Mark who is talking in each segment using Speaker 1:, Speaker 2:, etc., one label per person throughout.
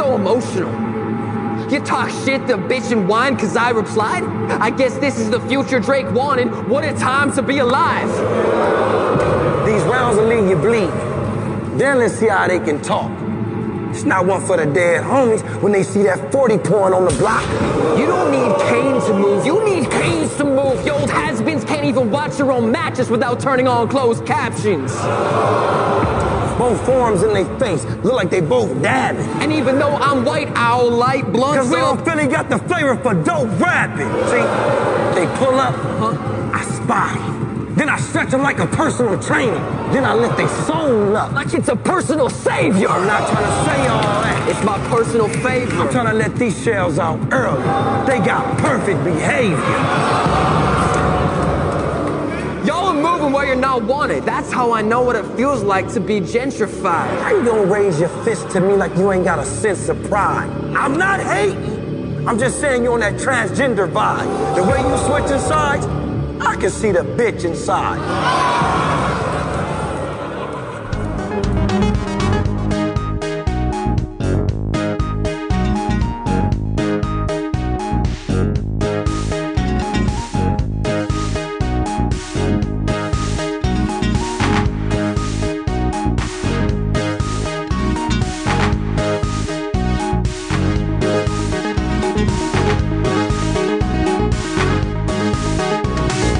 Speaker 1: emotional. You talk shit, the bitch, and wine, cause I replied? I guess this is the future Drake wanted. What a time to be alive.
Speaker 2: These rounds will leave you bleed. Then let's see how they can talk. It's not one for the dead homies when they see that 40 pouring on the block.
Speaker 1: You don't need Kane to move. You need Canes to move. You old has-beens can't even watch your own matches without turning on closed captions.
Speaker 2: Both forearms in their face look like they both dabbing.
Speaker 1: And even though I'm white, I'll light blunts
Speaker 2: Cause we
Speaker 1: up.
Speaker 2: don't Philly got the flavor for dope rapping. See, they pull up, I spy 'em. Then I stretch them like a personal trainer. Then I lift their soul up.
Speaker 1: Like it's a personal savior.
Speaker 2: I'm not trying to say all that.
Speaker 1: It's my personal favorite.
Speaker 2: I'm trying to let these shells out early. They got perfect behavior.
Speaker 1: Y'all are moving where you're not wanted. That's how I know what it feels like to be gentrified.
Speaker 2: How you gonna raise your fist to me like you ain't got a sense of pride? I'm not hating. I'm just saying you're on that transgender vibe. The way you switching sides, I can see the bitch inside.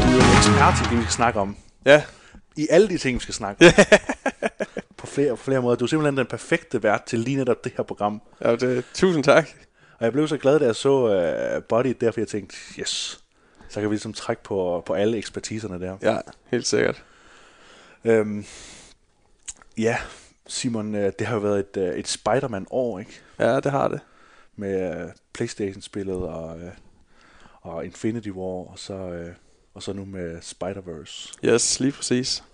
Speaker 3: Du er jo ekspert i det, vi skal snakke om.
Speaker 4: Ja,
Speaker 3: I alle de ting, vi skal snakke om. på, flere, på flere måder. Du er simpelthen den perfekte vært til lige netop det her program.
Speaker 4: ja det, tusind tak.
Speaker 3: Og jeg blev så glad, da jeg så uh, Body, derfor jeg tænkte, yes, så kan vi ligesom trække på, på alle ekspertiserne der.
Speaker 4: Ja, helt sikkert.
Speaker 3: Øhm, ja, Simon, øh, det har jo været et, øh, et Spider-Man-år, ikke?
Speaker 4: Ja, det har det.
Speaker 3: Med øh, Playstation-spillet og, øh, og Infinity War, og så, øh, og så nu med Spider-Verse.
Speaker 4: Yes, lige præcis.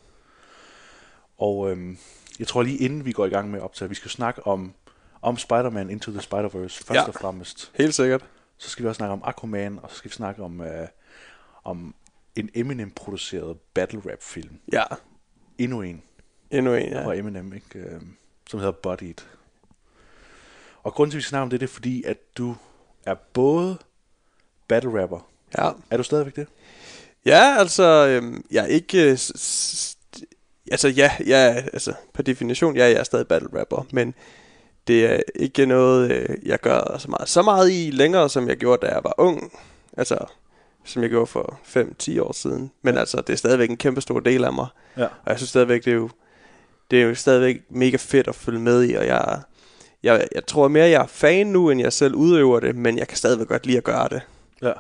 Speaker 3: Og øhm, jeg tror lige inden vi går i gang med at optage, vi skal snakke om, om Spider-Man Into the Spider-Verse først
Speaker 4: Ja.
Speaker 3: og fremmest.
Speaker 4: Helt sikkert.
Speaker 3: Så skal vi også snakke om Aquaman, og så skal vi snakke om, øh, om en Eminem-produceret battle rap-film.
Speaker 4: Ja,
Speaker 3: Endnu en
Speaker 4: endnu en, ja.
Speaker 3: fra Eminem, ikke? Øh, som hedder Bodied. Og grunden til, at vi snakker om det, det er fordi, at du er både battle rapper.
Speaker 4: Ja,
Speaker 3: Er du stadigvæk det?
Speaker 4: ja altså, øhm, jeg er ikke... Øh, s- s- altså, ja, jeg er, altså, per definition, ja, jeg er stadig battle rapper, men det er ikke noget, øh, jeg gør så meget, så meget i længere, som jeg gjorde, da jeg var ung. Altså, som jeg gjorde for 5-10 år siden. Men altså, det er stadigvæk en kæmpe stor del af mig.
Speaker 3: Ja.
Speaker 4: Og jeg synes stadigvæk, det er jo, det er jo stadigvæk mega fedt at følge med i, og jeg, jeg, jeg tror mere, jeg er fan nu, end jeg selv udøver det, men jeg kan stadigvæk godt lide at gøre det.
Speaker 3: Ja.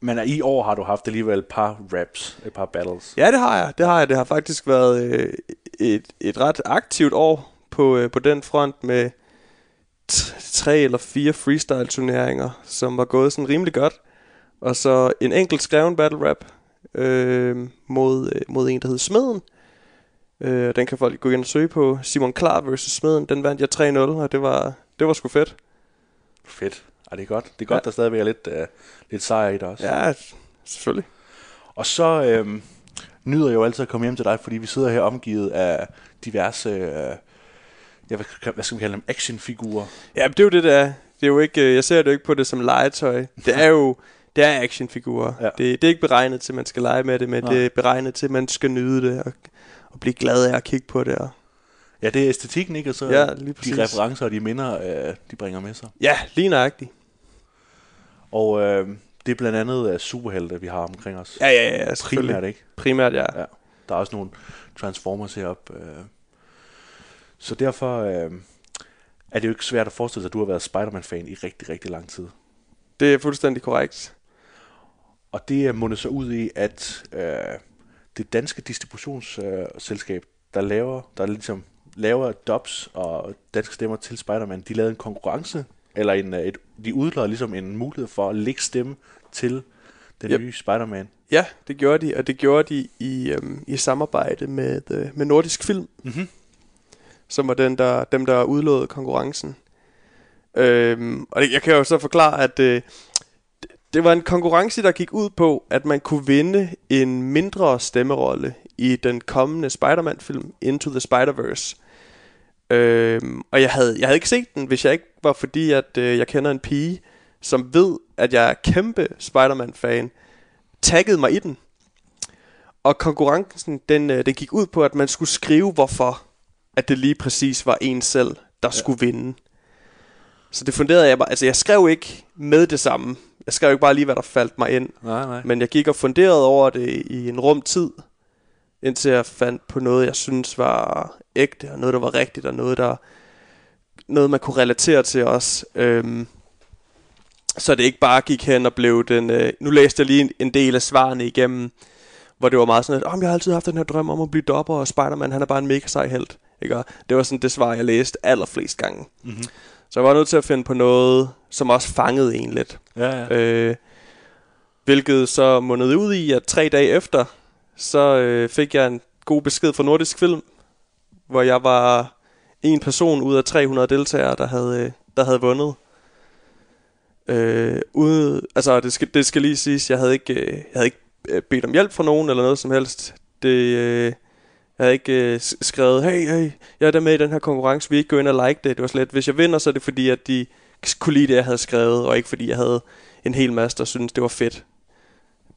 Speaker 3: Men i år har du haft alligevel et par raps, et par battles.
Speaker 4: Ja, det har jeg. Det har jeg. Det har faktisk været øh, et, et ret aktivt år på, øh, på den front med t- tre eller fire freestyle-turneringer, som var gået sådan rimelig godt. Og så en enkelt skreven battle rap øh, mod, øh, mod en, der hed Smeden. Øh, den kan folk gå ind og søge på. Simon Klar vs. Smeden. Den vandt jeg 3-0, og det var, det var sgu fedt.
Speaker 3: Fedt. Ej, det er godt. Det er godt,
Speaker 4: Ja.
Speaker 3: ja. der stadigvæk er lidt, øh, lidt sejr i det også.
Speaker 4: Ja, selvfølgelig.
Speaker 3: Og så øhm, nyder jeg jo altid at komme hjem til dig, fordi vi sidder her omgivet af diverse, øh, ja, hvad, hvad skal man kalde dem, actionfigurer.
Speaker 4: Ja, men det er jo det, der er. Det er jo ikke, øh, jeg ser det jo ikke på det som legetøj. Det er jo det er actionfigurer.
Speaker 3: Ja.
Speaker 4: Det, det er ikke beregnet til, at man skal lege med det, men
Speaker 3: Nej.
Speaker 4: det er beregnet til, at man skal nyde det og, og blive glad af at kigge på det. Og,
Speaker 3: Ja, det er æstetikken, ikke? Og så
Speaker 4: Ja, lige præcis.
Speaker 3: de referencer og de minder, øh, de bringer med sig.
Speaker 4: ja, lige nøjagtigt.
Speaker 3: Og øh, det er blandt andet øh, superhelte, vi har omkring os.
Speaker 4: Ja, ja, ja, selvfølgelig.
Speaker 3: Primært, ikke?
Speaker 4: Primært, ja.
Speaker 3: Ja. Der er også nogle Transformers heroppe. Øh. Så derfor øh, er det jo ikke svært at forestille sig, at du har været Spider-Man-fan i rigtig, rigtig lang tid.
Speaker 4: Det er fuldstændig korrekt.
Speaker 3: Og det er mundet så ud i, at øh, det danske distributionsselskab, der laver, der ligesom laver dubs og danske stemmer til Spider-Man, de lavede en konkurrence, eller en, øh, et, de udlod ligesom en mulighed for at lægge stemme til den
Speaker 4: Yep.
Speaker 3: yep. nye Spider-Man.
Speaker 4: Ja, det gjorde de, og det gjorde de i, øhm, i samarbejde med, øh, med Nordisk Film, mm-hmm. som var den, der, dem, der udlod konkurrencen. Øhm, og det, jeg kan jo så forklare, at øh, det- det var en konkurrence, der gik ud på, at man kunne vinde en mindre stemmerolle i den kommende Spider-Man-film Into the Spider-Verse. Øhm, og jeg havde, jeg havde ikke set den, hvis jeg ikke var fordi, at øh, jeg kender en pige, som ved, at jeg er kæmpe Spider-Man-fan, taggede mig i den. Og konkurrencen, den, øh, den gik ud på, at man skulle skrive, hvorfor at det lige præcis var en selv, der ja. skulle vinde. Så det funderede jeg bare, altså jeg skrev ikke med det samme. Jeg skrev ikke bare lige, hvad der faldt mig ind.
Speaker 3: Nej, nej.
Speaker 4: Men jeg gik og funderede over det i en rum tid, indtil jeg fandt på noget, jeg synes var ægte, og noget, der var rigtigt, og noget, der noget man kunne relatere til os. Øhm, så det ikke bare gik hen og blev den... Øh, nu læste jeg lige en, en del af svarene igennem, hvor det var meget sådan, at oh, jeg har altid haft den her drøm om at blive dopper, og Spider-Man han er bare en mega sej held. Ikke? Og Det var sådan det svar, jeg læste allerflest gange.
Speaker 3: Mhm.
Speaker 4: Mm-hmm. Så jeg var nødt til at finde på noget, som også fangede en lidt.
Speaker 3: Ja, ja.
Speaker 4: Øh, hvilket så mundede ud i, at tre dage efter, så øh, fik jeg en god besked fra Nordisk Film, hvor jeg var en person ud af 300 deltagere, der havde, øh, der havde vundet. Øh, ude, altså det skal, det skal lige siges, jeg havde ikke, øh, jeg havde ikke øh, bedt om hjælp fra nogen eller noget som helst. Det, øh, jeg havde ikke øh, s- skrevet, hey, hey, jeg er der med i den her konkurrence, vi ikke gå ind og like det. Det var slet, hvis jeg vinder, så er det fordi, at de kunne lide det, jeg havde skrevet, og ikke fordi jeg havde en hel masse, der syntes, det var fedt.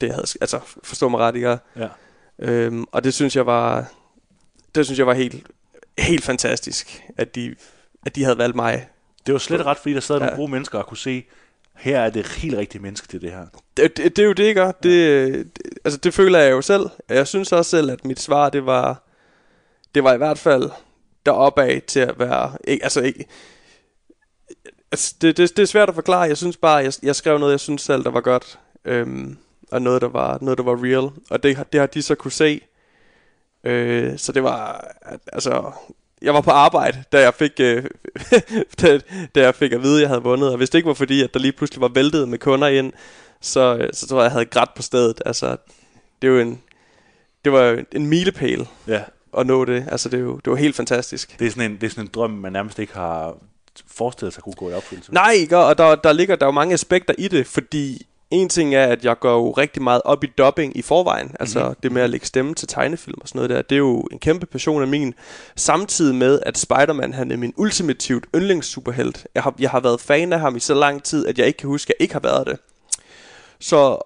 Speaker 4: Det jeg havde, sk- altså, forstå mig ret, ikke? Jeg-
Speaker 3: ja.
Speaker 4: Øhm, og det synes jeg var det synes jeg var helt helt fantastisk at de at de havde valgt mig.
Speaker 3: Det var slet ret, fordi der sad ja. nogle
Speaker 4: Ja.
Speaker 3: gode mennesker og kunne se, her er det helt rigtige menneske til det her.
Speaker 4: Det, det, det er jo det, ikke? Det, øh, det, altså det føler jeg jo selv. Og Jeg synes også selv at mit svar det var det var i hvert fald deroppe af til at være ikke, altså ikke altså det, det, det er svært at forklare. Jeg synes bare jeg, jeg skrev noget jeg synes selv der var godt. Øhm, og noget der var noget der var real og det har- det har de så kunne se. Øh, så det var, altså, jeg var på arbejde, da jeg fik, øh, da, da jeg fik at vide, at jeg havde vundet. Og hvis det ikke var fordi, at der lige pludselig var væltet med kunder ind, så, øh, så tror jeg, jeg havde grædt på stedet. Altså, det var en, det var jo en milepæl
Speaker 3: Ja.
Speaker 4: at nå det. Altså, det, er jo, det var helt fantastisk.
Speaker 3: Det er, sådan en, det er sådan en drøm, man nærmest ikke har forestillet sig kunne gå i opfyldelse.
Speaker 4: Nej, ikke? og der, der ligger der er jo mange aspekter i det, fordi en ting er, at jeg går jo rigtig meget op i dubbing i forvejen. Altså mm-hmm. det med at lægge stemme til tegnefilm og sådan noget der, det er jo en kæmpe passion af min. Samtidig med, at Spider-Man han er min ultimativt yndlingssuperhelt. Jeg har, jeg har været fan af ham i så lang tid, at jeg ikke kan huske, at jeg ikke har været det. Så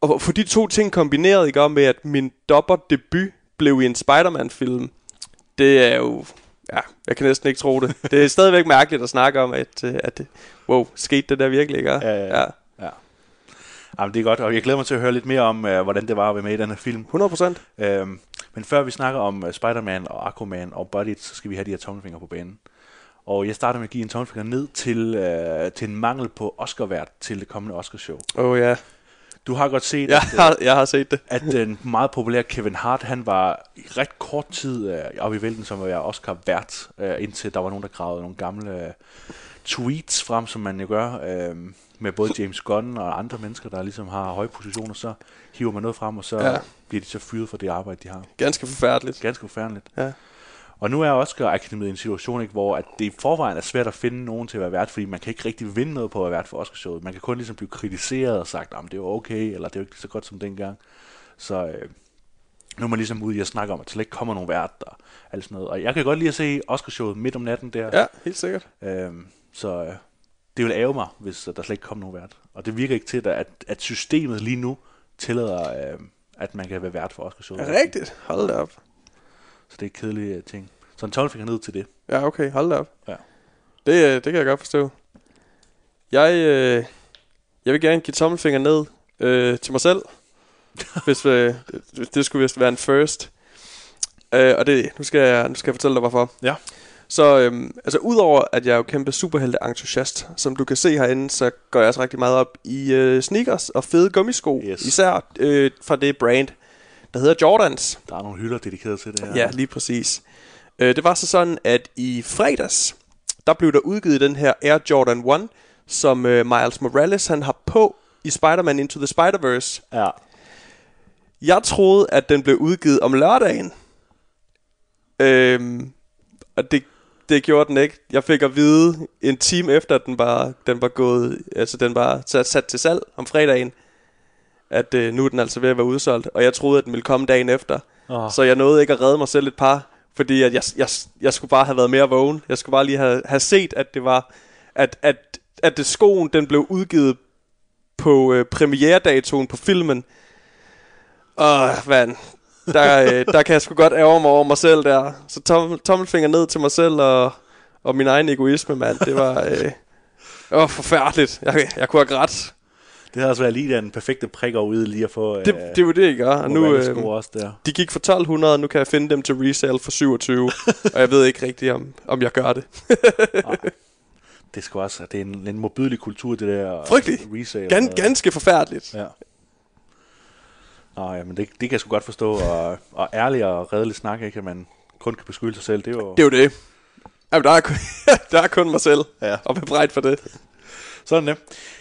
Speaker 4: og for de to ting kombineret, ikke? Og med at min dobber debut blev i en Spider-Man-film, det er jo... Ja, jeg kan næsten ikke tro det. Det er stadigvæk mærkeligt at snakke om, at, øh, at det- wow, skete det der virkelig, ikke?
Speaker 3: Ja, ja, ja. Ja. Jamen, det er godt, og jeg glæder mig til at høre lidt mere om, øh, hvordan det var at være med i den her film.
Speaker 4: 100 procent.
Speaker 3: Øhm, men før vi snakker om øh, Spider-Man og Aquaman og Buddies, så skal vi have de her tommelfinger på banen. Og jeg starter med at give en tommelfinger ned til, øh, til en mangel på Oscar-vært til det kommende Oscarshow.
Speaker 4: Åh oh, ja.
Speaker 3: Du har godt set,
Speaker 4: Jeg
Speaker 3: at, øh,
Speaker 4: har, jeg har set det.
Speaker 3: at den meget populære Kevin Hart, han var i ret kort tid øh, oppe i vælten, som var Oscar-vært, øh, indtil der var nogen, der gravede nogle gamle øh, tweets frem, som man jo gør, øh, med både James Gunn og andre mennesker, der ligesom har høje positioner, så hiver man noget frem, og så ja.
Speaker 4: Ja.
Speaker 3: bliver de så fyret for det arbejde, de har.
Speaker 4: Ganske forfærdeligt.
Speaker 3: Ganske forfærdeligt.
Speaker 4: Ja.
Speaker 3: Og nu er Oscar Akademiet i en situation, ikke, hvor at det i forvejen er svært at finde nogen til at være vært, fordi man kan ikke rigtig vinde noget på at være vært for Oscarshowet. Man kan kun ligesom blive kritiseret og sagt, om det var okay, eller det er jo ikke så godt som dengang. Så øh, nu er man ligesom ude i at snakke om, at der slet ikke kommer nogen vært og alt sådan noget. Og jeg kan godt lide at se Oscarshowet midt om natten der.
Speaker 4: Ja, helt sikkert.
Speaker 3: Øh, så øh, det vil ære mig, hvis øh, der slet ikke kommer nogen vært. Og det virker ikke til, at, at systemet lige nu tillader, øh, at man kan være vært for Oscarshowet.
Speaker 4: Rigtigt. Hold da op.
Speaker 3: Så det er kedelige øh, ting. Så en 12 fik ned til det.
Speaker 4: Ja, okay. Hold da op.
Speaker 3: Ja.
Speaker 4: Det, øh, det kan jeg godt forstå. Jeg, øh, jeg vil gerne give tommelfinger ned øh, til mig selv. hvis øh, det, det skulle vist være en first. Øh, og det, nu skal, jeg, nu skal jeg fortælle dig, hvorfor.
Speaker 3: Ja.
Speaker 4: Så øhm, altså udover at jeg er jo kæmpe superhelte-entusiast, som du kan se herinde, så går jeg også rigtig meget op i øh, sneakers og fede gummisko.
Speaker 3: Yes.
Speaker 4: Især øh, fra det brand, der hedder Jordans.
Speaker 3: Der er nogle hylder dedikeret til det her.
Speaker 4: Ja, lige præcis. Øh, det var så sådan, at i fredags, der blev der udgivet den her Air Jordan 1, som øh, Miles Morales han har på i Spider-Man Into the Spider-Verse.
Speaker 3: ja.
Speaker 4: Jeg troede, at den blev udgivet om lørdagen. Øhm, og det, det gjorde den ikke. Jeg fik at vide en time efter, at den var, den var gået, altså den var sat, sat til salg om fredagen, at øh, nu er den altså ved at være udsolgt. Og jeg troede, at den ville komme dagen efter.
Speaker 3: Åh.
Speaker 4: Så jeg nåede ikke at redde mig selv et par Fordi at jeg, jeg, jeg skulle bare have været mere vågen. Jeg skulle bare lige have, have set, at det var... At, at, at det skoen, den blev udgivet på øh, premieredatoen på filmen. Åh, mand. Der, øh, der kan jeg sgu godt ære mig over mig selv der. Så tommel, tommelfinger ned til mig selv og, og min egen egoisme, mand. Det var... Øh, åh, forfærdeligt. Jeg, jeg kunne have grædt.
Speaker 3: Det havde altså været lige den perfekte prik ude lige at få... øh,
Speaker 4: Det, det er jo det, ikke gør. Og nu, øh,
Speaker 3: også der.
Speaker 4: de gik for 1200, og nu kan jeg finde dem til resale for 27. og jeg ved ikke rigtigt, om, om jeg gør det.
Speaker 3: Det skal også, det er en, en modbydelig kultur, det der
Speaker 4: Frygteligt.
Speaker 3: resale.
Speaker 4: Gan, ganske forfærdeligt.
Speaker 3: Ja. Nå, ja, men det, det kan jeg sgu godt forstå, og, og ærlig og redelig snak, ikke, at man kun kan beskylde sig selv, det er jo...
Speaker 4: Det er jo det. Jamen, der er kun, der er kun mig selv.
Speaker 3: Ja.
Speaker 4: Og bebrejdt for det.
Speaker 3: Sådan det.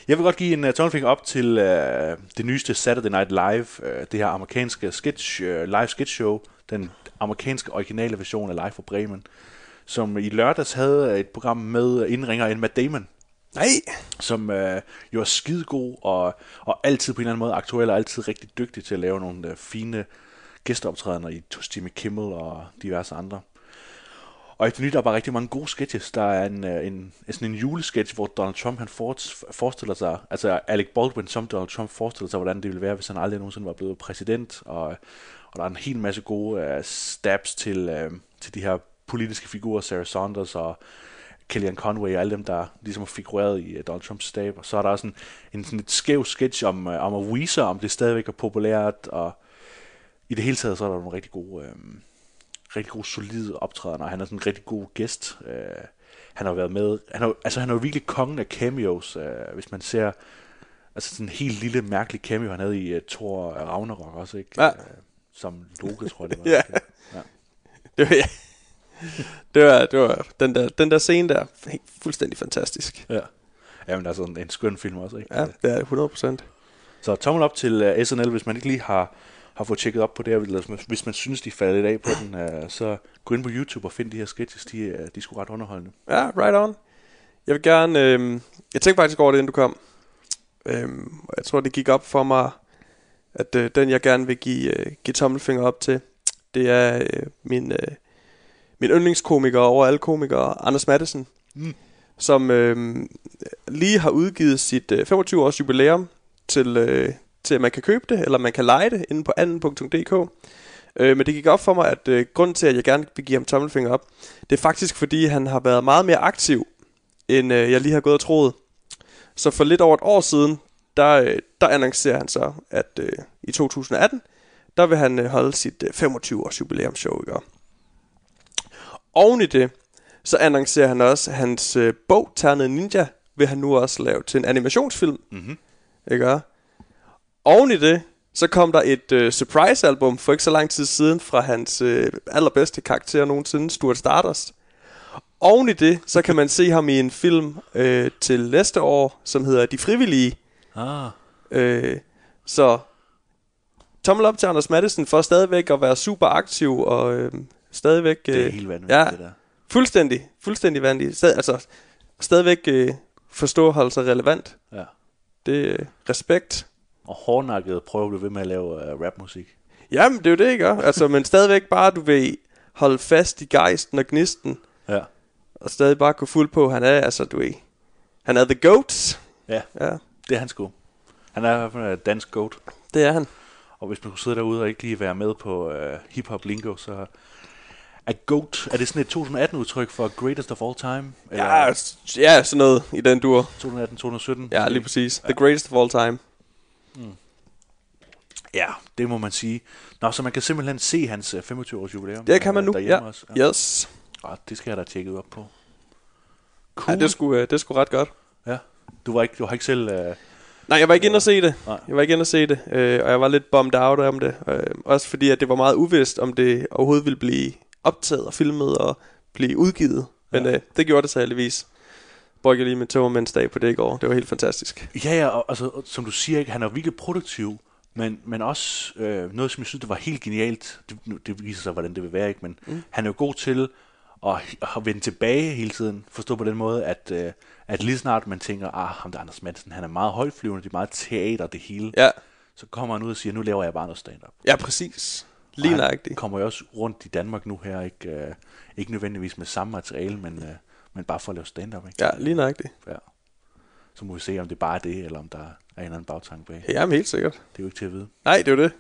Speaker 3: Jeg vil godt give en uh, tommelfinger op til uh, det nyeste Saturday Night Live, uh, det her amerikanske sketch, uh, live sketch show, den amerikanske originale version af Live fra Bremen, som i lørdags havde øh, et program med indringer end Matt Damon,
Speaker 4: Nej.
Speaker 3: som øh, jo er skidegod og, og altid på en eller anden måde aktuel og altid rigtig dygtig til at lave nogle øh, fine gæsteoptrædener i hos Jimmy Kimmel og diverse andre. Og efter nyt, der er bare rigtig mange gode sketches. Der er en, øh, en, en sådan en julesketch, hvor Donald Trump han for, forestiller sig, altså Alec Baldwin som Donald Trump forestiller sig, hvordan det ville være, hvis han aldrig nogensinde var blevet præsident. Og, og der er en hel masse gode øh, stabs til, øh, til de her politiske figurer, Sarah Saunders og Kellyanne Conway og alle dem, der ligesom har figureret i øh, Donald Trumps stab. Og så er der også en, en sådan lidt skæv sketch om, øh, om at Weezer, om det stadigvæk er populært. Og i det hele taget, så er der nogle rigtig gode, øh, rigtig gode solide optrædener. og Han er sådan en rigtig god gæst. Øh, han har været med. Han er, jo- altså, han er jo virkelig kongen af cameos, øh, hvis man ser altså sådan en helt lille mærkelig cameo, han havde i uh, Thor Ragnarok også, ikke?
Speaker 4: Ja.
Speaker 3: Øh, som Loke, tror jeg, det var.
Speaker 4: Ja. Det var, ja. det var, det var den, der, den der scene der. Helt fuldstændig fantastisk.
Speaker 3: ja. Jamen, der er sådan en skøn film også, ikke? Øh,
Speaker 4: Ja, det er 100 procent.
Speaker 3: Så tommel op til uh, SNL, hvis man ikke lige har, har fået tjekket op på det her, eller hvis man- hvis man synes, de faldt lidt af på den, uh, så gå ind på YouTube og find de her sketches, de, uh, de er sgu ret underholdende.
Speaker 4: Ja, right on. Jeg vil gerne... Øh, jeg tænkte faktisk over det, inden du kom. Øhm, og jeg tror, det gik op for mig, at øh, den, jeg gerne vil give, øh, give tommelfinger op til, det er øh, min, øh, min yndlingskomiker over alle komikere, Anders Madsen,
Speaker 3: Mm.
Speaker 4: som øh, lige har udgivet sit øh, 25-års jubilæum til, øh, til, at man kan købe det, eller man kan lege det inde på anden.dk. Øh, men det gik op for mig, at øh, grunden til, at jeg gerne vil give ham tommelfinger op, det er faktisk, fordi han har været meget mere aktiv, end øh, jeg lige har gået og troet. Så for lidt over et år siden, der, øh, der annoncerer han så, at øh, i 2018, der vil han øh, holde sit øh, 25-års jubilæumsshow, ikke? Oven i det, så annoncerer han også, at hans øh, bog, Ternet Ninja, vil han nu også lave til en animationsfilm. Mm-hmm. Ikke? Oven i det, så kom der et øh, surprise-album for ikke så lang tid siden fra hans øh, allerbedste karakter nogensinde, Stuart Stardust. Oven i det, så kan man se ham i en film øh, til næste år, som hedder De Frivillige.
Speaker 3: Ah.
Speaker 4: Øh, så tommel op til Anders Madsen for stadigvæk at være super aktiv og øh, stadigvæk... Øh,
Speaker 3: Det er helt vanvittigt,
Speaker 4: ja,
Speaker 3: det der.
Speaker 4: Fuldstændig, fuldstændig vanvittigt. Stad, altså, stadigvæk øh, forstå at holde sig relevant.
Speaker 3: Ja.
Speaker 4: Det øh, respekt.
Speaker 3: Og hårdnakket prøver at blive ved med at lave uh, rapmusik.
Speaker 4: Jamen, det er jo det, ikke? Altså, men stadigvæk bare, du vil holde fast i gejsten og gnisten,
Speaker 3: Ja.
Speaker 4: og stadig bare gå fuld på, han er, altså, du ved, han er the goat.
Speaker 3: Ja,
Speaker 4: Ja,
Speaker 3: det er han sgu. Han er i hvert fald en dansk goat.
Speaker 4: det er han.
Speaker 3: Og hvis man kunne sidde derude og ikke lige være med på uh, hip-hop lingo, så er goat, er det sådan et 2018-udtryk for greatest of all time? Eller
Speaker 4: Ja, s- ja sådan noget i den dur.
Speaker 3: 2018-2017?
Speaker 4: Ja, lige præcis. The greatest of all time.
Speaker 3: Ja, det må man sige. Nå, så man kan simpelthen se hans 25-års jubilæum. øh,
Speaker 4: Det kan man nu.
Speaker 3: Derhjemme
Speaker 4: Ja.
Speaker 3: også. Ja.
Speaker 4: Yes.
Speaker 3: Ah, det skal jeg da tjekke op på.
Speaker 4: Ja,
Speaker 3: Cool.
Speaker 4: det skulle det er sgu ret godt.
Speaker 3: ja. Du, var ikke, du har ikke selv... Uh...
Speaker 4: Nej, jeg var ikke inde og se det.
Speaker 3: Nej.
Speaker 4: Jeg var ikke inde og se det, øh, og jeg var lidt bummed out om det. Øh, også fordi, at det var meget uvist, om det overhovedet ville blive optaget og filmet og blive udgivet. Men øh, det gjorde det så heldigvis. Brugte jeg lige med tømmermændsdag på det i går. Det var helt fantastisk.
Speaker 3: Ja, ja, og, altså, og som du siger, ikke, han er virkelig produktiv, men, men også øh, noget, som jeg synes, det var helt genialt. Det, nu- det viser sig, hvordan det vil være, ikke? men mm. han er jo god til at, at vende tilbage hele tiden. Forstå på den måde, at, øh, at lige snart man tænker, ah, ham der Anders Madsen, han er meget højflyvende, det er meget teater, det hele.
Speaker 4: Ja,
Speaker 3: Så kommer han ud og siger, nu laver jeg bare noget stand-up.
Speaker 4: ja præcis. Lige
Speaker 3: Og han
Speaker 4: nøjagtigt.
Speaker 3: kommer jo også rundt i Danmark nu her, ikke, øh, ikke nødvendigvis med samme materiale, men, øh, men bare for at lave stand-up. Ikke?
Speaker 4: Ja, lige nøjagtigt.
Speaker 3: ja. Så må vi se, om det bare er det, eller om der er en eller anden bagtanke bag. Det
Speaker 4: Jamen, helt sikkert.
Speaker 3: er jo ikke til at vide.
Speaker 4: Nej, det er jo det.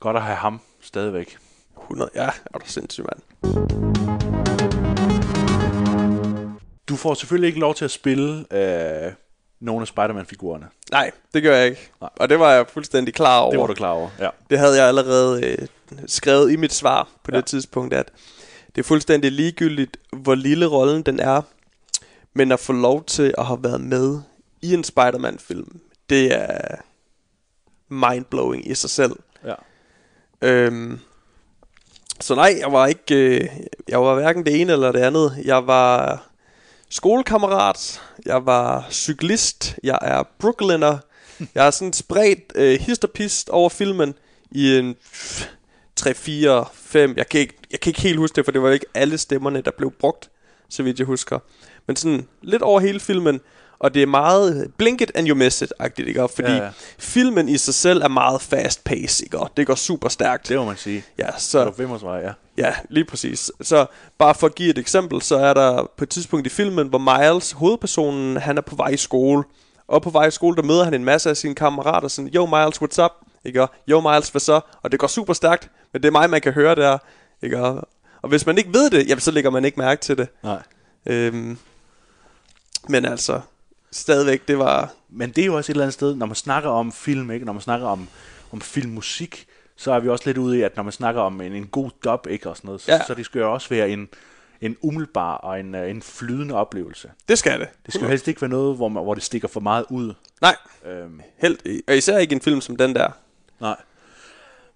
Speaker 3: Godt at have ham stadigvæk.
Speaker 4: 100, ja, er du sindssyg, mand.
Speaker 3: Du får selvfølgelig ikke lov til at spille øh, nogle af Spider-Man-figurerne.
Speaker 4: Nej, det gør jeg ikke.
Speaker 3: Nej.
Speaker 4: Og det var jeg fuldstændig klar over.
Speaker 3: Det var du klar over. Ja.
Speaker 4: Det havde jeg allerede øh, skrevet i mit svar på ja.
Speaker 3: Ja.
Speaker 4: det tidspunkt, at det er fuldstændig ligegyldigt, hvor lille rollen den er, men at få lov til at have været med i en Spider-Man-film, det er mindblowing i sig selv.
Speaker 3: ja.
Speaker 4: Øhm, så nej, jeg var ikke, øh, jeg var hverken det ene eller det andet. Jeg var skolekammerat, jeg var cyklist, jeg er Brooklyner. Jeg er sådan spredt øh, hist og pist over filmen i en 3, 4, 5. Jeg kan, ikke, jeg kan ikke helt huske det, for det var ikke alle stemmerne, der blev brugt, så vidt jeg husker. Men sådan lidt over hele filmen, og det er meget blink it and you miss it-agtigt, ikke? Og Fordi ja,
Speaker 3: Ja,
Speaker 4: ja.
Speaker 3: ja.
Speaker 4: filmen i sig selv er meget fast-paced, ikke? Og det går super stærkt.
Speaker 3: Det må man sige.
Speaker 4: Ja,
Speaker 3: Så du
Speaker 4: så,
Speaker 3: vimmer mig, ja.
Speaker 4: ja, lige præcis. Så bare for at give et eksempel, så er der på et tidspunkt i filmen, hvor Miles, hovedpersonen, han er på vej i skole. Og på vej i skole, der møder han en masse af sine kammerater, sådan, yo Miles, what's up? Ikke? Og, yo Miles, hvad så? Og det går super stærkt, men det er mig, man kan høre der. Ikke? Og, og hvis man ikke ved det, jamen, så lægger man ikke mærke til det.
Speaker 3: Nej.
Speaker 4: Øhm, men altså, stadigvæk, det var...
Speaker 3: Men det er jo også et eller andet sted, når man snakker om film, ikke? når man snakker om, om filmmusik, så er vi også lidt ude i, at når man snakker om en, en god dub, ikke? Og sådan noget, så,
Speaker 4: Ja.
Speaker 3: så det skal jo også være en, en umiddelbar og en, øh, en flydende oplevelse.
Speaker 4: Det skal det.
Speaker 3: Det skal jo helst ikke være noget, hvor, man, hvor det stikker for meget ud.
Speaker 4: Nej,
Speaker 3: Øhm,
Speaker 4: helt, og især ikke en film som den der.
Speaker 3: nej.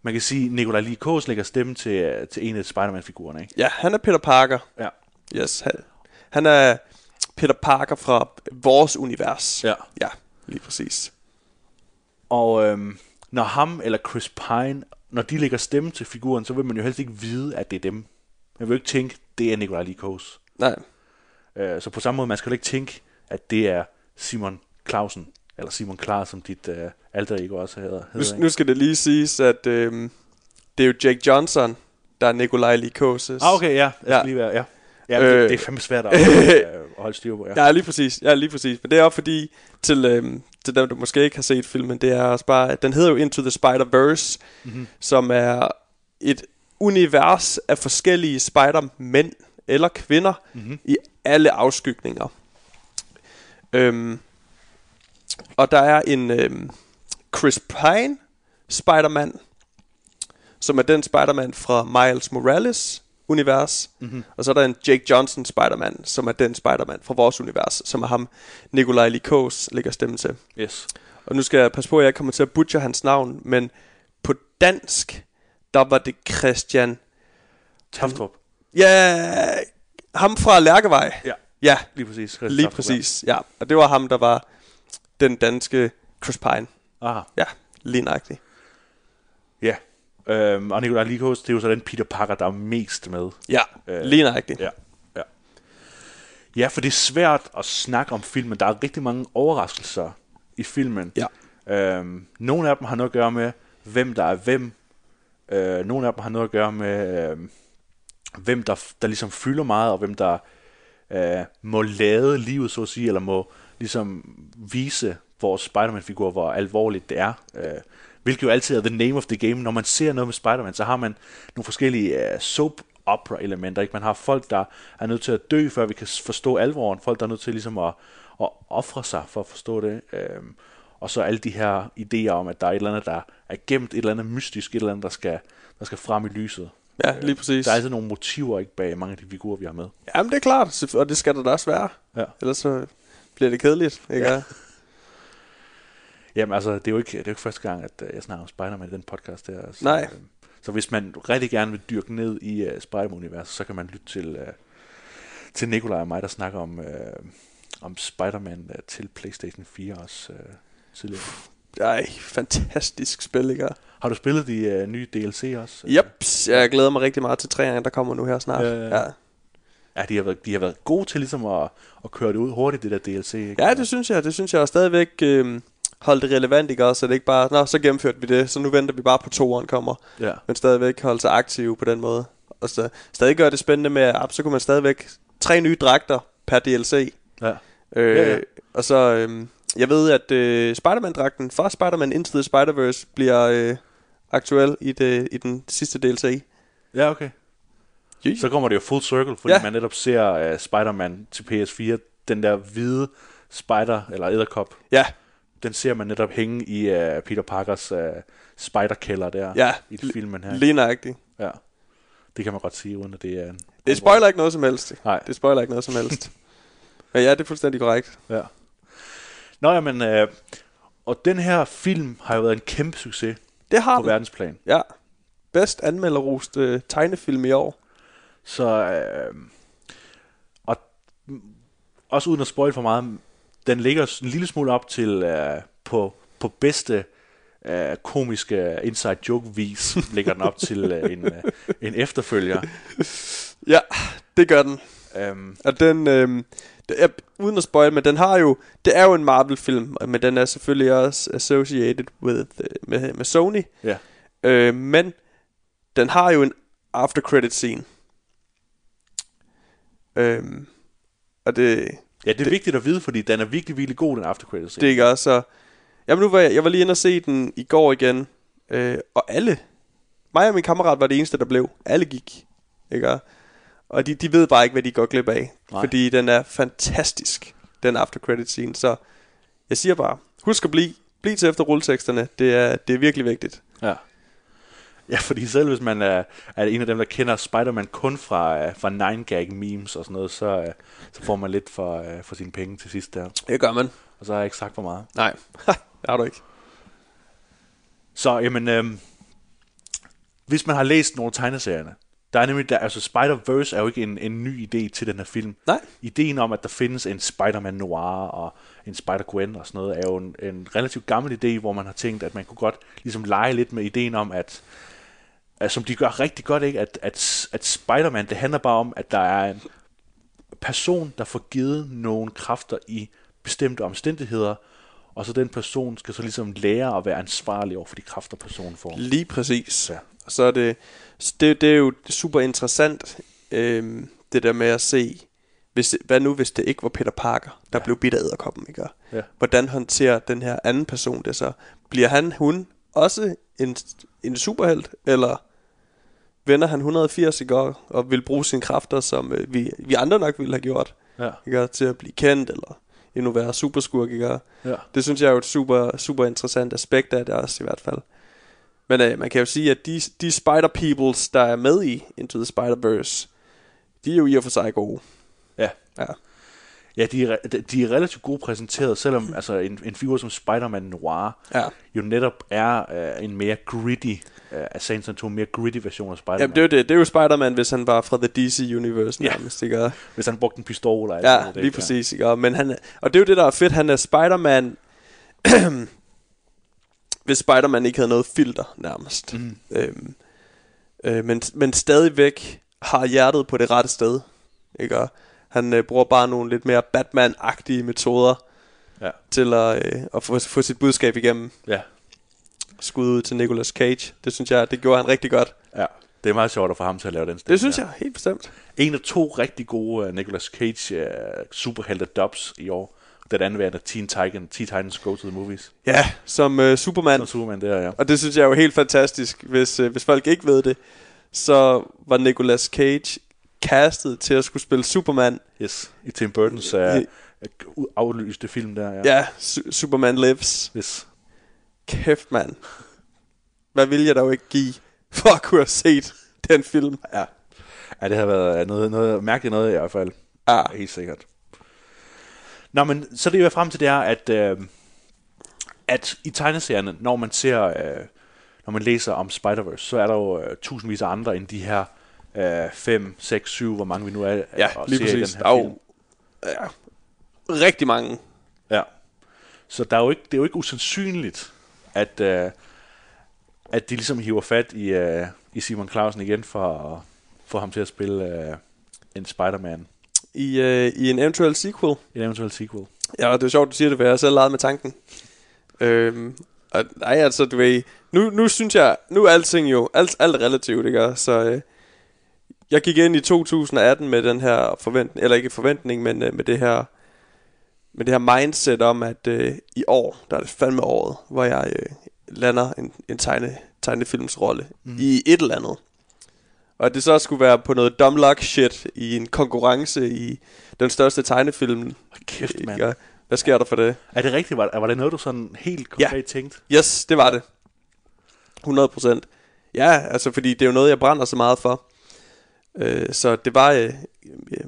Speaker 3: Man kan sige, at Nikolaj Lee Kås lægger stemme til, øh, til en af Spider-Man-figurerne, ikke?
Speaker 4: Ja, han er Peter Parker.
Speaker 3: Ja.
Speaker 4: Yes, han, han er Peter Parker fra vores univers.
Speaker 3: Ja.
Speaker 4: Ja, lige præcis.
Speaker 3: Og øhm, når ham eller Chris Pine, når de lægger stemme til figuren, så vil man jo helst ikke vide, at det er dem. Man vil jo ikke tænke, det er Nikolaj Lee Kås.
Speaker 4: Nej,
Speaker 3: Øh, så på samme måde, man skal jo ikke tænke, at det er Simon Clausen, eller Simon Klar, som dit øh, alter ego også hedder.
Speaker 4: nu,
Speaker 3: hedder ikke?
Speaker 4: nu skal det lige siges, at øhm, det er jo Jake Johnson, der er Nikolaj Likoses.
Speaker 3: Ah, okay, ja. Jeg
Speaker 4: Ja.
Speaker 3: ja. Lige være, ja. Ja, øh,
Speaker 4: Øh.
Speaker 3: det, det er fandme svært at, øh, at holde styr på. Ja.
Speaker 4: Ja, lige præcis. Ja, lige præcis. Men det er også fordi, til, øhm, til dem, der måske ikke har set filmen, det er også bare, at den hedder jo Into the Spider-Verse, mm-hmm. som er et univers af forskellige spider-mænd eller kvinder mm-hmm. i alle afskygninger. Øhm, og der er en øhm, Chris Pine Spider-Man, som er den Spider-Man fra Miles Morales univers. Mm-hmm.
Speaker 3: Mhm.
Speaker 4: Og så er der en Jake Johnson Spider-Man, som er den Spider-Man fra vores univers, som er ham Nikolaj Likos lægger stemme til.
Speaker 3: Yes.
Speaker 4: Og nu skal jeg passe på, at jeg kommer til at butcher hans navn, men på dansk, der var det Christian...
Speaker 3: Taftrup.
Speaker 4: Ja, ham fra Lærkevej.
Speaker 3: Ja.
Speaker 4: Ja,
Speaker 3: Lige præcis. Chris
Speaker 4: lige
Speaker 3: Taftrup,
Speaker 4: præcis. Ja, og det var ham, der var den danske Chris Pine.
Speaker 3: Ja. Aha.
Speaker 4: Ja, lige nøjagtigt.
Speaker 3: Ja. Øhm, og Nikolaj Lee Kås, det er jo så den Peter Parker, der er mest med.
Speaker 4: Ja, øh,
Speaker 3: Øh,
Speaker 4: lige nøjagtigt.
Speaker 3: Ja. ja. Ja, for det er svært at snakke om filmen. Der er rigtig mange overraskelser i filmen.
Speaker 4: Ja.
Speaker 3: Øhm, nogle af dem har noget at gøre med, hvem der er hvem. Øh, nogle af dem har noget at gøre med, øh, hvem der, der ligesom fylder meget, og hvem der øh, må lade livet, så at sige, eller må ligesom vise vores Spider-Man-figur, hvor alvorligt det er. Øh, hvilket jo altid er the name of the game. Når man ser noget med Spider-Man, så har man nogle forskellige øh, soap opera elementer. Ikke? Man har folk, der er nødt til at dø, før vi kan s- forstå alvoren. Folk, der er nødt til ligesom at, at ofre sig for at forstå det. Øhm, og så alle de her idéer om, at der er et eller andet, der er gemt, et eller andet mystisk, et eller andet, der skal, der skal frem i lyset.
Speaker 4: Ja, lige præcis.
Speaker 3: Der er altid nogle motiver ikke bag mange af de figurer, vi har med.
Speaker 4: Jamen, det er klart, selvfø- og det skal der da også være.
Speaker 3: Ja.
Speaker 4: Ellers så bliver det kedeligt, ikke? Ja.
Speaker 3: Jamen altså, det er jo ikke, det er jo ikke første gang, at øh, jeg snakker om Spider-Man i den podcast der. Så,
Speaker 4: Nej.
Speaker 3: øh, Så hvis man rigtig gerne vil dyrke ned i uh, Spider-Man-universet, så kan man lytte til, uh, til Nikolaj og mig, der snakker om, uh, om Spider-Man uh, til PlayStation 4 også uh, tidligere.
Speaker 4: Ej, fantastisk spil, ikke?
Speaker 3: Har du spillet de uh, nye DLC også?
Speaker 4: Yep, jeg glæder mig rigtig meget til træerne, der kommer nu her snart.
Speaker 3: Ja, ja, ja.
Speaker 4: ja.
Speaker 3: Ja, de har været, de har været gode til ligesom at, at køre det ud hurtigt, det der DLC. Ikke?
Speaker 4: ja det synes jeg. Det synes jeg og stadigvæk øh, holde det relevant, ikke også? Så det ikke bare, nå, så gennemførte vi det, så nu venter vi bare på, at toeren kommer.
Speaker 3: Ja.
Speaker 4: Men stadigvæk holde sig aktiv på den måde. Og så, stadig gøre det spændende med, at ah, så kunne man stadigvæk tre nye dragter per DLC.
Speaker 3: Ja.
Speaker 4: Øh,
Speaker 3: Ja, ja.
Speaker 4: Og så, øh, jeg ved, at øh, Spider-Man-dragten fra Spider-Man Into the Spider-Verse bliver øh, aktuel i, det, i den sidste E. DLC.
Speaker 3: Ja, okay.
Speaker 4: Jeez.
Speaker 3: Så kommer det jo full circle, fordi
Speaker 4: Ja.
Speaker 3: ja. man netop ser uh, Spider-Man til PS4, den der hvide spider, eller æderkop,
Speaker 4: Ja,
Speaker 3: den ser man netop hænge i uh, Peter Parkers uh, spiderkælder der,
Speaker 4: Ja.
Speaker 3: i filmen her.
Speaker 4: lige nøjagtigt.
Speaker 3: ja. Det kan man godt sige, uden at det er en...
Speaker 4: Det spoiler ikke noget som helst.
Speaker 3: Nej.
Speaker 4: Det spoiler ikke noget som helst. Men ja, det er fuldstændig korrekt.
Speaker 3: Ja. Nå, jamen, øh, og den her film har jo været en kæmpe succes
Speaker 4: Det har
Speaker 3: på
Speaker 4: den.
Speaker 3: verdensplan.
Speaker 4: Ja. Bedst anmelderrost øh, tegnefilm i år.
Speaker 3: Så, øh, og også uden at spoil for meget, den ligger en lille smule op til øh, på, på bedste øh, komiske inside joke vis, ligger den op til øh, en, øh, en efterfølger.
Speaker 4: Ja, det gør den.
Speaker 3: Øhm,
Speaker 4: Og den, øh, det er, uden at spoil, men den har jo, det er jo en Marvel-film, men den er selvfølgelig også associated with, øh, med, med Sony.
Speaker 3: ja.
Speaker 4: Øh, men den har jo en after credit scene. Øhm, og det,
Speaker 3: ja, det er det, vigtigt at vide, fordi den er virkelig, virkelig god, den after credits.
Speaker 4: det er ikke også så... Jamen nu var jeg, jeg var lige inde og se den i går igen, øh, og alle, mig og min kammerat var det eneste, der blev. Alle gik, ikke også? Og de, de ved bare ikke, hvad de går glip af, Nej.
Speaker 3: Nej.
Speaker 4: fordi den er fantastisk, den after credit scene. Så jeg siger bare, husk at blive, blive til efter rulleteksterne, det er, det er virkelig vigtigt.
Speaker 3: Ja. Ja, fordi selv hvis man er, er en af dem, der kender Spider-Man kun fra, uh, fra 9gag memes og sådan noget, så, uh, så får man lidt for, uh, for sine penge til sidst der.
Speaker 4: Det gør man.
Speaker 3: Og så har jeg ikke sagt for meget.
Speaker 4: Nej, det har du ikke.
Speaker 3: Så, jamen, øhm, hvis man har læst nogle af tegneserierne, der er nemlig, der, altså Spider-Verse er jo ikke en, en ny idé til den her film.
Speaker 4: Nej.
Speaker 3: Ideen om, at der findes en Spider-Man noir og en Spider-Gwen og sådan noget, er jo en, en relativt gammel idé, hvor man har tænkt, at man kunne godt ligesom lege lidt med ideen om, at, at som de gør rigtig godt, ikke? At, at, at Spider-Man, det handler bare om, at der er en person, der får givet nogle kræfter i bestemte omstændigheder, og så den person skal så ligesom lære at være ansvarlig over for de kræfter, personen får.
Speaker 4: Lige præcis.
Speaker 3: Ja.
Speaker 4: Og så er det, så det, det er jo super interessant, øhm, det der med at se, hvis, hvad nu hvis det ikke var Peter Parker, der ja. blev bidt af æderkoppen, ikke?
Speaker 3: Ja.
Speaker 4: Hvordan håndterer den her anden person det så? Bliver han, hun også en, en superhelt, eller vender han 180 ikke? Og og vil bruge sine kræfter, som øh, vi, vi andre nok ville have gjort,
Speaker 3: Ja.
Speaker 4: ikke? til at blive kendt, eller endnu være superskurk, ikke?
Speaker 3: Ja.
Speaker 4: Det synes jeg er jo et super, super interessant aspekt af det også i hvert fald. Men øh, man kan jo sige, at de, de Spider-Peoples, der er med i Into the Spider-Verse, de er jo i og for sig gode.
Speaker 3: Ja.
Speaker 4: Ja,
Speaker 3: Ja, de er, re- de- de er relativt gode præsenteret, selvom altså, en, en figur som Spider-Man Noir
Speaker 4: Mm. Ja.
Speaker 3: jo netop er øh, en mere gritty, øh, af Saints Row, en mere gritty version af Spider-Man.
Speaker 4: Jamen, det er jo det. Det er jo Spider-Man, hvis han var fra The DC Universe
Speaker 3: Ja.
Speaker 4: nærmest, ja. ikke?
Speaker 3: Hvis han brugte en pistol og alt
Speaker 4: Ja,
Speaker 3: sådan noget,
Speaker 4: lige
Speaker 3: ikke?
Speaker 4: præcis, ikke? Og, Men han er, og det er jo det, der er fedt. Han er Spider-Man... hvis Spider-Man ikke havde noget filter, nærmest. Mm. Øhm, øh, men, men stadigvæk har hjertet på det rette sted, ikke? Og han øh, bruger bare nogle lidt mere Batman-agtige metoder
Speaker 3: Ja.
Speaker 4: til at, øh, at få, få sit budskab igennem.
Speaker 3: Ja.
Speaker 4: Skud ud til Nicolas Cage. Det synes jeg, det gjorde han rigtig godt.
Speaker 3: ja. Det er meget sjovt at få ham til at lave den stemme.
Speaker 4: Det synes
Speaker 3: der.
Speaker 4: jeg, helt bestemt.
Speaker 3: En af to rigtig gode uh, Nicolas Cage uh, superhelte dubs i år. Den anden værende Teen Titan, Teen Titans Go to the Movies.
Speaker 4: Ja, som øh, Superman.
Speaker 3: Og Superman der, ja.
Speaker 4: Og det synes jeg er jo helt fantastisk, hvis, øh, hvis folk ikke ved det. Så var Nicolas Cage castet til at skulle spille Superman.
Speaker 3: Yes. I Tim Burton's uh, uh, aflyste film der, ja.
Speaker 4: Ja, su- Superman Lives.
Speaker 3: Yes.
Speaker 4: Kæft, mand. Hvad vil jeg dog ikke give for at kunne have set den film?
Speaker 3: Ja. ja, det har været noget, noget mærkeligt noget i hvert fald.
Speaker 4: Ja.
Speaker 3: Helt sikkert. Nå, men så det jeg er frem til, det er, at, øh, at i tegneserierne, når man ser, øh, når man læser om Spider-Verse, så er der jo øh, tusindvis af andre end de her øh, 5, 6, 7, hvor mange vi nu er.
Speaker 4: Ja,
Speaker 3: og
Speaker 4: lige
Speaker 3: ser i
Speaker 4: præcis.
Speaker 3: Den
Speaker 4: Der
Speaker 3: her
Speaker 4: er
Speaker 3: film.
Speaker 4: jo ja, rigtig mange.
Speaker 3: Ja. Så der er jo ikke, det er jo ikke usandsynligt, at, øh, at de ligesom hiver fat i, øh, i Simon Clausen igen for at få ham til at spille øh, en Spider-Man.
Speaker 4: I, øh, I en eventuel sequel.
Speaker 3: En eventuel sequel.
Speaker 4: Ja, og det er sjovt, du siger det, for jeg har selv leget med tanken. Øhm, og nej, altså, du ved, nu, nu synes jeg, nu er alting jo, alt, alt relativt, ikke? Så øh, jeg gik ind i 2018 med den her forventning, eller ikke forventning, men øh, med det her, med det her mindset om, at øh, i år, der er det fandme året, hvor jeg øh, lander en, en tegne, tegnefilmsrolle mm. i et eller andet. Og at det så skulle være på noget dumb luck shit i en konkurrence i den største tegnefilm.
Speaker 3: Hold kæft, mand.
Speaker 4: Ikke? Og Hvad sker der for det?
Speaker 3: Er det rigtigt? Var, var det noget, du sådan helt konkret ja. tænkte?
Speaker 4: Yes, det var det. 100 procent. Ja, altså fordi det er jo noget, jeg brænder så meget for. Øh, så det var øh,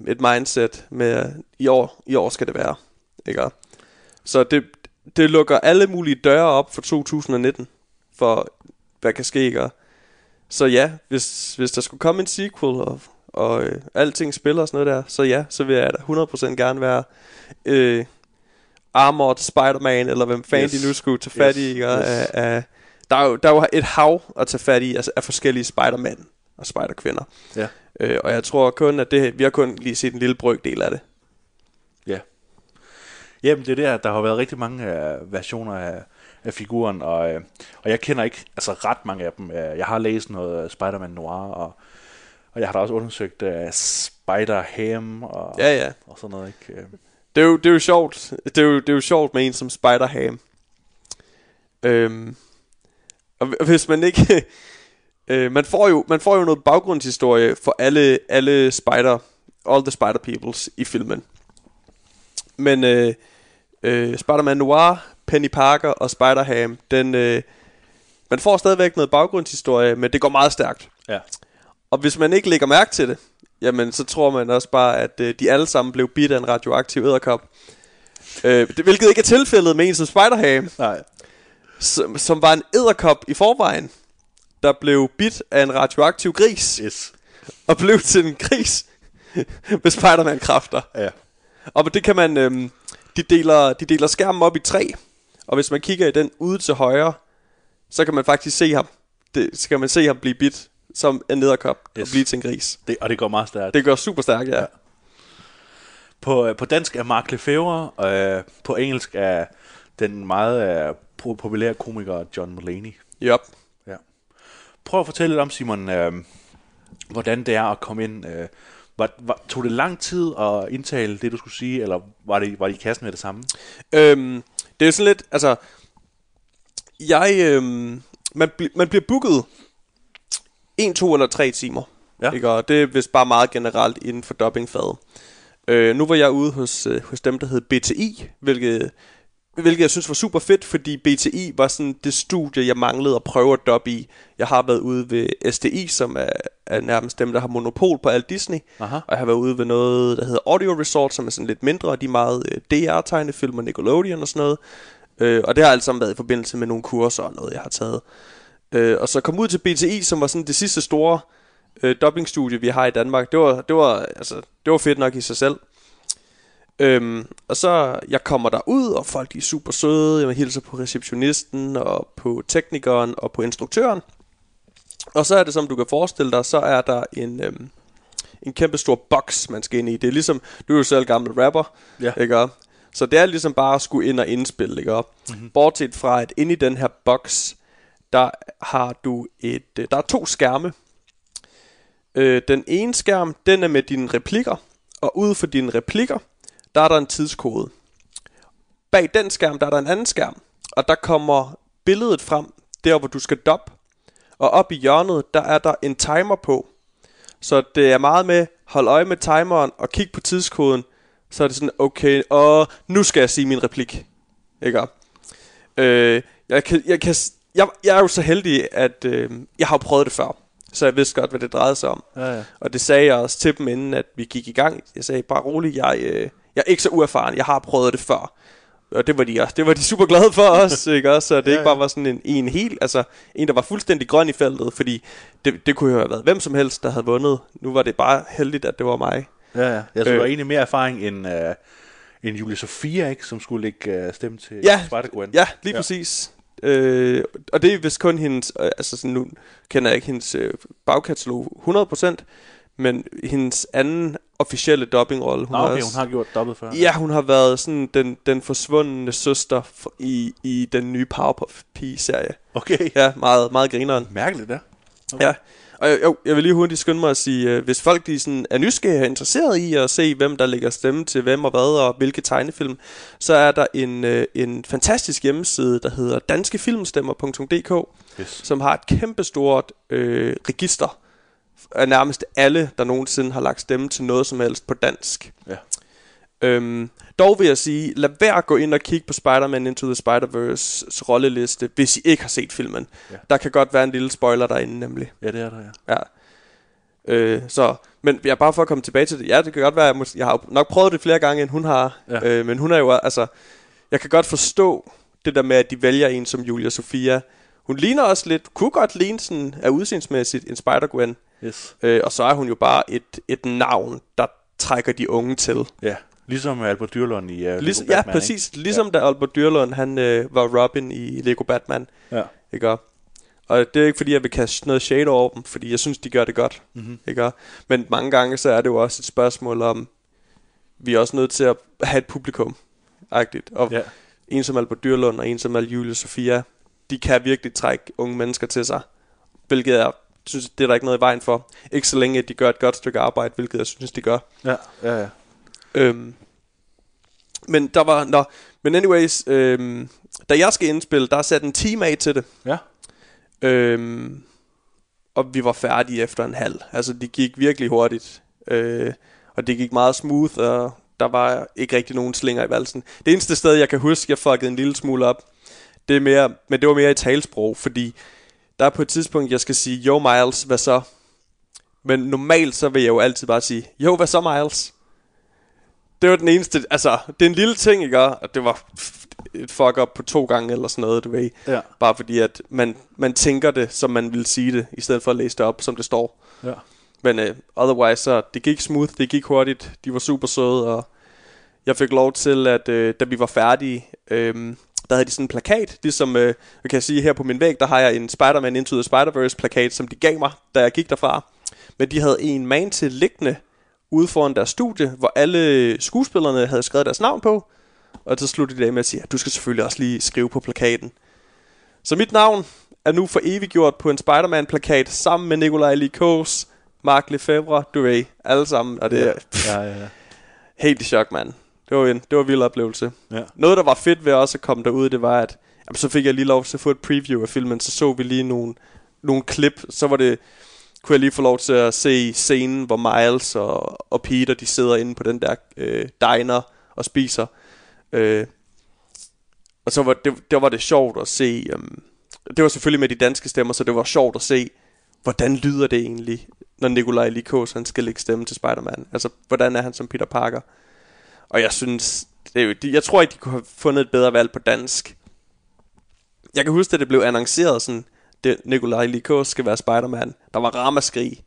Speaker 4: et mindset med, at i år, i år skal det være. Ikke? Og Så det, det lukker alle mulige døre op for 2019, for hvad kan ske. Ikke? Og Så ja, hvis, hvis der skulle komme en sequel, og, og øh, alting spiller og sådan noget der, så ja, så vil jeg da 100% gerne være... Øh, Armored Spider-Man, eller hvem fanden yes.
Speaker 3: Yes.
Speaker 4: de nu skulle tage fat yes. i.
Speaker 3: Yes,
Speaker 4: Ikke?
Speaker 3: yes.
Speaker 4: Af, af, der, er jo, der er jo et hav at tage fat i altså af forskellige Spider-Man og Spider-kvinder.
Speaker 3: Ja.
Speaker 4: Øh, og jeg tror kun, at det, vi har kun lige set en lille brøkdel af det.
Speaker 3: Ja. Jamen, det er der, der har været rigtig mange øh, versioner af, af figuren, og, øh, og jeg kender ikke altså, ret mange af dem. Øh, Jeg har læst noget øh, Spider-Man Noir, og, og jeg har da også undersøgt øh, Spider-Ham og,
Speaker 4: Ja, ja.
Speaker 3: og sådan noget. Ikke? Øh,
Speaker 4: Det er jo, det er jo sjovt. Det er jo, det er jo sjovt med en som Spider-Ham. Øhm, og hv- hvis man ikke... øh, man, får jo, man får jo noget baggrundshistorie for alle, alle spider... All the spider peoples i filmen. Men øh, øh, Spider-Man Noir, Penny Parker og Spider-Ham, den... Øh, man får stadigvæk noget baggrundshistorie, men det går meget stærkt.
Speaker 3: ja.
Speaker 4: Og hvis man ikke lægger mærke til det, jamen så tror man også bare, at øh, de alle sammen blev bidt af en radioaktiv æderkop. Øh, det, hvilket ikke er tilfældet med en som Spider-Ham,
Speaker 3: Nej.
Speaker 4: som, som var en æderkop i forvejen, der blev bidt af en radioaktiv gris,
Speaker 3: Yes.
Speaker 4: og blev til en gris med Spider-Man-kræfter.
Speaker 3: Ja.
Speaker 4: Og det kan man... Øhm, de, deler, de deler skærmen op i tre, og hvis man kigger i den ude til højre, så kan man faktisk se ham. Det, så kan man se ham blive bidt som en nederkop yes. og
Speaker 3: Yes.
Speaker 4: blive til en gris.
Speaker 3: Det, og det går meget stærkt.
Speaker 4: Det gør super stærkt, ja.
Speaker 3: På, øh, på dansk er Mark Lefebvre, og øh, på engelsk er den meget øh, po- populære komiker John Mulaney.
Speaker 4: Yep.
Speaker 3: Ja. Prøv at fortælle lidt om, Simon, øh, hvordan det er at komme ind. Øh, var, var, tog det lang tid at indtale det, du skulle sige, eller var det, var det i kassen med det samme?
Speaker 4: Øhm, det er jo sådan lidt, altså, jeg, øhm, man, bl- man bliver booket en, to eller tre timer.
Speaker 3: Ja.
Speaker 4: Ikke? Og det er vist bare meget generelt inden for dubbingfaget. Øh, nu var jeg ude hos, øh, hos dem, der hed BTI, hvilket, hvilket jeg synes var super fedt, fordi BTI var sådan det studie, jeg manglede at prøve at dubbe i. Jeg har været ude ved SDI, som er, er nærmest dem, der har monopol på alt Disney.
Speaker 3: Aha.
Speaker 4: Og jeg har været ude ved noget, der hedder Audio Resort, som er sådan lidt mindre, og de er meget øh, DR-tegnefilm og Nickelodeon og sådan noget. Øh, og det har alt sammen været i forbindelse med nogle kurser og noget, jeg har taget. Øh, og så kom ud til BTI, som var sådan det sidste store øh, dubbingstudie, vi har i Danmark. Det var, det var, altså, det var fedt nok i sig selv. Øhm, og så jeg kommer derud, og folk de er super søde. Jeg hilser på receptionisten, og på teknikeren, og på instruktøren. Og så er det, som du kan forestille dig, så er der en, øhm, en kæmpe stor boks, man skal ind i. Det er ligesom, du er jo selv gammel rapper,
Speaker 3: Ja.
Speaker 4: ikke? Så det er ligesom bare at skulle ind og indspille, ikke? Mm-hmm. Bortset fra, at inde i den her boks, der har du et, øh, der er to skærme. Øh, den ene skærm, den er med dine replikker, og ud for dine replikker, der er der en tidskode. Bag den skærm, der er der en anden skærm, og der kommer billedet frem, der hvor du skal dop. Og op i hjørnet, der er der en timer på. Så det er meget med, hold øje med timeren og kig på tidskoden. Så er det sådan, okay, og nu skal jeg sige min replik. Ikke? Øh, jeg, kan, jeg, kan, s- jeg, jeg er jo så heldig, at øh, jeg har jo prøvet det før. Så jeg vidste godt, hvad det drejede sig om.
Speaker 3: Ja, ja.
Speaker 4: Og det sagde jeg også til dem, inden at vi gik i gang. Jeg sagde, bare rolig, jeg, øh, jeg er ikke så uerfaren. Jeg har prøvet det før. Og det var de, også, det var de super glade for os, ikke også? Så det ikke bare var sådan en, en helt, altså en, der var fuldstændig grøn i feltet, fordi det, det kunne jo have været hvem som helst, der havde vundet. Nu var det bare heldigt, at det var mig.
Speaker 3: Ja, ja. Jeg tror,
Speaker 4: Øh.
Speaker 3: øh. var egentlig mere erfaring end, øh, end Julie Sofia, ikke, som skulle lægge øh, stemme til
Speaker 4: Ja,
Speaker 3: Spider-Gwen.
Speaker 4: ja lige ja. præcis. Øh, og det er vist kun hendes, øh, altså sådan, nu kender jeg ikke hendes øh, bagkatalog 100%, Men hendes anden officielle dubbingrolle, hun,
Speaker 3: Nå, okay,
Speaker 4: også,
Speaker 3: hun har gjort dobbelt før.
Speaker 4: Ja, hun har været sådan den, den forsvundne søster f- i, i den nye Powerpuff Pige-serie.
Speaker 3: Okay.
Speaker 4: Ja, meget, meget grineren.
Speaker 3: Mærkeligt, ja.
Speaker 4: Ja. Og jeg, jo, jeg vil lige hurtigt skynde mig at sige, øh, hvis folk de sådan er nysgerrige og interesseret i at se, hvem der lægger stemme til hvem og hvad og hvilke tegnefilm, så er der en, øh, en fantastisk hjemmeside, der hedder danskefilmstemmer.dk,
Speaker 3: Yes.
Speaker 4: som har et kæmpestort øh, register af nærmest alle, der nogensinde har lagt stemme til noget som helst på dansk.
Speaker 3: ja.
Speaker 4: Øhm, dog vil jeg sige, lad være at gå ind og kigge på Spider-Man Into the Spider-Verse's rolleliste, hvis I ikke har set filmen.
Speaker 3: Ja.
Speaker 4: Ja. Der kan godt være en lille spoiler derinde nemlig.
Speaker 3: ja, det er der, ja.
Speaker 4: Ja. Øh, så, men jeg er bare for at komme tilbage til det. Ja, det kan godt være, jeg, mås- jeg har jo nok prøvet det flere gange, end hun har.
Speaker 3: Ja.
Speaker 4: Ja. Øh, men hun er jo, altså, jeg kan godt forstå det der med, at de vælger en som Julia Sofia. Hun ligner også lidt, kunne godt ligne sådan, af udseendsmæssigt, en Spider-Gwen.
Speaker 3: Yes.
Speaker 4: Øh, og så er hun jo bare et, et navn, der trækker de unge til.
Speaker 3: Ja. Ligesom Albert Dyrlund i uh,
Speaker 4: Ligesom,
Speaker 3: Batman,
Speaker 4: ja, præcis. Ligesom ja. da Albert Dyrlund, han øh, var Robin i Lego Batman.
Speaker 3: Ikke? Ja.
Speaker 4: Ikke? også? Og det er ikke fordi, jeg vil kaste noget shade over dem, fordi jeg synes, de gør det godt. Mm-hmm. Ikke? også? Men mange gange, så er det jo også et spørgsmål om, vi er også nødt til at have et publikum. Agtigt. Og
Speaker 3: Ja.
Speaker 4: ja. en som Albert Dyrlund og en som Al Julie Sofia, de kan virkelig trække unge mennesker til sig. Hvilket jeg synes, det er der ikke noget i vejen for. Ikke så længe, at de gør et godt stykke arbejde, hvilket jeg synes, de gør.
Speaker 3: Ja, ja, ja.
Speaker 4: Øhm, men der var... Nå, men anyways, øhm, da jeg skal indspille, der er sat en time af til det.
Speaker 3: Ja,
Speaker 4: Øhm, og vi var færdige efter en halv. Altså, det gik virkelig hurtigt. Øh, og det gik meget smooth, og der var ikke rigtig nogen slinger i valsen. Det eneste sted, jeg kan huske, jeg fuckede en lille smule op, det er mere, men det var mere i talsprog, fordi der er på et tidspunkt, jeg skal sige, jo Miles, hvad så? Men normalt så vil jeg jo altid bare sige, jo, hvad så Miles? Det var den eneste, altså, det er en lille ting, ikke? Og det var et fuck up på to gange eller sådan noget, du ved.
Speaker 3: Ja.
Speaker 4: Bare fordi, at man, man tænker det, som man vil sige det, i stedet for at læse det op, som det står.
Speaker 3: ja.
Speaker 4: Men uh, otherwise, så det gik smooth, det gik hurtigt, de var super søde, og jeg fik lov til, at øh, da vi var færdige, øhm, der havde de sådan en plakat, ligesom, øh, jeg kan sige her på min væg, der har jeg en Spider-Man Into the Spider-Verse plakat, som de gav mig, da jeg gik derfra. Men de havde en man til liggende ude foran deres studie, hvor alle skuespillerne havde skrevet deres navn på, og så sluttede de af med at sige, at du skal selvfølgelig også lige skrive på plakaten. Så mit navn er nu for evigt gjort på en Spider-Man-plakat sammen med Nikolaj Likos, Mark Lefebvre, du ved, alle sammen. Og det er pff,
Speaker 3: Ja, ja, ja.
Speaker 4: helt i chok, mand. Det var en, det var en vild oplevelse.
Speaker 3: Ja.
Speaker 4: Noget, der var fedt ved også at komme derud, det var, at jamen, så fik jeg lige lov til at få et preview af filmen, så så vi lige nogle, nogle klip, så var det kunne jeg lige få lov til at se scenen, hvor Miles og, og Peter, de sidder inde på den der øh, diner og spiser. Øh, og så var det, der var det sjovt at se, øhm, det var selvfølgelig med de danske stemmer, så det var sjovt at se, hvordan lyder det egentlig, når Nikolaj Likos, han skal lægge stemme til Spider-Man. Altså, hvordan er han som Peter Parker? Og jeg synes, det er jo, de, jeg tror ikke, de kunne have fundet et bedre valg på dansk. Jeg kan huske, at det blev annonceret sådan, det, Nikolaj Likos skal være Spider-Man. Der var ramaskrig.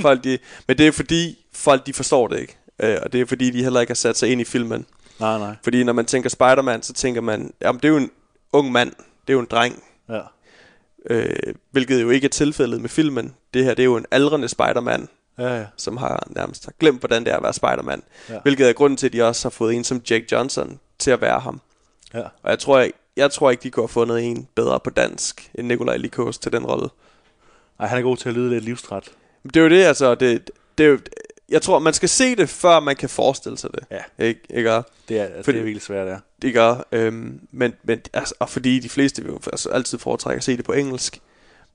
Speaker 4: folk, de, men det er fordi, folk de forstår det ikke. Øh, og det er fordi, de heller ikke har sat sig ind i filmen.
Speaker 3: Nej, nej.
Speaker 4: Fordi når man tænker Spider-Man, så tænker man, jamen det er jo en ung mand, det er jo en dreng.
Speaker 3: Ja.
Speaker 4: Øh, hvilket jo ikke er tilfældet med filmen. Det her, det er jo en aldrende Spider-Man,
Speaker 3: Ja, ja.
Speaker 4: som har nærmest har glemt, hvordan det er at være Spider-Man.
Speaker 3: Ja.
Speaker 4: Ja. Hvilket er grunden til, at de også har fået en som Jake Johnson til at være ham.
Speaker 3: ja.
Speaker 4: Og jeg tror, jeg, jeg tror ikke, de kunne have fundet en bedre på dansk, end Nikolaj Likos til den rolle.
Speaker 3: Ej, han er god til at lyde lidt livstræt.
Speaker 4: Men Det er jo det, altså. Det, det er jo, jeg tror, man skal se det, før man kan forestille sig det.
Speaker 3: Ja.
Speaker 4: Ikke, ikke? Og-
Speaker 3: Det er, altså,
Speaker 4: Fordi-
Speaker 3: det er virkelig svært, ja.
Speaker 4: det gør. Øhm, men, men, altså, og fordi de fleste vil jo altså, altid foretrække at se det på engelsk.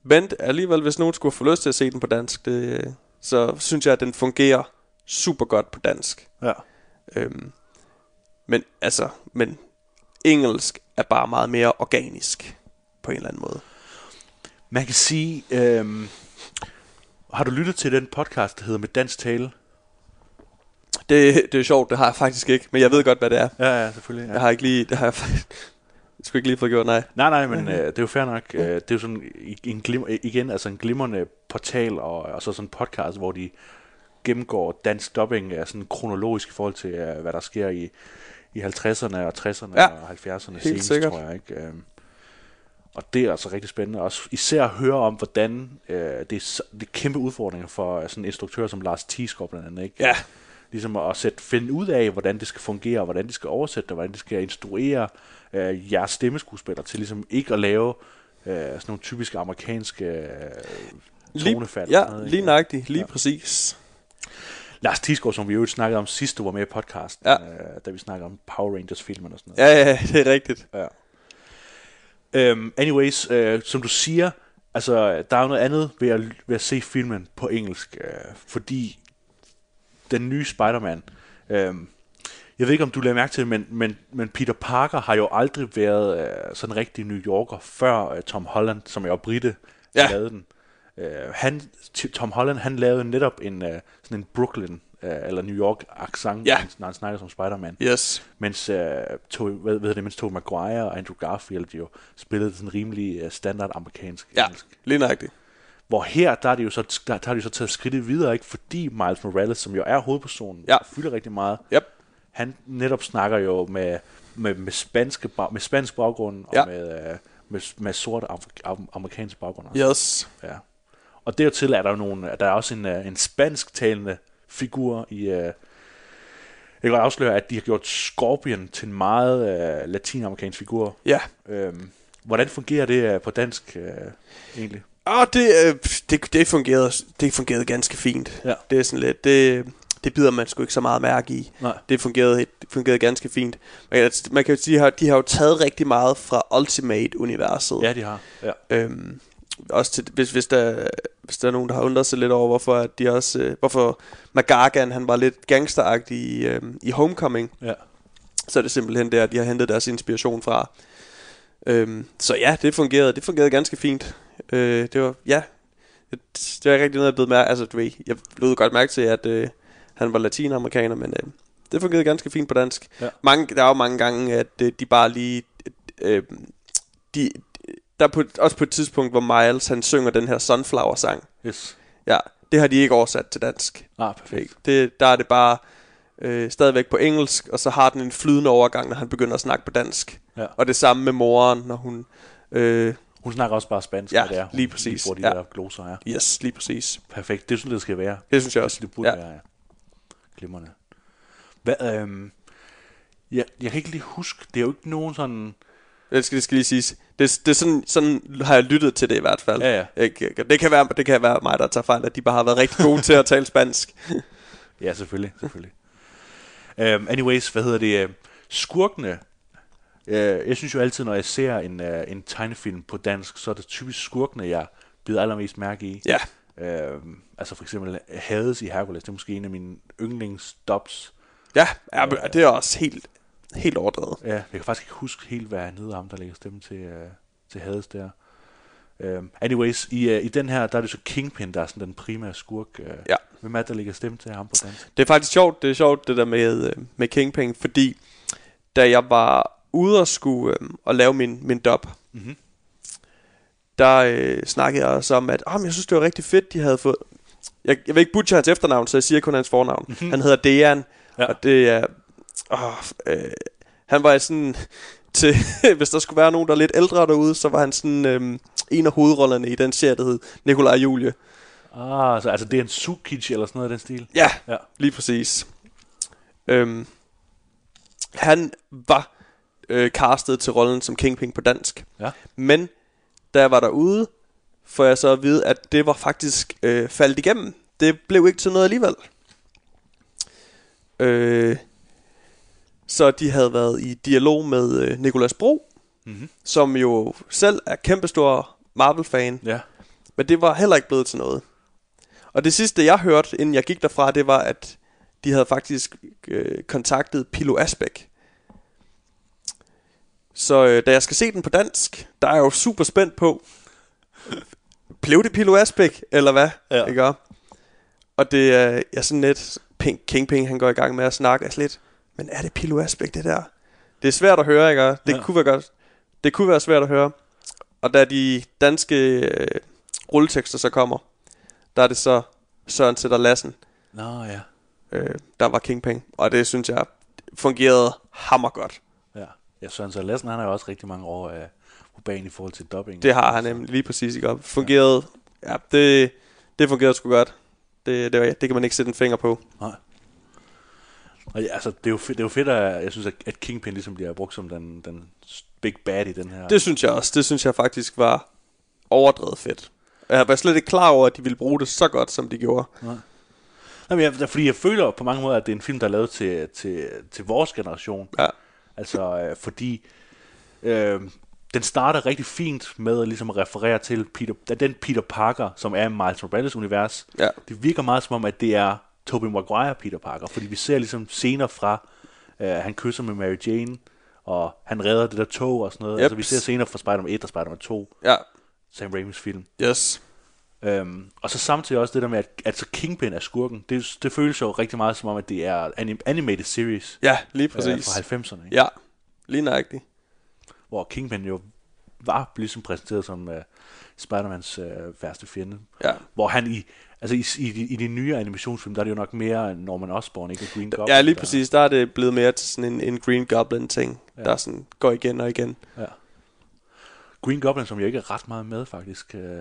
Speaker 4: Men alligevel, hvis nogen skulle få lyst til at se den på dansk, det, øh, så synes jeg, at den fungerer super godt på dansk.
Speaker 3: Ja.
Speaker 4: Øhm, men altså, men engelsk er bare meget mere organisk på en eller anden måde.
Speaker 3: Man kan sige, øhm, har du lyttet til den podcast, der hedder Med Dansk Tale?
Speaker 4: Det, det er sjovt, det har jeg faktisk ikke, men jeg ved godt, hvad det er.
Speaker 3: Ja, ja, selvfølgelig.
Speaker 4: Jeg
Speaker 3: Ja.
Speaker 4: har ikke lige, det har jeg faktisk, jeg skulle ikke lige få gjort, nej.
Speaker 3: Nej, nej, men øh, det er jo fair nok. Øh, det er jo sådan i- en glim- igen altså en glimrende portal og, og så sådan en podcast, hvor de gennemgår dansk dubbing er sådan kronologisk i forhold til, øh, hvad der sker i, i 50'erne og 60'erne
Speaker 4: Ja,
Speaker 3: og 70'erne
Speaker 4: helt
Speaker 3: senest,
Speaker 4: sikkert.
Speaker 3: tror jeg. Ikke? Øhm, Og det er altså rigtig spændende. Også især at høre om, hvordan øh, det, er, så- det er kæmpe udfordringer for øh, sådan en instruktør som Lars Thiesgaard blandt andet. Ikke?
Speaker 4: Ja.
Speaker 3: Ligesom at sætte, finde ud af, hvordan det skal fungere, og hvordan de skal oversætte det, hvordan de skal instruere øh, jeres stemmeskuespillere til ligesom ikke at lave øh, sådan nogle typiske amerikanske øh, tonefald. og sådan
Speaker 4: ja,
Speaker 3: noget,
Speaker 4: lige
Speaker 3: ikke?
Speaker 4: nøjagtigt. Lige ja. præcis.
Speaker 3: Lars Tisgaard, som vi jo snakkede om sidst, du var med i podcasten,
Speaker 4: Ja.
Speaker 3: øh, da vi snakkede om Power Rangers-filmen og sådan noget.
Speaker 4: Ja, ja, det er rigtigt.
Speaker 3: Øhm, anyways, øh, som du siger, altså, der er jo noget andet ved at, ved at se filmen på engelsk, øh, fordi den nye Spider-Man, øh, jeg ved ikke, om du lader mærke til det, men, men, men Peter Parker har jo aldrig været øh, sådan en rigtig New Yorker, før øh, Tom Holland, som er jo brite,
Speaker 4: Ja.
Speaker 3: ja. lavede den. Øh, han, t- Tom Holland, han lavede netop en, øh, sådan en Brooklyn, øh, eller New York-accent,
Speaker 4: Ja.
Speaker 3: ja. når han snakker som Spider-Man
Speaker 4: Yes.
Speaker 3: mens, øh, to, hvad, hvad det, mens Tobey Maguire og Andrew Garfield jo spillede sådan rimelig øh, standard amerikansk
Speaker 4: Ja,
Speaker 3: engelsk.
Speaker 4: lige nøjagtigt.
Speaker 3: Hvor her, der er det jo så, der, der er det jo så taget skridtet videre, ikke? fordi Miles Morales, som jo er hovedpersonen,
Speaker 4: Ja.
Speaker 3: fylder rigtig meget.
Speaker 4: Yep.
Speaker 3: Han netop snakker jo med, med, med, spanske, ba- med spansk baggrund og
Speaker 4: Ja.
Speaker 3: med, øh, med, med sort afri- am- amerikansk baggrund. også.
Speaker 4: Yes.
Speaker 3: Ja. Og dertil er der jo nogle, der er også en, øh, en spansk talende figur i... øh, Jeg kan godt afsløre, at de har gjort Scorpion til en meget øh, latinamerikansk figur.
Speaker 4: Ja.
Speaker 3: Øhm, hvordan fungerer det øh, på dansk øh, egentlig?
Speaker 4: Og det, øh, det, det, fungerede, det fungerede ganske fint.
Speaker 3: Ja.
Speaker 4: Det er sådan lidt, det, det bider man sgu ikke så meget mærke i.
Speaker 3: Nej.
Speaker 4: Det fungerede, helt- det fungerede ganske fint. Man kan, man kan jo sige, at de har jo taget rigtig meget fra Ultimate-universet.
Speaker 3: Ja, de har. Ja.
Speaker 4: Øhm, også til, hvis, hvis, der, hvis der er nogen, der har undret sig lidt over, hvorfor, at de også, øh, hvorfor Magargan han var lidt gangsteragtig i, øhm, i Homecoming,
Speaker 3: ja.
Speaker 4: så er det simpelthen der, de har hentet deres inspiration fra. Øhm, så ja, det fungerede, det fungerede ganske fint. Øh, det var, ja, det, det var ikke rigtig noget, jeg blev mærke. Altså, du ved, jeg lød godt mærke til, at øh, han var latinamerikaner, men øh, det fungerede ganske fint på dansk.
Speaker 3: Ja.
Speaker 4: Mange, der er jo mange gange, at øh, de bare lige... Øh, de, der er på, også på et tidspunkt, hvor Miles han synger den her Sunflower-sang.
Speaker 3: Yes.
Speaker 4: Ja, det har de ikke oversat til dansk.
Speaker 3: Ah, perfekt.
Speaker 4: Det, der er det bare øh, stadigvæk på engelsk, og så har den en flydende overgang, når han begynder at snakke på dansk.
Speaker 3: Ja.
Speaker 4: Og det samme med moren, når hun... Øh,
Speaker 3: Hun snakker også bare spansk,
Speaker 4: Ja,
Speaker 3: når det er. Hun
Speaker 4: lige præcis.
Speaker 3: bruger de
Speaker 4: Ja.
Speaker 3: der gloser her.
Speaker 4: yes, lige præcis.
Speaker 3: Perfekt. Det synes jeg, det skal være.
Speaker 4: Det synes jeg
Speaker 3: Altså,
Speaker 4: også.
Speaker 3: Det burde
Speaker 4: ja.
Speaker 3: ja. være ja. glimrende. Hvad, øhm, ja, jeg kan ikke lige huske, det er jo ikke nogen sådan...
Speaker 4: Det skal, det skal lige siges. Det, det er sådan, sådan har jeg lyttet til det i hvert fald.
Speaker 3: Ja, ja.
Speaker 4: Ikke? Ikke? Det, kan være, det kan være mig, der tager fejl, at de bare har været rigtig gode til at tale spansk.
Speaker 3: Ja, selvfølgelig, selvfølgelig. um, anyways, hvad hedder det? øh, Skurkene. Uh, jeg synes jo altid, når jeg ser en, uh, en tegnefilm på dansk, så er det typisk skurkene, jeg bider allermest mærke i.
Speaker 4: Ja.
Speaker 3: Uh, altså for eksempel Hades i Hercules, det er måske en af mine yndlingsdubs.
Speaker 4: Ja, ja, men det er også helt, helt overdrevet.
Speaker 3: Ja, jeg kan faktisk ikke huske helt, hvad han hedder ham, der lægger stemme til, uh, til Hades der. Um, anyways, i, uh, i den her, der er det så Kingpin, der er sådan den primære skurk. Uh,
Speaker 4: Ja.
Speaker 3: Hvem er det, der lægger stemme til ham på dansk?
Speaker 4: Det er faktisk sjovt, det er sjovt det der med, øh, med Kingpin, fordi da jeg var ude og skulle øh, og lave min, min dub, mm-hmm. der øh, snakkede jeg også om, at oh, men jeg synes, det var rigtig fedt, de havde fået... Jeg, jeg vil ikke butcher hans efternavn, så jeg siger kun hans fornavn. Mm-hmm. Han hedder Dejan, ja.
Speaker 3: Ja.
Speaker 4: og det er... Oh, øh, han var sådan... Til, hvis der skulle være nogen, der er lidt ældre derude, så var han sådan øh, en af hovedrollerne i den serie, der hed Nikolaj og Julie.
Speaker 3: Ah, så, altså det er en Sukic eller sådan noget af den stil?
Speaker 4: Ja,
Speaker 3: Ja.
Speaker 4: Lige præcis. Øhm, han var øh, castet til rollen som Kingpin på dansk.
Speaker 3: Ja.
Speaker 4: Men da jeg var derude, får jeg så at vide, at det var faktisk øh, faldt igennem. Det blev ikke til noget alligevel. Øh, så de havde været i dialog med øh, Nicolas Bro,
Speaker 3: Mhm.
Speaker 4: mm-hmm. som jo selv er kæmpestor Marvel-fan.
Speaker 3: Ja.
Speaker 4: Men det var heller ikke blevet til noget. Og det sidste, jeg hørte, inden jeg gik derfra, det var, at de havde faktisk øh, kontaktet Pilo Asbæk. Så øh, da jeg skal se den på dansk, der er jeg jo super spændt på, blev det Pilo Asbæk, eller hvad?
Speaker 3: Ja.
Speaker 4: Ikke også? og det er jeg er sådan lidt, Pink, Kingpin han går i gang med at snakke, altså lidt, men er det Pilo Asbæk det der? Det er svært at høre, ikke? også? Det ja.
Speaker 3: Ja.
Speaker 4: kunne være godt. Det kunne være svært at høre. Og da de danske øh, rulletekster så kommer, der er det så Søren Sætter Lassen,
Speaker 3: Nå ja.
Speaker 4: øh, der var Kingpin. Og det synes jeg fungerede hammer godt.
Speaker 3: ja. Ja, Søren Salassen, han har jo også rigtig mange år øh, på banen i forhold til dubbing.
Speaker 4: Det har han nemlig lige præcis ikke op. Fungeret. Ja, det, det fungerede sgu godt. Det, det, var- det kan man ikke sætte en finger på.
Speaker 3: Nej. Og ja, altså, det er jo fedt, det er jo fedt at, jeg synes, at, at Kingpin ligesom bliver brugt som den, den big bad i den her.
Speaker 4: Det synes jeg også. Det synes jeg faktisk var overdrevet fedt. Jeg var slet ikke klar over, at de ville bruge det så godt, som de gjorde.
Speaker 3: Nej, men jeg, fordi jeg føler på mange måder, at det er en film, der er lavet til, til, til vores generation.
Speaker 4: Ja.
Speaker 3: Altså, øh, fordi øh, den starter rigtig fint med at ligesom at referere til Peter, at den Peter Parker, som er i Miles Morales univers.
Speaker 4: Ja.
Speaker 3: Det virker meget som om, at det er Tobey Maguire Peter Parker, fordi vi ser ligesom scener fra, øh, han kysser med Mary Jane, og han redder det der tog og sådan noget. Yep. Altså, vi
Speaker 4: Jeps.
Speaker 3: ser scener fra Spider-Man 1 og Spider-Man 2,
Speaker 4: Ja.
Speaker 3: Sam Raimis film.
Speaker 4: Yes.
Speaker 3: Øhm, og så samtidig også det der med, at altså Kingpin er skurken. Det, det føles jo rigtig meget som om, at det er anim- animated series
Speaker 4: Ja, lige
Speaker 3: øh,
Speaker 4: præcis.
Speaker 3: fra 90'erne. Ikke?
Speaker 4: Ja, lige nøjagtigt.
Speaker 3: Hvor Kingpin jo var ligesom præsenteret som øh, Spider-Mans øh, værste fjende.
Speaker 4: Ja.
Speaker 3: Hvor han i, altså i, i, de- i de nye animationsfilm, der er det jo nok mere Norman Osborn, ikke? Og Green Goblin.
Speaker 4: Ja, lige
Speaker 3: der-
Speaker 4: præcis. Der er det blevet mere til sådan en, en Green Goblin-ting, ja. der sådan går igen og igen.
Speaker 3: Ja. Green Goblin, som jeg ikke er ret meget med, faktisk. Øh,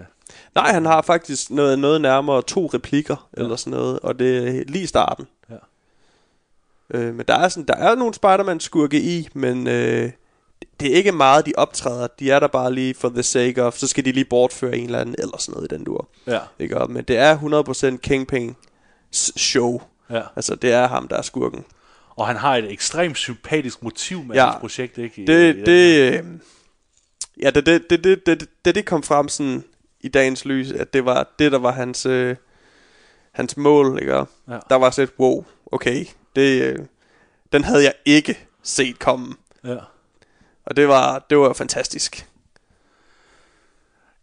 Speaker 4: Nej, han har faktisk noget, noget nærmere to replikker, ja. eller sådan noget, og det er lige i starten.
Speaker 3: Ja.
Speaker 4: Øh, men der er, sådan, der er nogle Spider-Man-skurke i, men øh, det er ikke meget, de optræder. De er der bare lige for the sake of, så skal de lige bortføre en eller anden, eller sådan noget i den dur.
Speaker 3: ja.
Speaker 4: Ikke? Og- Men det er 100% Kingpins show.
Speaker 3: Ja.
Speaker 4: Altså, det er ham, der er skurken.
Speaker 3: Og han har et ekstremt sympatisk motiv med
Speaker 4: Ja.
Speaker 3: hans projekt, ikke? I- i
Speaker 4: det,
Speaker 3: den
Speaker 4: det, øh, ja, det, det, det, det, det, det, det kom frem sådan i dagens lys, at det var det, der var hans, øh, hans mål, ikke? Ja.
Speaker 3: Ja.
Speaker 4: Der var sådan et, wow, okay, det, øh, den havde jeg ikke set komme.
Speaker 3: her. Ja.
Speaker 4: Og det var, det var fantastisk.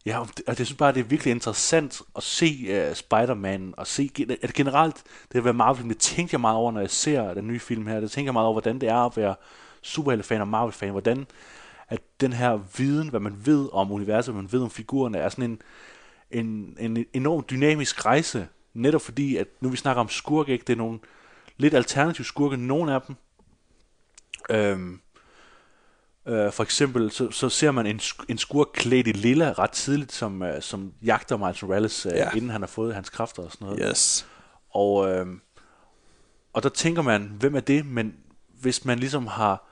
Speaker 3: Ja, og det- og jeg synes bare, det er virkelig interessant at se uh, Spider-Man, og se gen- at generelt, det at være Marvel, det tænker jeg meget over, når jeg ser den nye film her, det tænker jeg meget over, hvordan det er at være superhelte-fan og Marvel-fan, hvordan at den her viden, hvad man ved om universet, hvad man ved om figurerne, er sådan en, en, en enorm dynamisk rejse, netop fordi, at nu vi snakker om skurke, ikke? det er nogle lidt alternative skurke, nogle af dem, øhm, Øh, for eksempel, så, så ser man en, sk- en skurk klædt i lilla ret tidligt, som, øh, som jagter Miles Morales, øh,
Speaker 4: Ja.
Speaker 3: inden han har fået hans kræfter og sådan noget.
Speaker 4: Yes.
Speaker 3: Og, øh, og der tænker man, hvem er det? Men hvis man ligesom har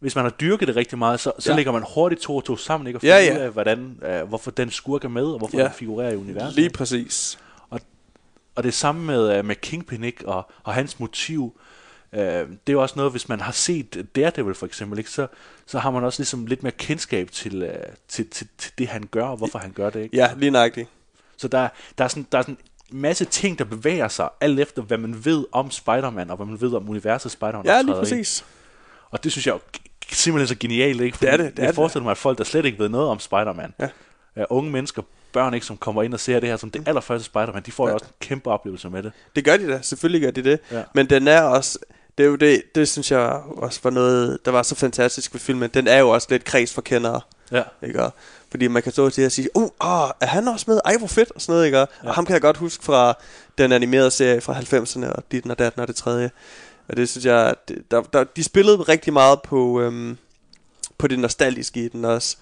Speaker 3: hvis man har dyrket det rigtig meget, så, så
Speaker 4: Ja.
Speaker 3: lægger man hurtigt to og to sammen, ikke? Og
Speaker 4: Ja,
Speaker 3: finder
Speaker 4: ja.
Speaker 3: ud af, hvordan, øh, hvorfor den skurk er med, og hvorfor
Speaker 4: Ja.
Speaker 3: den figurerer i universet.
Speaker 4: Lige præcis.
Speaker 3: Og, og det samme med, øh, med Kingpin, ikke? Og, og hans motiv. Øh, det er jo også noget, hvis man har set Daredevil for eksempel, ikke? Så, så har man også ligesom lidt mere kendskab til, øh, til, til, til det, han gør, og hvorfor han gør det. Ikke?
Speaker 4: Ja, lige nøjagtigt.
Speaker 3: Så der, der, er sådan, der er sådan en masse ting, der bevæger sig, alt efter hvad man ved om Spider-Man, og hvad man ved om universet Spider-Man.
Speaker 4: Ja,
Speaker 3: optræder
Speaker 4: lige
Speaker 3: i.
Speaker 4: præcis.
Speaker 3: Og det synes jeg er simpelthen så genialt, ikke? Fordi
Speaker 4: Det er det, det er
Speaker 3: jeg
Speaker 4: det.
Speaker 3: forestiller mig, at folk, der slet ikke ved noget om Spider-Man,
Speaker 4: Ja.
Speaker 3: øh, unge mennesker, børn ikke, som kommer ind og ser det her som det allerførste Spider-Man, de får ja.
Speaker 4: Ja.
Speaker 3: jo også en kæmpe oplevelse med det.
Speaker 4: Det gør de da, selvfølgelig gør de det.
Speaker 3: Ja.
Speaker 4: Ja. Men den er også, det er jo det, det synes jeg også var noget, der var så fantastisk ved filmen. Den er jo også lidt kreds for kendere.
Speaker 3: Ja.
Speaker 4: Ikke? Og- Fordi man kan stå til at sige, uh, oh, er han også med? Ej, hvor fedt, og sådan noget, ikke? Og ham kan jeg godt huske fra den animerede serie fra 90'erne, og dit og datten og det tredje. Og det synes jeg, det, der, der, de spillede rigtig meget på, øhm, på det nostalgiske i den også.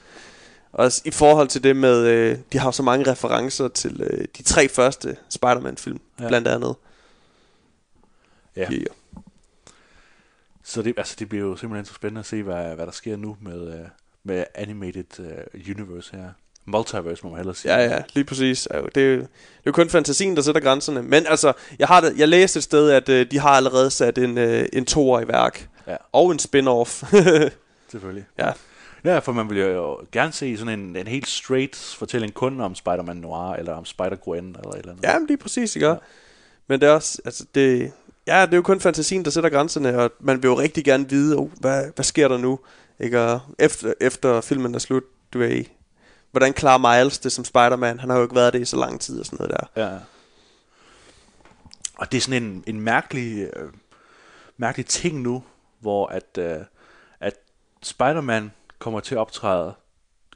Speaker 4: Også i forhold til det med, øh, de har jo så mange referencer til øh, de tre første Spider-Man-film,
Speaker 3: Ja.
Speaker 4: ja. blandt andet.
Speaker 3: Ja.
Speaker 4: Yeah.
Speaker 3: Så det, altså, det bliver jo simpelthen så spændende at se, hvad, hvad der sker nu med, øh, med Animated øh, Universe her. Multiverse, må man hellere sige.
Speaker 4: Ja, ja, lige præcis. Ja, jo, Det er, jo- det er jo kun fantasien, der sætter grænserne. Men altså, jeg, har, da- jeg læste et sted, at øh, de har allerede sat en, øh, en toer i værk.
Speaker 3: Ja.
Speaker 4: Og en spin-off.
Speaker 3: Selvfølgelig.
Speaker 4: ja.
Speaker 3: Ja, for man vil jo gerne se sådan en, en helt straight fortælling kun om Spider-Man Noir, eller om Spider-Gwen, eller et eller andet.
Speaker 4: ja, men lige præcis, ikke? Ja. Men det er også, altså det... Ja, det er jo kun fantasien, der sætter grænserne, og man vil jo rigtig gerne vide, oh, hvad, hvad sker der nu? Ikke? Og efter, efter filmen er slut, du ved, hvordan klarer Miles det som Spider-Man? Han har jo ikke været det i så lang tid og sådan noget der.
Speaker 3: Ja. Og det er sådan en, en mærkelig, øh, mærkelig ting nu, hvor at, øh, at Spider-Man kommer til at optræde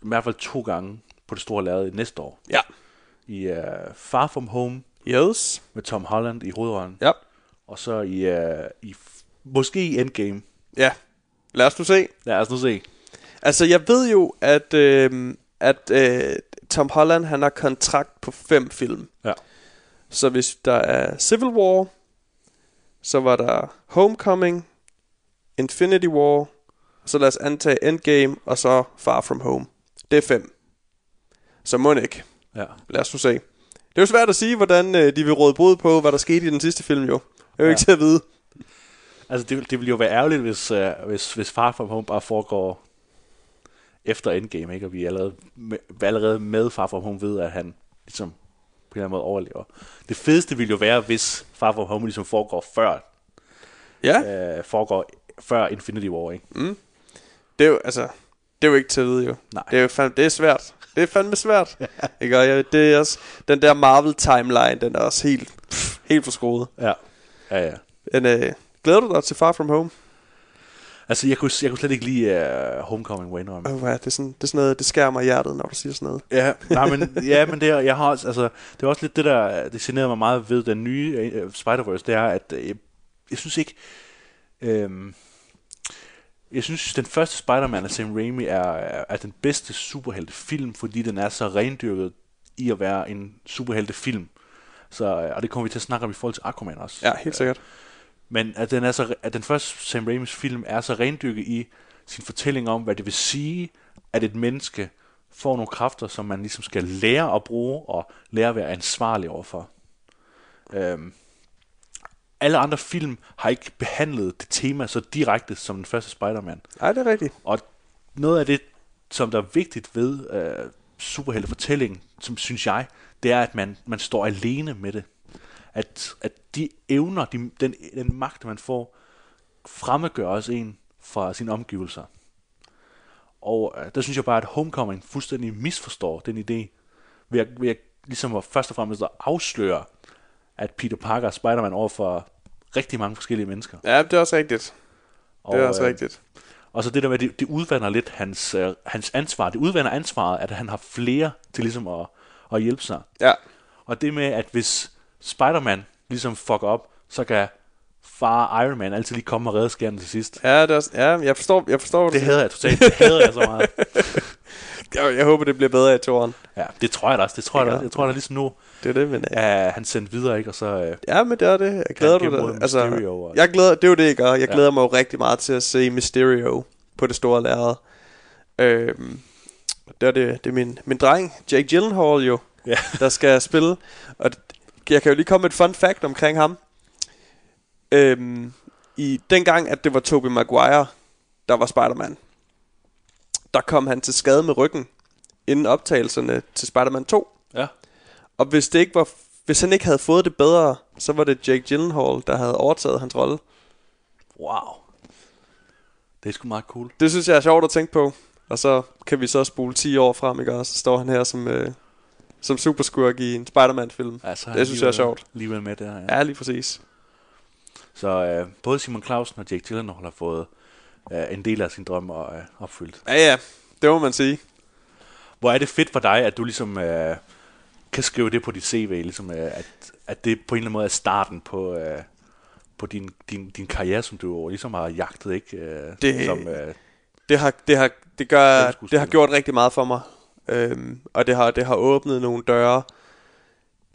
Speaker 3: i hvert fald to gange på det store lærred næste år.
Speaker 4: Ja.
Speaker 3: I øh, Far From Home
Speaker 4: Yes.
Speaker 3: med Tom Holland i hovedrollen,
Speaker 4: Ja.
Speaker 3: og så i, øh, i f- måske i Endgame,
Speaker 4: Ja. Lad os nu se.
Speaker 3: Lad os nu se.
Speaker 4: Altså, jeg ved jo, at, øh, at øh, Tom Holland han har kontrakt på fem film.
Speaker 3: Ja.
Speaker 4: Så hvis der er Civil War, så var der Homecoming, Infinity War, så lad os antage Endgame, og så Far From Home. Det er fem. Så må ikke.
Speaker 3: Ja.
Speaker 4: Lad os nu se. Det er jo svært at sige, hvordan øh, de vil råde brud på, hvad der skete i den sidste film jo. Det er jo ja. ikke til at vide.
Speaker 3: Altså, det, vil- det ville jo være ærgerligt, hvis, øh, hvis, hvis Far From Home bare foregår efter Endgame, ikke? Og vi er allerede med, allerede med Far From Home ved, at han ligesom på en eller anden måde overlever. Det fedeste ville jo være, hvis Far From Home ligesom foregår før,
Speaker 4: Ja,
Speaker 3: øh, foregår før Infinity War, ikke?
Speaker 4: det er jo, altså, det er jo ikke til at vide jo.
Speaker 3: Nej.
Speaker 4: Det er jo fandme, det er svært. Det er fandme svært. ikke? Og jeg, det er også, den der Marvel timeline, den er også helt, pff, helt forskruet.
Speaker 3: Ja. Ja, ja.
Speaker 4: Men øh, glæder du dig til Far From Home?
Speaker 3: Altså, jeg kunne, jeg kunne slet ikke lide uh, Homecoming, må jeg indrømme.
Speaker 4: Oh, ja, det, er sådan, det er sådan noget, det skærer mig i hjertet, når du siger sådan noget.
Speaker 3: Ja, nej, men, ja, men det, er- jeg har også, altså, det er også lidt det, der det generede mig meget ved den nye uh, Spider-Verse, det er, at uh, jeg, jeg synes ikke, øhm, jeg synes, den første Spider-Man af Sam Raimi er, er, er den bedste superheltefilm, fordi den er så rendyrket i at være en superheltefilm. Så, øh, og det kommer vi til at snakke om i forhold til Aquaman også.
Speaker 4: Ja, helt sikkert.
Speaker 3: Men at den, er så, at den første Sam Raimis film er så rendykket i sin fortælling om, hvad det vil sige, at et menneske får nogle kræfter, som man ligesom skal lære at bruge og lære at være ansvarlig overfor. Øhm, alle andre film har ikke behandlet det tema så direkte som den første Spider-Man.
Speaker 4: Nej, det er rigtigt.
Speaker 3: Og noget af det, som der er vigtigt ved øh, superheltefortællingen, som synes jeg, det er, at man, man står alene med det. At, at de evner, de, den, den magt, man får, fremmedgør også en fra sine omgivelser. Og øh, der synes jeg bare, at Homecoming fuldstændig misforstår den idé, ved at, ved at ligesom at først og fremmest at afsløre, at Peter Parker er Spider-Man over for rigtig mange forskellige mennesker.
Speaker 4: Ja, det er også rigtigt.
Speaker 3: Og,
Speaker 4: Det er også
Speaker 3: øh,
Speaker 4: rigtigt.
Speaker 3: og så det der med, at det, det udvander lidt hans, øh, hans ansvar. Det udvander ansvaret, at han har flere til ligesom at, at hjælpe sig.
Speaker 4: Ja.
Speaker 3: Og det med, at hvis Spider-Man ligesom fucker op, så kan far Iron Man altid lige komme og redde skærmen til sidst.
Speaker 4: Ja, det er også, ja, jeg forstår, jeg forstår hvad du
Speaker 3: Det
Speaker 4: siger.
Speaker 3: hader jeg totalt. Det hader jeg så meget.
Speaker 4: jeg, jeg håber, det bliver bedre i toren.
Speaker 3: Ja, det tror jeg da også. Det tror jeg da også. Jeg tror da ligesom nu,
Speaker 4: Det er det, men... øh, Ja,
Speaker 3: at han sendt videre, ikke? Og så... Øh,
Speaker 4: ja men det er det. Jeg glæder
Speaker 3: Ja, det er
Speaker 4: du
Speaker 3: mod
Speaker 4: dig. Altså,
Speaker 3: Mysterio og-
Speaker 4: jeg glæder, det er jo det, jeg gør. Jeg glæder mig jo rigtig meget til at se Mysterio på det store lærred. Øhm, det er, det, det er min, min dreng, Jake Gyllenhaal jo,
Speaker 3: Ja.
Speaker 4: der skal spille. Og det- jeg kan jo lige komme med et fun fact omkring ham. Øhm, i dengang, at det var Tobey Maguire, der var Spider-Man, der kom han til skade med ryggen inden optagelserne til Spider-Man 2.
Speaker 3: ja.
Speaker 4: Og hvis, det ikke var, hvis han ikke havde fået det bedre, så var det Jake Gyllenhaal, der havde overtaget hans rolle.
Speaker 3: Wow. Det er sgu meget cool.
Speaker 4: Det synes jeg er sjovt at tænke på. Og så kan vi så spole 10 år frem, ikke? Og så står han her som, øh, som superskurk i en Spider-Man-film.
Speaker 3: Ja, så har Altså, han
Speaker 4: det synes jeg er
Speaker 3: alligevel-
Speaker 4: sjovt.
Speaker 3: Alligevel med der, ja.
Speaker 4: Ja, lige præcis.
Speaker 3: Så øh, både Simon Clausen og Jake Gyllenhaal har fået øh, en del af sin drøm og, øh, opfyldt.
Speaker 4: Ja, ja. Det må man sige.
Speaker 3: Hvor er det fedt for dig, at du ligesom øh, kan skrive det på dit CV, ligesom, øh, at, at det på en eller anden måde er starten på, øh, på din, din, din karriere, som du jo ligesom har jagtet, ikke? Øh,
Speaker 4: Det-
Speaker 3: som, øh,
Speaker 4: Det har, det har, det gør,
Speaker 3: Skuespiller.
Speaker 4: det har gjort rigtig meget for mig. Øhm, og det har, det har åbnet nogle døre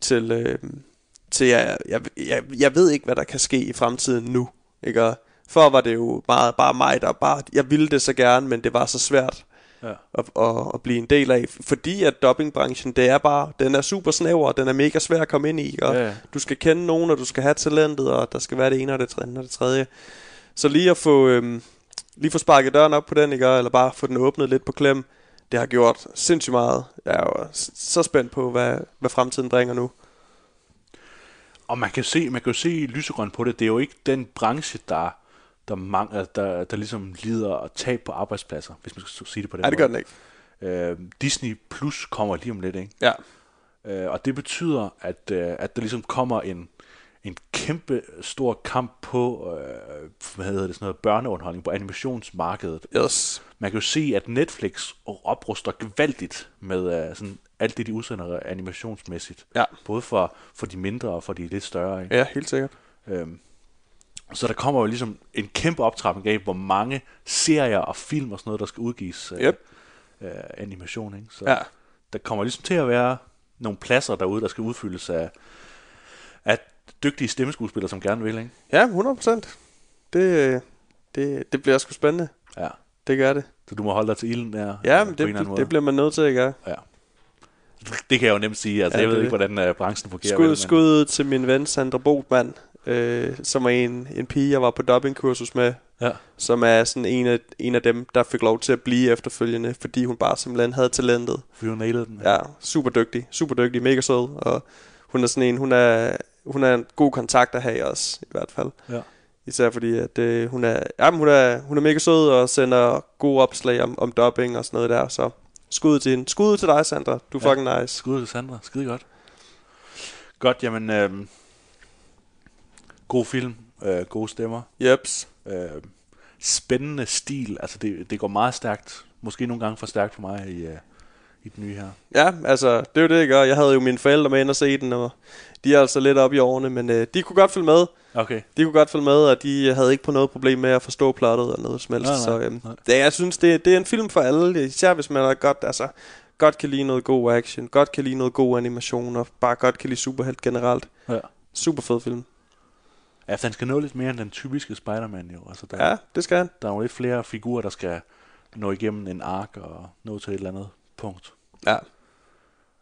Speaker 4: til, øhm, til jeg, jeg, jeg, jeg ved ikke, hvad der kan ske i fremtiden nu. Ikke? Og før var det jo bare, bare mig, der bare, jeg ville det så gerne, men det var så svært
Speaker 3: ja.
Speaker 4: at, at, at blive en del af. Fordi at dobbingbranchen, det er bare, den er super snæver, og den er mega svær at komme ind i. Og
Speaker 3: Ja, ja.
Speaker 4: Du skal kende nogen, og du skal have talentet, og der skal være det ene og det tredje. Og det tredje. Så lige at få, øhm, lige få sparket døren op på den, ikke? eller bare få den åbnet lidt på klem, det har gjort sindssygt meget. Jeg er jo s- så spændt på, hvad, hvad fremtiden bringer nu.
Speaker 3: Og man kan se, man kan jo se lysegrøn på det. Det er jo ikke den branche, der der, mangler, der, der ligesom lider og tab på arbejdspladser, hvis man skal sige det på den
Speaker 4: Nej, det gør den ikke.
Speaker 3: ikke. Øh, Disney Plus kommer lige om lidt, ikke?
Speaker 4: Ja.
Speaker 3: Øh, og det betyder, at, øh, at der ligesom kommer en, en kæmpe stor kamp på, øh, hvad hedder det, sådan noget børneunderholdning på animationsmarkedet.
Speaker 4: Yes.
Speaker 3: Man kan jo se, at Netflix opruster gevaldigt med øh, sådan alt det, de udsender animationsmæssigt.
Speaker 4: Ja.
Speaker 3: Både for, for de mindre og for de lidt større. Ikke?
Speaker 4: Ja, helt sikkert.
Speaker 3: Øhm, Så der kommer jo ligesom en kæmpe optrapning af, hvor mange serier og film og sådan noget, der skal udgives øh,
Speaker 4: Yep.
Speaker 3: øh, animation. Ikke? Så
Speaker 4: Ja.
Speaker 3: der kommer ligesom til at være nogle pladser derude, der skal udfyldes af, af dygtige stemmeskuespillere, som gerne vil. Ikke?
Speaker 4: Ja, 100%. Det, øh, det, det bliver sgu spændende.
Speaker 3: Ja.
Speaker 4: Det gør det.
Speaker 3: Så du må holde dig til ilden der.
Speaker 4: Ja,
Speaker 3: øh,
Speaker 4: men
Speaker 3: på en eller
Speaker 4: det,
Speaker 3: anden måde.
Speaker 4: det bliver man nødt til at gøre.
Speaker 3: Ja. Det kan jeg jo nemt sige. Altså,
Speaker 4: Ja,
Speaker 3: ja, jeg ved
Speaker 4: det
Speaker 3: ikke,
Speaker 4: er
Speaker 3: hvordan uh, branchen fungerer. vel,
Speaker 4: Skud,
Speaker 3: men-
Speaker 4: skud til min ven Sandra Bogman, øh, som er en, en pige, jeg var på dubbingkursus med,
Speaker 3: Ja.
Speaker 4: som er sådan en af, en af dem, der fik lov til at blive efterfølgende, fordi hun bare simpelthen havde talentet.
Speaker 3: For you nailed den.
Speaker 4: Ja, super dygtig, super dygtig, mega sød, og hun er sådan en, hun er, hun er en god kontakt at have også, i hvert fald.
Speaker 3: ja.
Speaker 4: Især fordi, at øh, hun, er, jamen, hun, er, hun er mega sød og sender gode opslag om, om dubbing og sådan noget der, så skud til hende. Skud til dig, Sandra. Du er ja. fucking nice.
Speaker 3: Skud til Sandra. Skide godt. Godt, jamen... Øh, god film. Øh, gode stemmer.
Speaker 4: Jeps.
Speaker 3: Øh, spændende stil. Altså, det, det går meget stærkt. Måske nogle gange for stærkt for mig i, øh, i den nye her.
Speaker 4: Ja, altså, det er jo det, jeg gør. Jeg havde jo mine forældre med ind og se den, og de er altså lidt oppe i årene, men øh, de kunne godt følge med.
Speaker 3: Okay.
Speaker 4: De kunne godt følge med, og de øh, havde ikke på noget problem med at forstå plottet eller noget som helst.
Speaker 3: Nej, nej,
Speaker 4: så øhm,
Speaker 3: nej.
Speaker 4: Det, jeg synes, det, det er en film for alle, øh, især hvis man er godt, altså, godt kan lide noget god action, godt kan lide noget god animation, og bare godt kan lide superhelt generelt.
Speaker 3: Ja.
Speaker 4: Super fed film.
Speaker 3: Ja, for den skal nå lidt mere end den typiske Spider-Man jo. Altså, der,
Speaker 4: Ja, det skal han.
Speaker 3: der er jo lidt flere figurer, der skal nå igennem en ark og nå til et eller andet punkt.
Speaker 4: Ja.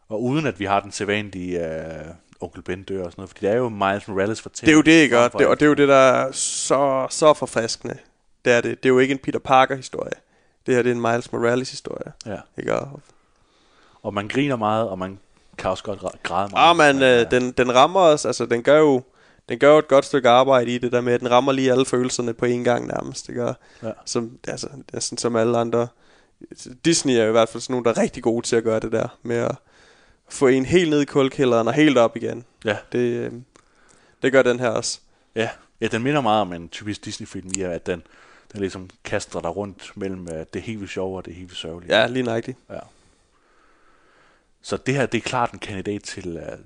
Speaker 3: Og uden at vi har den sædvanlige øh, onkel Ben dør og sådan noget, fordi det er jo Miles Morales
Speaker 4: Det er jo
Speaker 3: fortælling.
Speaker 4: det, ikke? Og
Speaker 3: frem for
Speaker 4: det, og
Speaker 3: alt.
Speaker 4: det er jo det, der er så, så forfriskende. Det er det. Det er jo ikke en Peter Parker-historie. Det her det er en Miles Morales-historie.
Speaker 3: Ja.
Speaker 4: Ikke? Og
Speaker 3: Og man griner meget, og man kan også godt ra- græde meget. Altså,
Speaker 4: Ah, men
Speaker 3: Ja.
Speaker 4: øh, den, den rammer os, altså den gør jo den gør jo et godt stykke arbejde i det der med, at den rammer lige alle følelserne på én gang nærmest, det gør.
Speaker 3: Ja.
Speaker 4: Som, altså, næsten som alle andre. Disney er jo i hvert fald sådan nogen, der er rigtig gode til at gøre det der, med at få en helt ned i kulkælderen og helt op igen.
Speaker 3: Ja.
Speaker 4: Det, øh, det gør den her også.
Speaker 3: Ja. ja, den minder meget om en typisk Disney-film, i at den, den ligesom kaster dig rundt mellem øh, det helt vildt sjove og det helt vildt sørgelige.
Speaker 4: Ja, lige nøjagtigt.
Speaker 3: ja. Så det her, det er klart en kandidat til, øh,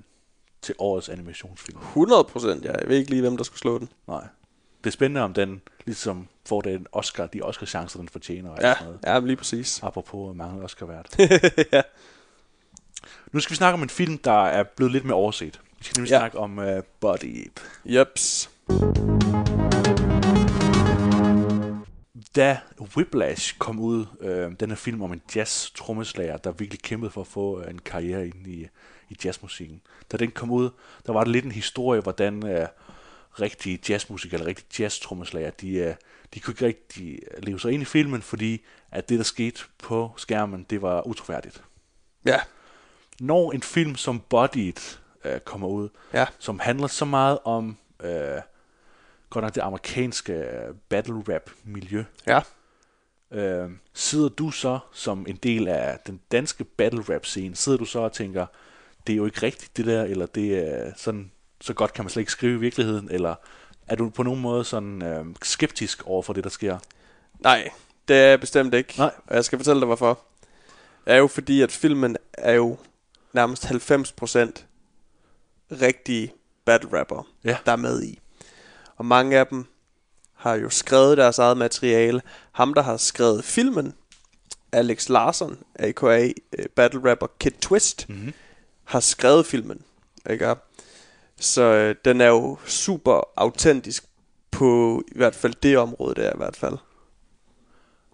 Speaker 3: til årets animationsfilm.
Speaker 4: 100 procent, ja. Jeg ved ikke lige, hvem der skulle slå den.
Speaker 3: Nej. Det er spændende, om den ligesom får den Oscar, de Oscar-chancer, den fortjener. Og
Speaker 4: Ja,
Speaker 3: alt sådan noget.
Speaker 4: ja men lige præcis.
Speaker 3: Apropos at mangle Oscar-vært.
Speaker 4: ja.
Speaker 3: nu skal vi snakke om en film, der er blevet lidt mere overset. Vi skal nemlig
Speaker 4: Ja.
Speaker 3: ja. snakke om uh, Body Ape.
Speaker 4: Jeps.
Speaker 3: Da Whiplash kom ud, øh, den her film om en jazz-trommeslager, der virkelig kæmpede for at få øh, en karriere inde i, i jazzmusikken. Da den kom ud, der var det lidt en historie, hvordan øh, rigtige jazzmusikere eller rigtige jazz-trommeslager, de, øh, de kunne ikke rigtig øh, leve sig ind i filmen, fordi at det, der skete på skærmen, det var utroværdigt.
Speaker 4: Ja.
Speaker 3: når en film som Bodied øh, kommer ud,
Speaker 4: Ja.
Speaker 3: som handler så meget om øh, godt nok det amerikanske øh, battle rap miljø,
Speaker 4: Ja.
Speaker 3: øh, sidder du så som en del af den danske battle rap scene, sidder du så og tænker, det er jo ikke rigtigt det der, eller det er sådan, så godt kan man slet ikke skrive i virkeligheden, eller er du på nogen måde sådan øh, skeptisk over for det, der sker?
Speaker 4: Nej, det er jeg bestemt ikke.
Speaker 3: Nej.
Speaker 4: Og jeg skal fortælle dig, hvorfor. Det er jo fordi, at filmen er jo nærmest 90% rigtige battle rapper,
Speaker 3: Ja.
Speaker 4: der er med i. Og mange af dem har jo skrevet deres eget materiale. Ham, der har skrevet filmen, Alex Larson, a.k.a. øh, battle rapper Kid Twist,
Speaker 3: Mhm.
Speaker 4: mm-hmm. har skrevet filmen. Ikke? Så øh, den er jo super autentisk på i hvert fald det område der i hvert fald.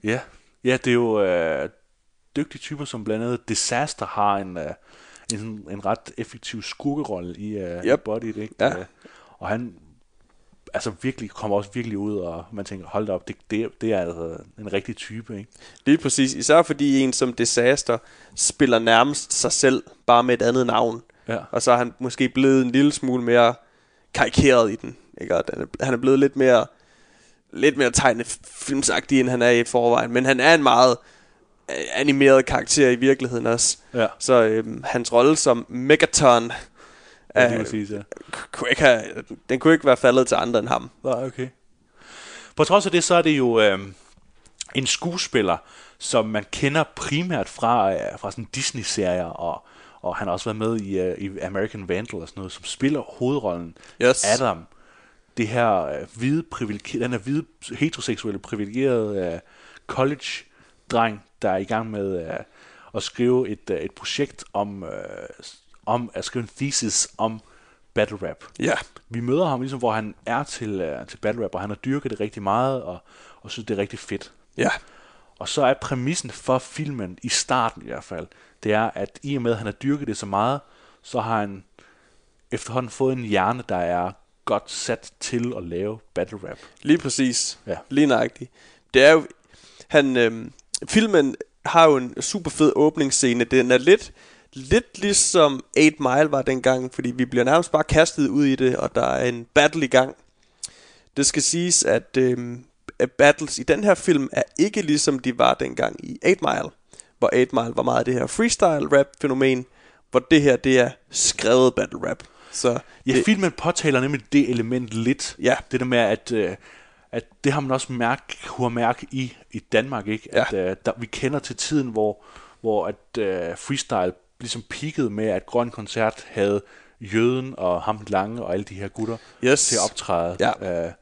Speaker 3: Ja, ja det er jo øh, dygtige typer, som blandt andet Disaster har en, øh, en, en ret effektiv skurkerolle i, øh, yep.
Speaker 4: Yep.
Speaker 3: i Body, ikke?
Speaker 4: Ja.
Speaker 3: Øh, og han altså virkelig kommer også virkelig ud, og man tænker, hold da op, det, det, er- det er altså en rigtig type, ikke?
Speaker 4: Lige præcis. Især fordi en som Disaster spiller nærmest sig selv, bare med et andet navn.
Speaker 3: Ja.
Speaker 4: Og så er han måske blevet en lille smule mere karikeret i den. Ikke? Og den er- Han er blevet lidt mere lidt mere tegnefilmsagtig, end han er i forvejen. Men han er en meget øh, animeret karakter i virkeligheden også.
Speaker 3: Ja.
Speaker 4: Så øhm, hans rolle som Megaton,
Speaker 3: Ja,
Speaker 4: øh,
Speaker 3: lige præcis, ja.
Speaker 4: kunne ikke have, den kunne ikke være faldet til andre end ham.
Speaker 3: Nej, okay. På trods af det, så er det jo øh, en skuespiller, som man kender primært fra, øh, fra sådan Disney-serier, og, og han har også været med i, øh, i American Vandal og sådan noget, som spiller hovedrollen
Speaker 4: Yes.
Speaker 3: Adam, det her øh, hvide privilegier, den her hvide heteroseksuelle privilegerede øh, college-dreng, der er i gang med øh, at skrive et, øh, et projekt om, øh, om at skrive en thesis om battle rap.
Speaker 4: Ja.
Speaker 3: Vi møder ham ligesom, hvor han er til, øh, til battle rap, og han har dyrket det rigtig meget, og, og synes, det er rigtig fedt.
Speaker 4: Ja.
Speaker 3: Og så er præmissen for filmen, i starten i hvert fald, det er, at i og med, at han har dyrket det så meget, så har han efterhånden fået en hjerne, der er godt sat til at lave battle rap.
Speaker 4: Lige præcis.
Speaker 3: Ja.
Speaker 4: Lige nøjagtigt. Det er jo... Han, øhm, filmen har jo en super fed åbningsscene. Den er lidt, lidt ligesom 8 Mile var dengang, fordi vi bliver nærmest bare kastet ud i det, og der er en battle i gang. Det skal siges, at, øhm, at battles i den her film er ikke ligesom de var dengang i 8 Mile, hvor 8 Mile var meget det her freestyle rap fænomen, hvor det her det er skrevet battle rap. Så
Speaker 3: Ja,
Speaker 4: det,
Speaker 3: filmen påtaler nemlig det element lidt.
Speaker 4: Ja.
Speaker 3: Det der med, at, øh, at det har man også mærk, kunne mærke i, i Danmark, ikke?
Speaker 4: Ja.
Speaker 3: At øh, der, vi kender til tiden, hvor, hvor at øh, freestyle ligesom peakede med, at Grøn Koncert havde Jøden og ham den lange og alle de her gutter
Speaker 4: Yes.
Speaker 3: til at optræde.
Speaker 4: Ja.
Speaker 3: Øh,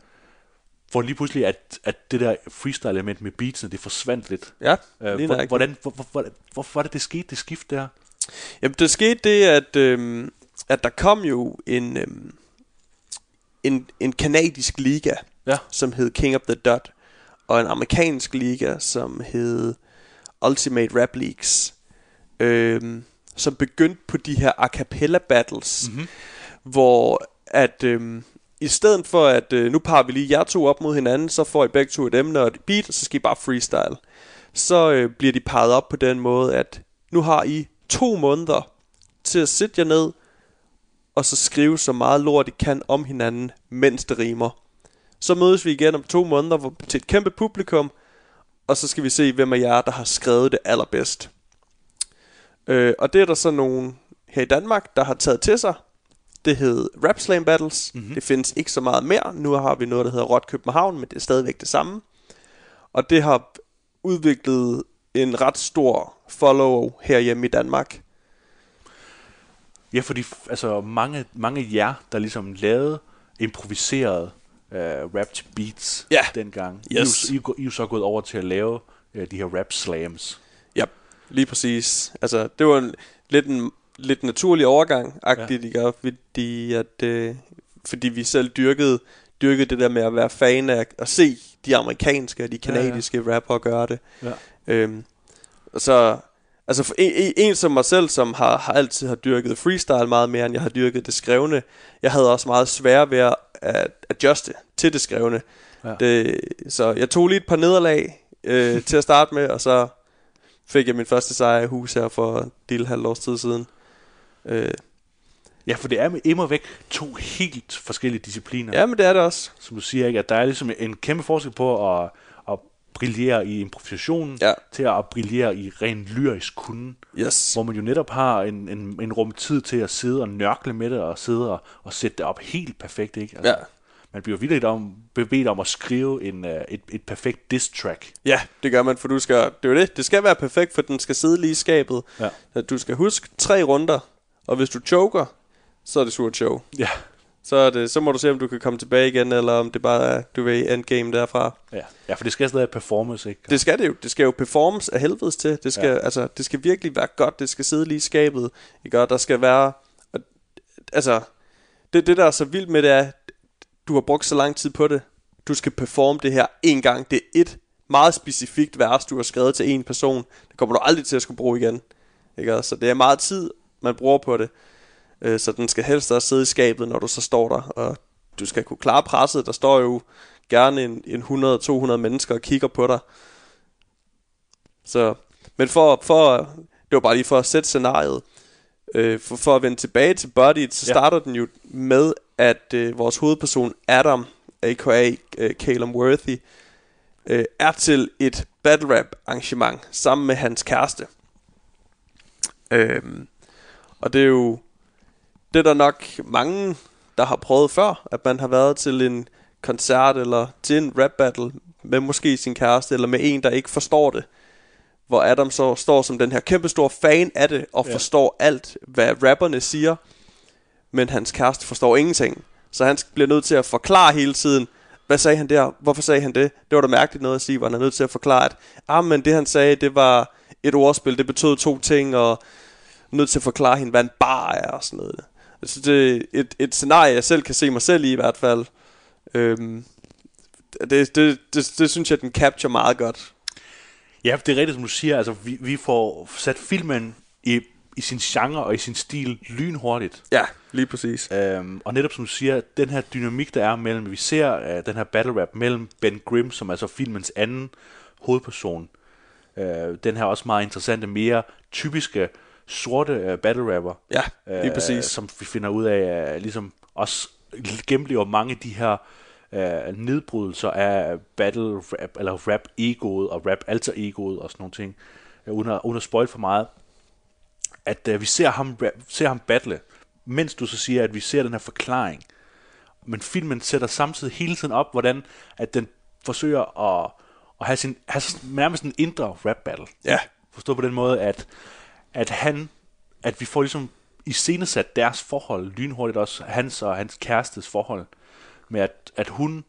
Speaker 3: hvor lige pludselig, at, at det der freestyle-element med beatsene, det forsvandt lidt.
Speaker 4: Ja,
Speaker 3: øh,
Speaker 4: lige
Speaker 3: hvor,
Speaker 4: nøjagtigt.
Speaker 3: hvordan, hvor, hvor, hvor, hvorfor var det, det skete, det skift der?
Speaker 4: Jamen, der skete det, at, øhm, at der kom jo en, øhm, en, en kanadisk liga,
Speaker 3: Ja.
Speaker 4: som hed King of the Dot, og en amerikansk liga, som hed Ultimate Rap Leagues, øhm, som begyndte på de her a cappella battles, mm-hmm. hvor at øhm, i stedet for at øh, nu parer vi lige jer to op mod hinanden, så får I begge to et emne og et beat, og så skal I bare freestyle. Så øh, bliver de parret op på den måde, at nu har I to måneder til at sætte jer ned og så skrive så meget lort I kan om hinanden, mens det rimer. Så mødes vi igen om to måneder hvor- til et kæmpe publikum, og så skal vi se, hvem af jer, der har skrevet det allerbedst. Øh, og det er der så nogen her i Danmark, der har taget til sig. Det hed Rap Slam Battles. Mm-hmm. Det findes ikke så meget mere. Nu har vi noget, der hedder Rot København, men det er stadigvæk det samme. Og det har udviklet en ret stor follow herhjemme i Danmark.
Speaker 3: Ja, fordi f- altså, mange, mange af jer, der ligesom lavede improviseret øh, rap til beats
Speaker 4: Ja.
Speaker 3: dengang,
Speaker 4: Yes.
Speaker 3: I, er jo, I, er jo gå- I er jo så gået over til at lave øh, de her rap slams.
Speaker 4: Ja, lige præcis. Altså, det var en, lidt en lidt naturlig overgang, agtigt, ja. fordi, at, øh, fordi vi selv dyrkede, dyrkede det der med at være fan af at se de amerikanske og de
Speaker 3: ja.
Speaker 4: kanadiske ja, ja. rapper gøre det.
Speaker 3: Ja.
Speaker 4: Øhm, og så, altså for en, en, en som mig selv, som har, har altid har dyrket freestyle meget mere, end jeg har dyrket det skrevne, jeg havde også meget svært ved at, at adjuste til det skrevne.
Speaker 3: Ja.
Speaker 4: Ja. Det, så jeg tog lige et par nederlag øh, til at starte med, og så fik jeg min første sejr i hus her for et lille halvt års tid siden. Øh,
Speaker 3: Ja, for det er med immer væk to helt forskellige discipliner.
Speaker 4: ja, men det er det også.
Speaker 3: Som du siger, ikke? at der er ligesom en kæmpe forskel på at, at brillere i improvisationen,
Speaker 4: Ja.
Speaker 3: til at brillere i ren lyrisk kunde.
Speaker 4: Yes.
Speaker 3: Hvor man jo netop har en, en, en rum tid til at sidde og nørkle med det, og sidde og, og sætte det op helt perfekt, ikke? Altså,
Speaker 4: Ja.
Speaker 3: Man bliver vildt om, bedt om at skrive en, uh, et, et perfekt diss track.
Speaker 4: Ja, det gør man, for du skal, det er jo det, det skal være perfekt, for den skal sidde lige i skabet.
Speaker 3: Ja.
Speaker 4: Så Du skal huske tre runder, og hvis du choker, så er det surt show.
Speaker 3: Ja.
Speaker 4: Så, er det, så må du se, om du kan komme tilbage igen, eller om det bare er, du ved, endgame derfra.
Speaker 3: ja. Ja, for det skal stadig være performance, ikke?
Speaker 4: Det skal det jo. Det skal jo performes af helvedes til. Det skal,
Speaker 3: Ja.
Speaker 4: ja. altså, det skal virkelig være godt. Det skal sidde lige i skabet. Ikke? Og der skal være... og- Altså, det, det der er så vildt med det er, du har brugt så lang tid på det. Du skal performe det her en gang. Det er et meget specifikt vers, du har skrevet til en person. Det kommer du aldrig til at skulle bruge igen. Ikke? Så det er meget tid, man bruger på det. Øh, Så den skal helst også sidde i skabet, når du så står der. Og du skal kunne klare presset. Der står jo gerne en, en 100-200 mennesker og kigger på dig. Så, men for, for, det var bare lige for at sætte scenariet. Øh, for, for at vende tilbage til Body, så
Speaker 3: Ja.
Speaker 4: ja. starter den jo med, at øh, vores hovedperson Adam, a.k.a. Øh, Calum Worthy, øh, er til et battle rap arrangement sammen med hans kæreste. Øhm, og det er jo det er der nok mange, der har prøvet før, at man har været til en koncert eller til en rap battle med måske sin kæreste eller med en, der ikke forstår det. Hvor Adam så står som den her kæmpestore fan af det og
Speaker 3: Ja.
Speaker 4: ja. forstår alt, hvad rapperne siger, men hans kæreste forstår ingenting. så han bliver nødt til at forklare hele tiden, hvad sagde han der, hvorfor sagde han det? Det var da mærkeligt noget at sige, hvor han er nødt til at forklare, at ah, men det han sagde, det var et ordspil, det betød to ting, og nødt til at forklare hende, hvad en bar er og sådan noget. Jeg synes, det er et, et scenarie, jeg selv kan se mig selv i i hvert fald. Øhm, det, det, det, det synes jeg, den capture meget godt.
Speaker 3: Ja, det er rigtigt, som du siger. Altså, vi, vi får sat filmen i, i sin genre og i sin stil lynhurtigt.
Speaker 4: Ja, lige præcis.
Speaker 3: Øhm, og netop som du siger, den her dynamik, der er mellem, vi ser øh, den her battle rap mellem Ben Grimm, som er så filmens anden hovedperson. Øh, den her også meget interessante, mere typiske sorte øh, battle rapper. øh,
Speaker 4: Ja, lige præcis.
Speaker 3: Som vi finder ud af, øh, ligesom også gennemlever mange af de her øh, nedbrydelser af battle rap, eller rap egoet og rap alter egoet og sådan nogle ting, øh, uden, at, uden at spoil for meget, at øh, vi ser ham, rap, ser ham battle, mens du så siger, at vi ser den her forklaring. Men filmen sætter samtidig hele tiden op, hvordan at den forsøger at, at have, sin, have sådan- nærmest en indre rap battle.
Speaker 4: Ja.
Speaker 3: Forstå på den måde, at, at han, at vi får ligesom i sat deres forhold, lynhurtigt også hans og hans kærestes forhold, med at, at hun,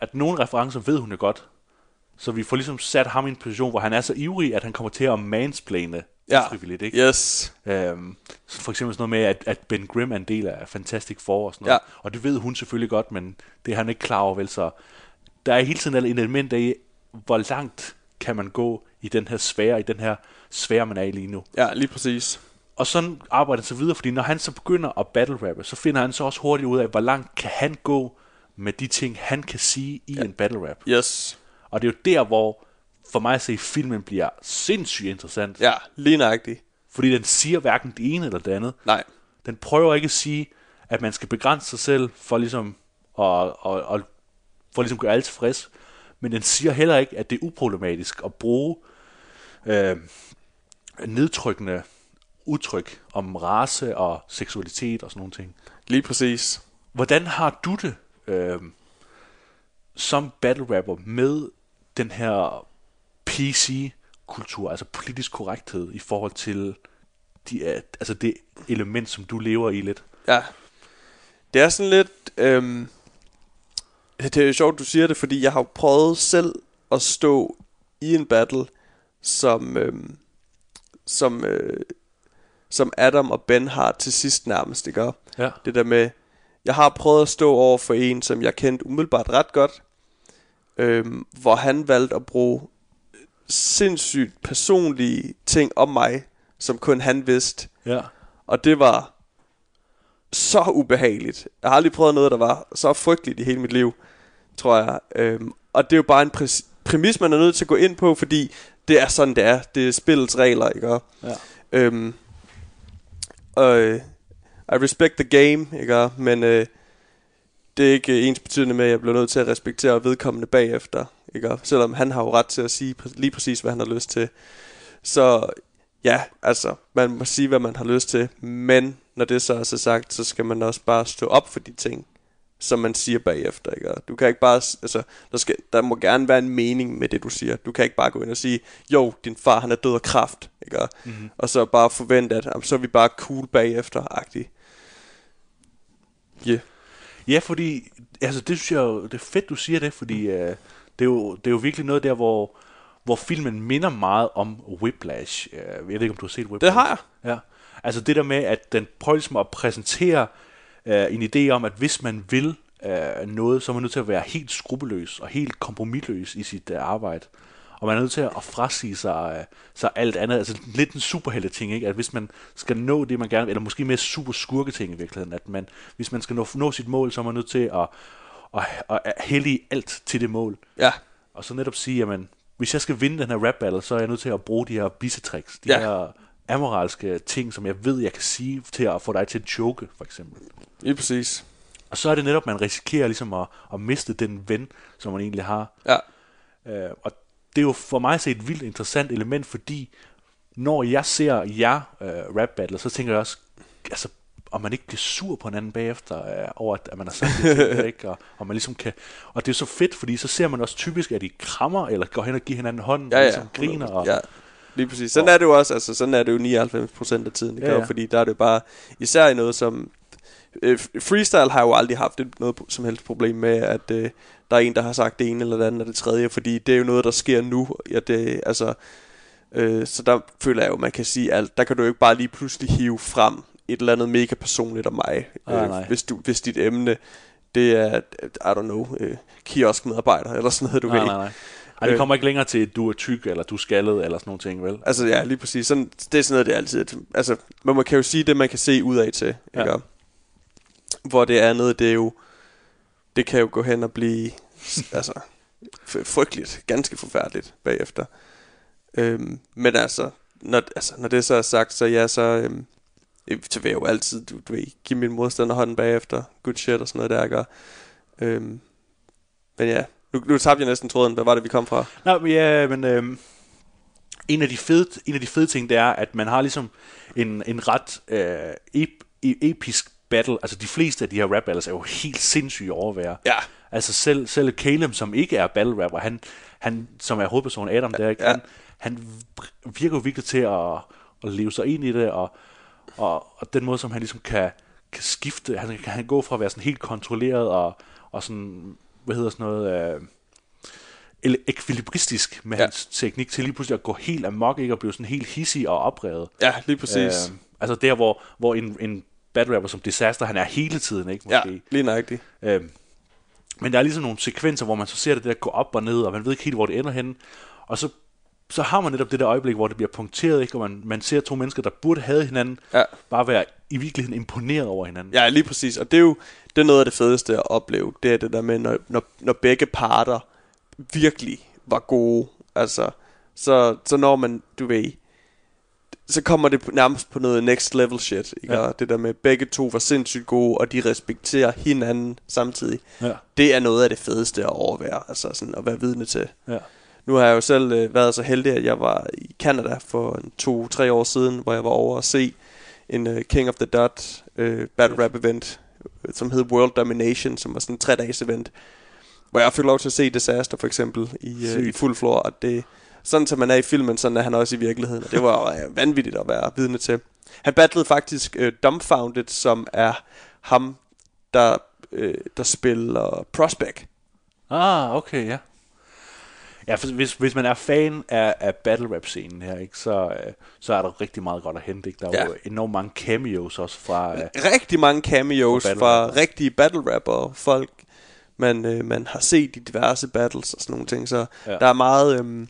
Speaker 3: at nogle referencer ved hun jo godt, så vi får ligesom sat ham i en position, hvor han er så ivrig, at han kommer til at mansplane
Speaker 4: Ja.
Speaker 3: frivilligt, ikke?
Speaker 4: Yes.
Speaker 3: Øhm, så for eksempel sådan noget med, at, at Ben Grimm er en del af Fantastic Four og sådan noget.
Speaker 4: Ja.
Speaker 3: Og det ved hun selvfølgelig godt, men det er han ikke klar over, vel? Så der er hele tiden et element af, hvor langt kan man gå i den her sfære, i den her sfære, man er i lige nu.
Speaker 4: Ja, lige præcis.
Speaker 3: Og sådan arbejder han så videre, fordi når han så begynder at battle rappe, så finder han så også hurtigt ud af, hvor langt kan han gå med de ting, han kan sige i ja. en battle rap.
Speaker 4: Yes.
Speaker 3: Og det er jo der, hvor for mig at se, filmen bliver sindssygt interessant.
Speaker 4: Ja, lige nøjagtigt.
Speaker 3: Fordi den siger hverken det ene eller det andet.
Speaker 4: Nej.
Speaker 3: Den prøver ikke at sige, at man skal begrænse sig selv for ligesom at, og, og, for ligesom at gøre alle tilfreds. Men den siger heller ikke, at det er uproblematisk at bruge øh, nedtrykkende udtryk om race og seksualitet og sådan nogle ting.
Speaker 4: Lige præcis.
Speaker 3: Hvordan har du det øh, som battle rapper med den her PC-kultur, altså politisk korrekthed i forhold til de, øh, altså det element, som du lever i lidt?
Speaker 4: Ja. Det er sådan lidt... Øhm, det er jo sjovt, du siger det, fordi jeg har jo prøvet selv at stå i en battle, som, øhm, som, øh, som Adam og Ben har til sidst nærmest, ikke? Og
Speaker 3: Ja.
Speaker 4: Det der med, jeg har prøvet at stå over for en, som jeg kendte umiddelbart ret godt, øhm, hvor han valgte at bruge sindssygt personlige ting om mig, som kun han vidste.
Speaker 3: Ja.
Speaker 4: Og det var så ubehageligt. Jeg har aldrig prøvet noget, der var så frygteligt i hele mit liv, tror jeg. Øhm, og det er jo bare en præs- præmis, man er nødt til at gå ind på, fordi det er sådan, det er. Det er spillets regler, ikke? Og,
Speaker 3: Ja.
Speaker 4: Øhm, og, øh, I respect the game, ikke? Og, Men øh, det er ikke øh, ens betydende med, at jeg bliver nødt til at respektere vedkommende bagefter. Ikke? Og, selvom han har jo ret til at sige præ- lige præcis, hvad han har lyst til. Så ja, altså, man må sige, hvad man har lyst til, men når det så er så sagt, så skal man også bare stå op for de ting, som man siger bagefter, ikke? Og Du kan ikke bare, s- altså, der, skal, der må gerne være en mening med det, du siger. Du kan ikke bare gå ind og sige, jo, din far, han er død af kraft, ikke? Og-
Speaker 3: Mhm.
Speaker 4: Og så bare forvente, at "Jamen, så er vi bare cool bagefter-agtigt. Ja, yeah.
Speaker 3: Ja, fordi altså, det synes jeg jo, det er fedt, du siger det, fordi øh, det, er jo, det er jo virkelig noget der, hvor, hvor filmen minder meget om Whiplash. Øh, Jeg ved ikke, om du har set Whiplash.
Speaker 4: har jeg.
Speaker 3: Ja. Altså det der med, at den prøver ligesom at præsentere øh, en idé om, at hvis man vil øh, noget, så er man nødt til at være helt skrupelløs og helt kompromilløs i sit øh, arbejde. Og man er nødt til at frasige sig, øh, sig alt andet. Altså lidt en superhelte ting, ikke? At hvis man skal nå det, man gerne vil, eller måske mere super skurke ting i virkeligheden, at man, hvis man skal nå, nå sit mål, så er man nødt til at, at, at, at hælde alt til det mål.
Speaker 4: ja,
Speaker 3: Og så netop sige, jamen, hvis jeg skal vinde den her rap battle, så er jeg nødt til at bruge de her bissetricks, de
Speaker 4: Ja.
Speaker 3: ja. her amoralske ting, som jeg ved, jeg kan sige til at få dig til at choke, for eksempel.
Speaker 4: lige præcis.
Speaker 3: Og så er det netop, man risikerer ligesom at, at miste den ven, som man egentlig har.
Speaker 4: Ja,
Speaker 3: Øh, og det er jo for mig set et vildt interessant element, fordi når jeg ser jer øh, rap battle, så tænker jeg også, altså, om man ikke bliver sur på hinanden bagefter øh, over, at, at man har sagt det til hinanden, ikke? Og, og, man ligesom kan, og det er jo så fedt, fordi så ser man også typisk, at de krammer, eller går hen og giver hinanden hånden,
Speaker 4: ja,
Speaker 3: og
Speaker 4: ja.
Speaker 3: ligesom griner. Og,
Speaker 4: Ja, lige præcis. Sådan er det jo også, altså sådan er det jo 99% af tiden, ikke?
Speaker 3: Ja,
Speaker 4: Ja,
Speaker 3: ja.
Speaker 4: ja. fordi der er det bare, især i noget som øh, freestyle har jo aldrig haft et, noget som helst problem med, at øh, der er en, der har sagt det ene eller det andet og det tredje, fordi det er jo noget, der sker nu. Ja, det, altså, øh, så der føler jeg jo, man kan sige alt. Der kan du jo ikke bare lige pludselig hive frem et eller andet mega personligt om mig, øh,
Speaker 3: Nej, Ah, nej.
Speaker 4: hvis, du, hvis dit emne det er, I don't know, øh, kioskmedarbejder eller sådan noget, du ved.
Speaker 3: Ah, Nej, nej, nej. Ej,
Speaker 4: Øh.
Speaker 3: det kommer ikke længere til, at du er tyk, eller du er skaldet, eller sådan nogle ting, vel?
Speaker 4: Altså ja, lige præcis. Sådan, det er sådan noget, det er altid. At, altså, men man kan jo sige det, man kan se ud af til. Ja.
Speaker 3: Ja.
Speaker 4: Ikke? Og Hvor det andet, det er jo... Det kan jo gå hen og blive altså, f- frygteligt, ganske forfærdeligt bagefter. Øhm, men altså når, altså, når det så er sagt, så ja, så, øhm, øh, så vil jeg jo altid, du, du ved, give min modstander hånden bagefter. Good shit og sådan noget der, ikke? Og, Øhm, men ja, nu, nu tabte jeg næsten tråden. Hvad var det, vi kom fra?
Speaker 3: Nej, men ja, men øhm, en, af de fede, en af de fede ting, det er, at man har ligesom en, en ret øh, ep, e- episk battle. Altså, de fleste af de her rap battles er jo helt sindssyge at overvære.
Speaker 4: Ja.
Speaker 3: Altså, selv, selv Caleb, som ikke er battle rapper, han, han, som er hovedpersonen Adam, der, ikke?
Speaker 4: Ja.
Speaker 3: Han, han virker jo virkelig til at, at leve sig ind i det, og, og, og den måde, som han ligesom kan, kan skifte, han kan han gå fra at være sådan helt kontrolleret og, og sådan, hvad hedder sådan noget... Øh, eller ekvilibristisk med
Speaker 4: Ja.
Speaker 3: ja. hans teknik, til lige pludselig at gå helt amok, ikke? Og blive sådan helt hissig og oprevet.
Speaker 4: Ja, lige præcis.
Speaker 3: Øh, altså der, hvor, hvor en, en battle rapper som Disaster, han er hele tiden, ikke?
Speaker 4: ja,
Speaker 3: Måske.
Speaker 4: lige nøjagtigt.
Speaker 3: Øh, men der er ligesom nogle sekvenser, hvor man så ser det der gå op og ned, og man ved ikke helt, hvor det ender henne. Og så, så har man netop det der øjeblik, hvor det bliver punkteret, ikke? Og man, man ser to mennesker, der burde have hinanden,
Speaker 4: Ja.
Speaker 3: bare være i virkeligheden imponeret over hinanden.
Speaker 4: Ja, lige præcis. Og det er jo det er noget af det fedeste at opleve. Det er det der med, når, når, når begge parter virkelig var gode. Altså, så, så når man, du ved, så kommer det på- nærmest på noget next level shit. Ikke?
Speaker 3: Ja.
Speaker 4: Ja. Det der med, at begge to var sindssygt gode, og de respekterer hinanden samtidig.
Speaker 3: Ja.
Speaker 4: Det er noget af det fedeste at overvære. Altså sådan at være vidne til.
Speaker 3: Ja.
Speaker 4: Nu har jeg jo selv øh, været så heldig, at jeg var i Canada for en to-tre år siden, hvor jeg var over at se en øh, King of the Dot øh, battle rap event, øh, som hed World Domination, som var sådan en tre-dages event, hvor jeg fik lov til at se Disaster for eksempel i, øh, i
Speaker 3: Sygt.
Speaker 4: fuld flor, og det, sådan som man er i filmen, sådan er han også i virkeligheden, og det var øh, vanvittigt at være vidne til. Han battlede faktisk øh, Dumbfounded, som er ham, der, øh, der spiller Prospect.
Speaker 3: Ah, okay, ja. Ja, for hvis, hvis man er fan af, af battle rap scenen her, ikke, så, øh, så er der rigtig meget godt at hente. Ikke? Der er
Speaker 4: Ja.
Speaker 3: ja. jo enormt mange cameos også fra... Øh,
Speaker 4: rigtig mange cameos
Speaker 3: Fra
Speaker 4: fra,
Speaker 3: battle
Speaker 4: fra
Speaker 3: rappere.
Speaker 4: rigtige battle rapper folk man, øh, man har set i diverse battles og sådan nogle ting så ja.
Speaker 3: Ja.
Speaker 4: der er meget øh,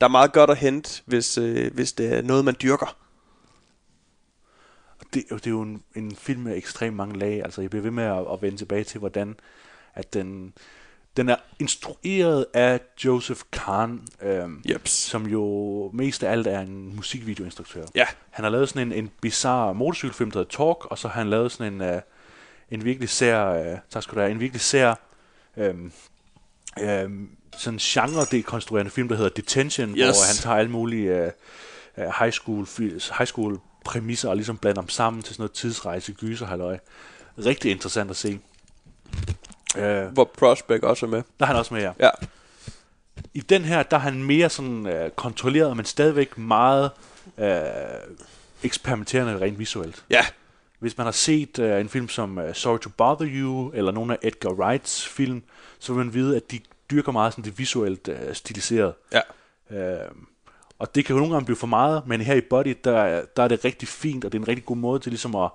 Speaker 4: der er meget godt at hente hvis øh, hvis det er noget man dyrker
Speaker 3: det, det er jo en, en film med ekstremt mange lag. Altså, jeg bliver ved med at, at vende tilbage til, hvordan at den, den er instrueret af Joseph Kahn, øhm,
Speaker 4: Jeps.
Speaker 3: som jo mest af alt er en musikvideoinstruktør.
Speaker 4: Ja.
Speaker 3: Han har lavet sådan en, en bizarre motorcykelfilm, der hedder Talk, og så har han lavet sådan en, øh, en virkelig sær, øh, tak skal du have, en virkelig sær, øhm, øhm, sådan genre-dekonstruerende film, der hedder Detention, yes. hvor han tager alle mulige øh, øh, high school, fi- high school præmisser og ligesom blander dem sammen til sådan noget tidsrejse, gyser, halløj. Rigtig interessant at se. Øh, der
Speaker 4: hvor Prospect også er med
Speaker 3: er han også med her.
Speaker 4: ja
Speaker 3: I den her, der er han mere sådan øh, kontrolleret, men stadigvæk meget øh, eksperimenterende rent visuelt.
Speaker 4: ja
Speaker 3: Hvis man har set øh, en film som øh, Sorry to Bother You, eller nogle af Edgar Wrights film, så vil man vide, at de dyrker meget sådan det visuelt øh, stiliseret.
Speaker 4: ja
Speaker 3: Øh, og det kan jo nogle gange blive for meget, men her i Body, der, der er det rigtig fint, og det er en rigtig god måde til ligesom at,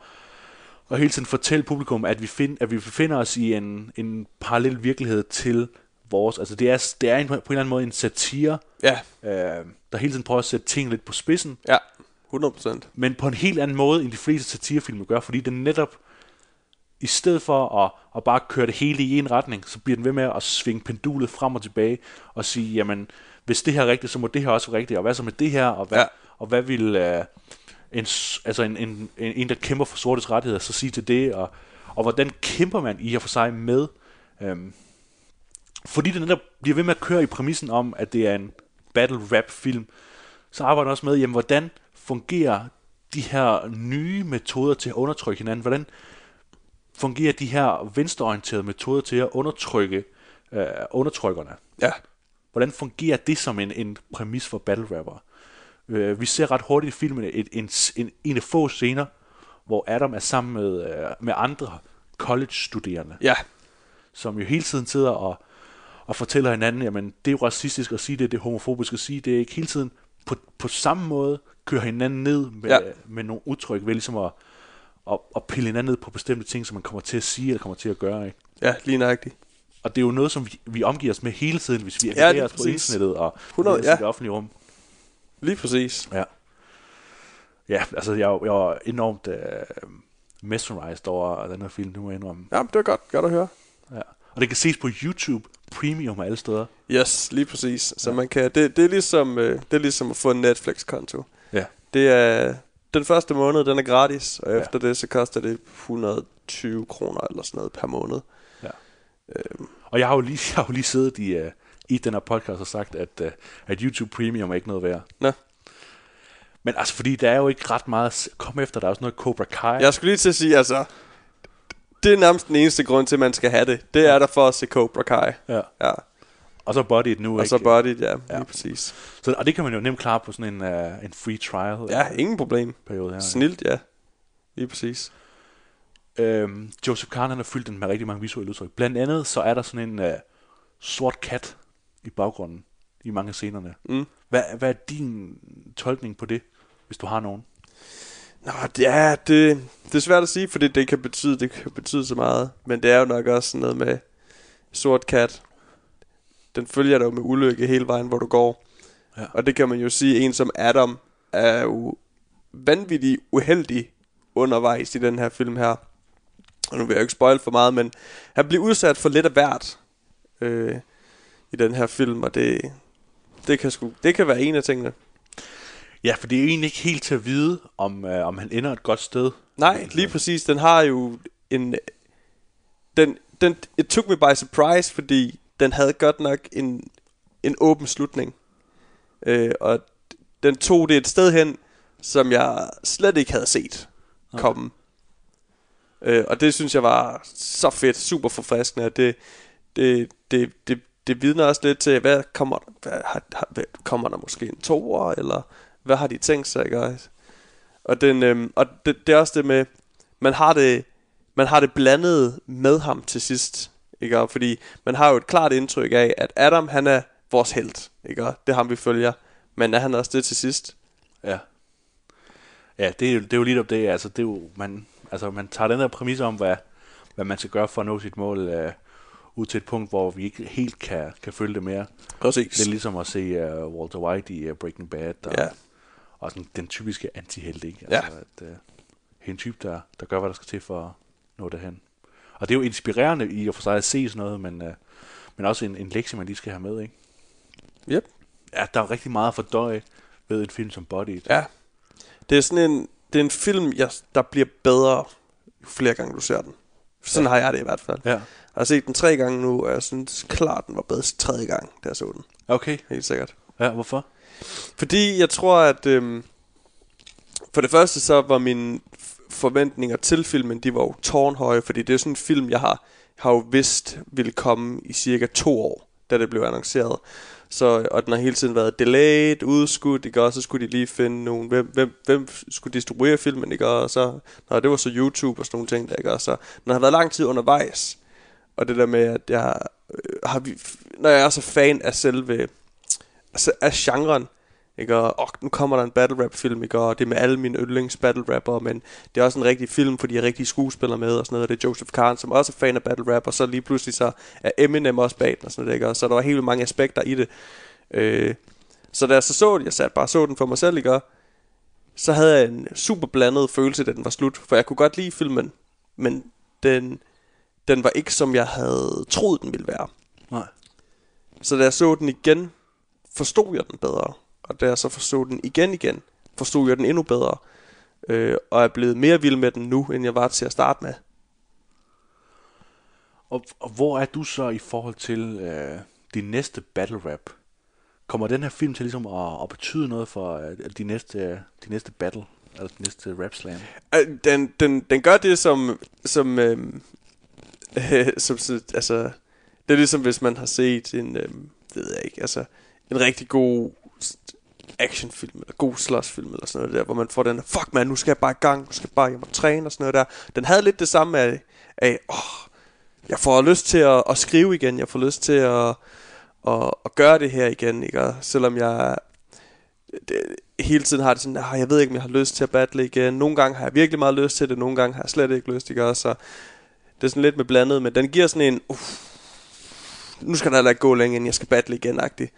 Speaker 3: at hele tiden fortælle publikum, at vi, find, at vi befinder os i en, en parallel virkelighed til vores. Altså det er, det er en, på en eller anden måde en satire,
Speaker 4: ja
Speaker 3: øh, der hele tiden prøver at sætte ting lidt på spidsen,
Speaker 4: ja 100%
Speaker 3: men på en helt anden måde, end de fleste satirefilm gør, fordi den netop, i stedet for at, at bare køre det hele i en retning, så bliver den ved med at svinge pendulet frem og tilbage, og sige, jamen, hvis det her er rigtigt, så må det her også være rigtigt, og hvad så med det her, og hvad,
Speaker 4: Ja.
Speaker 3: ja. og hvad vil øh, en, s- altså en, en, en, en, der kæmper for sortes rettigheder, så sige til det, og, og hvordan kæmper man i og for sig med, øhm, fordi den netop bliver ved med at køre i præmissen om, at det er en battle rap film, så arbejder den også med, jamen, hvordan fungerer de her nye metoder til at undertrykke hinanden? Hvordan fungerer de her venstreorienterede metoder til at undertrykke øh, undertrykkerne?
Speaker 4: ja
Speaker 3: Hvordan fungerer det som en, en præmis for battle rapper? Øh, vi ser ret hurtigt i filmen et, en, en, en af få scener, hvor Adam er sammen med, øh, med andre college-studerende,
Speaker 4: Ja,
Speaker 3: som jo hele tiden sidder og, og fortæller hinanden, jamen det er jo racistisk at sige det, det er homofobisk at sige det, ikke hele tiden på, på samme måde kører hinanden ned med,
Speaker 4: Ja.
Speaker 3: ja. med nogle udtryk ved ligesom at, at, at pille hinanden ned på bestemte ting, som man kommer til at sige eller kommer til at gøre. Ikke?
Speaker 4: ja lige nøjagtigt.
Speaker 3: Og det er jo noget, som vi, vi omgiver os med hele tiden, hvis vi
Speaker 4: det er
Speaker 3: agerer ja, os på
Speaker 4: præcis.
Speaker 3: internettet og
Speaker 4: 100,
Speaker 3: 100, ja. i
Speaker 4: ja.
Speaker 3: det offentlige rum.
Speaker 4: Lige præcis.
Speaker 3: Ja. Ja, altså jeg, jeg var enormt øh, mesmerized over den her film, nu må jeg indrømme.
Speaker 4: Jamen, det var godt, godt at høre.
Speaker 3: Ja. Og det kan ses på YouTube Premium og alle steder.
Speaker 4: Yes, lige præcis. Så man kan, det, det, er ligesom, øh, det er ligesom at få en Netflix-konto.
Speaker 3: Ja.
Speaker 4: Det er, den første måned, den er gratis, og efter det, så koster det 120 kroner eller sådan noget per måned.
Speaker 3: ja. Øhm. Og jeg har jo lige, jeg har jo lige siddet i, øh, i den her podcast og sagt, at, øh, at YouTube Premium er ikke noget værd.
Speaker 4: Nå,
Speaker 3: Men altså, fordi der er jo ikke ret meget... at se- Kom efter, der er også noget Cobra Kai.
Speaker 4: jeg skulle lige til at sige, altså, det er nærmest den eneste grund til, at man skal have det. Det er der for at se Cobra Kai.
Speaker 3: Ja.
Speaker 4: ja.
Speaker 3: Og så Body It nu,
Speaker 4: Og så
Speaker 3: ikke?
Speaker 4: Body, ja, ja, lige præcis.
Speaker 3: Så, og det kan man jo nemt klare på sådan en, uh, en free trial.
Speaker 4: Ja, ingen problem.
Speaker 3: Periode her, ja.
Speaker 4: Snilt, ja. Lige præcis.
Speaker 3: Øhm, Joseph Kahn han har fyldt den med rigtig mange visuelle udtryk. Blandt andet så er der sådan en øh, sort kat i baggrunden i mange af scenerne. Mm. Hvad, hvad er din tolkning på det, hvis du har nogen?
Speaker 4: Nå, ja, det, det er svært at sige, fordi det kan betyde, det kan betyde så meget. Men det er jo nok også sådan noget med sort kat. Den følger dig jo med ulykke hele vejen, hvor du går.
Speaker 3: Ja.
Speaker 4: Og det kan man jo sige, en som Adam er jo vanvittigt uheldig undervejs i den her film her. Og nu vil jeg jo ikke spoil for meget, men han bliver udsat for lidt af hvert øh, i den her film, og det, det, kan sgu, det kan være en af tingene.
Speaker 3: Ja, for det er jo egentlig ikke helt til at vide, om, øh, om han ender et godt sted.
Speaker 4: Nej,
Speaker 3: Altså.
Speaker 4: lige præcis. Den har jo en... Den, den, it took me by surprise, fordi den havde godt nok en, en åben slutning. Øh, og den tog det et sted hen, som jeg slet ikke havde set komme. Øh, og det synes jeg var så fedt, super forfriskende, og det, det, det, det, det vidner også lidt til, hvad kommer der, hvad, har, har, hvad, kommer der måske en toer, eller hvad har de tænkt sig at gøre? Og, den, øhm, og det, det er også det med, man har det, man har det blandet med ham til sidst, ikke? Og Fordi man har jo et klart indtryk af, at Adam han er vores held, ikke? Og Det er ham vi følger, men er han også det til sidst?
Speaker 3: Ja. Ja, det er, jo- det er jo lige op det. Altså, det er jo, man, altså, man tager den der præmis om, hvad, hvad man skal gøre for at nå sit mål øh, ud til et punkt, hvor vi ikke helt kan, kan følge det mere.
Speaker 4: Præcis.
Speaker 3: Det er ligesom at se uh, Walter White i uh, Breaking Bad. Og,
Speaker 4: Ja.
Speaker 3: og sådan den typiske antihelt, ikke?
Speaker 4: Ja.
Speaker 3: at, uh, en type, der, der gør, hvad der skal til for at nå derhen. Og det er jo inspirerende i og for sig at se sådan noget, men, uh, men også en, en lektie, man lige skal have med, ikke?
Speaker 4: Yep.
Speaker 3: Ja, der er rigtig meget at fordøje ved en film som Body. It.
Speaker 4: Ja. Det er sådan en, det er en film, jeg, der bliver bedre, jo flere gange du ser den. Sådan ja. har jeg det i hvert fald.
Speaker 3: Ja.
Speaker 4: Jeg har set den tre gange nu, og jeg synes klart, den var bedst tredje gang, da jeg så den.
Speaker 3: Okay.
Speaker 4: Helt sikkert.
Speaker 3: Ja, hvorfor?
Speaker 4: Fordi jeg tror, at øhm, for det første så var mine f- forventninger til filmen, de var jo tårnhøje, fordi det er sådan en film, jeg har, har jo vidst ville komme i cirka to år, da det blev annonceret. Så, og den har hele tiden været delayed, udskudt, ikke? og så skulle de lige finde nogen, hvem, hvem, hvem skulle distribuere filmen, ikke? og så, nå, det var så YouTube og sådan nogle ting, der, ikke? Og så den har været lang tid undervejs, og det der med, at jeg øh, har, vi- når jeg er så fan af selve altså, af genren. Ikke? Og, og nu kommer der en battle rap film, ikke? og det er med alle mine yndlings battle rapper, men det er også en rigtig film, fordi jeg er rigtig skuespiller med, og sådan noget, og det er Joseph Kahn, som også er fan af battle rap, og så lige pludselig så er Eminem også bag den, og sådan noget, ikke? Og så der var helt vildt mange aspekter i det. Øh, så da jeg så så det, jeg satte bare så den for mig selv, ikke? Og så havde jeg en super blandet følelse, da den var slut, for jeg kunne godt lide filmen, men den, den var ikke, som jeg havde troet, den ville være.
Speaker 3: Nej.
Speaker 4: Så da jeg så den igen, forstod jeg den bedre. Og da jeg så forstod den igen igen, forstod jeg den endnu bedre. Øh, og er blevet mere vild med den nu, end jeg var til at starte med.
Speaker 3: Og, og hvor er du så i forhold til øh, din næste battle rap? Kommer den her film til ligesom at, at betyde noget for øh, din næste, din næste battle? Eller din næste rap slam?
Speaker 4: Øh, Den, den, den gør det, som... som, øh, øh, som sådan- altså, øhm, det er ligesom, hvis man har set en... Øh, det ved jeg ikke, altså... En rigtig god actionfilm eller god slåsfilm eller sådan noget der, hvor man får den, fuck man, nu skal jeg bare i gang, nu skal jeg bare hjem og træne og sådan noget der. Den havde lidt det samme af, af åh, jeg får lyst til at, at skrive igen, jeg får lyst til at, at, at gøre det her igen, ikke? Og selvom jeg det, hele tiden har det sådan, ah, jeg ved ikke, om jeg har lyst til at battle igen. Nogle gange har jeg virkelig meget lyst til det, nogle gange har jeg slet ikke lyst, ikke? Og Så det er sådan lidt med blandet, men den giver sådan en, uff, nu skal der heller ikke gå længere, end jeg skal battle igen, agtig.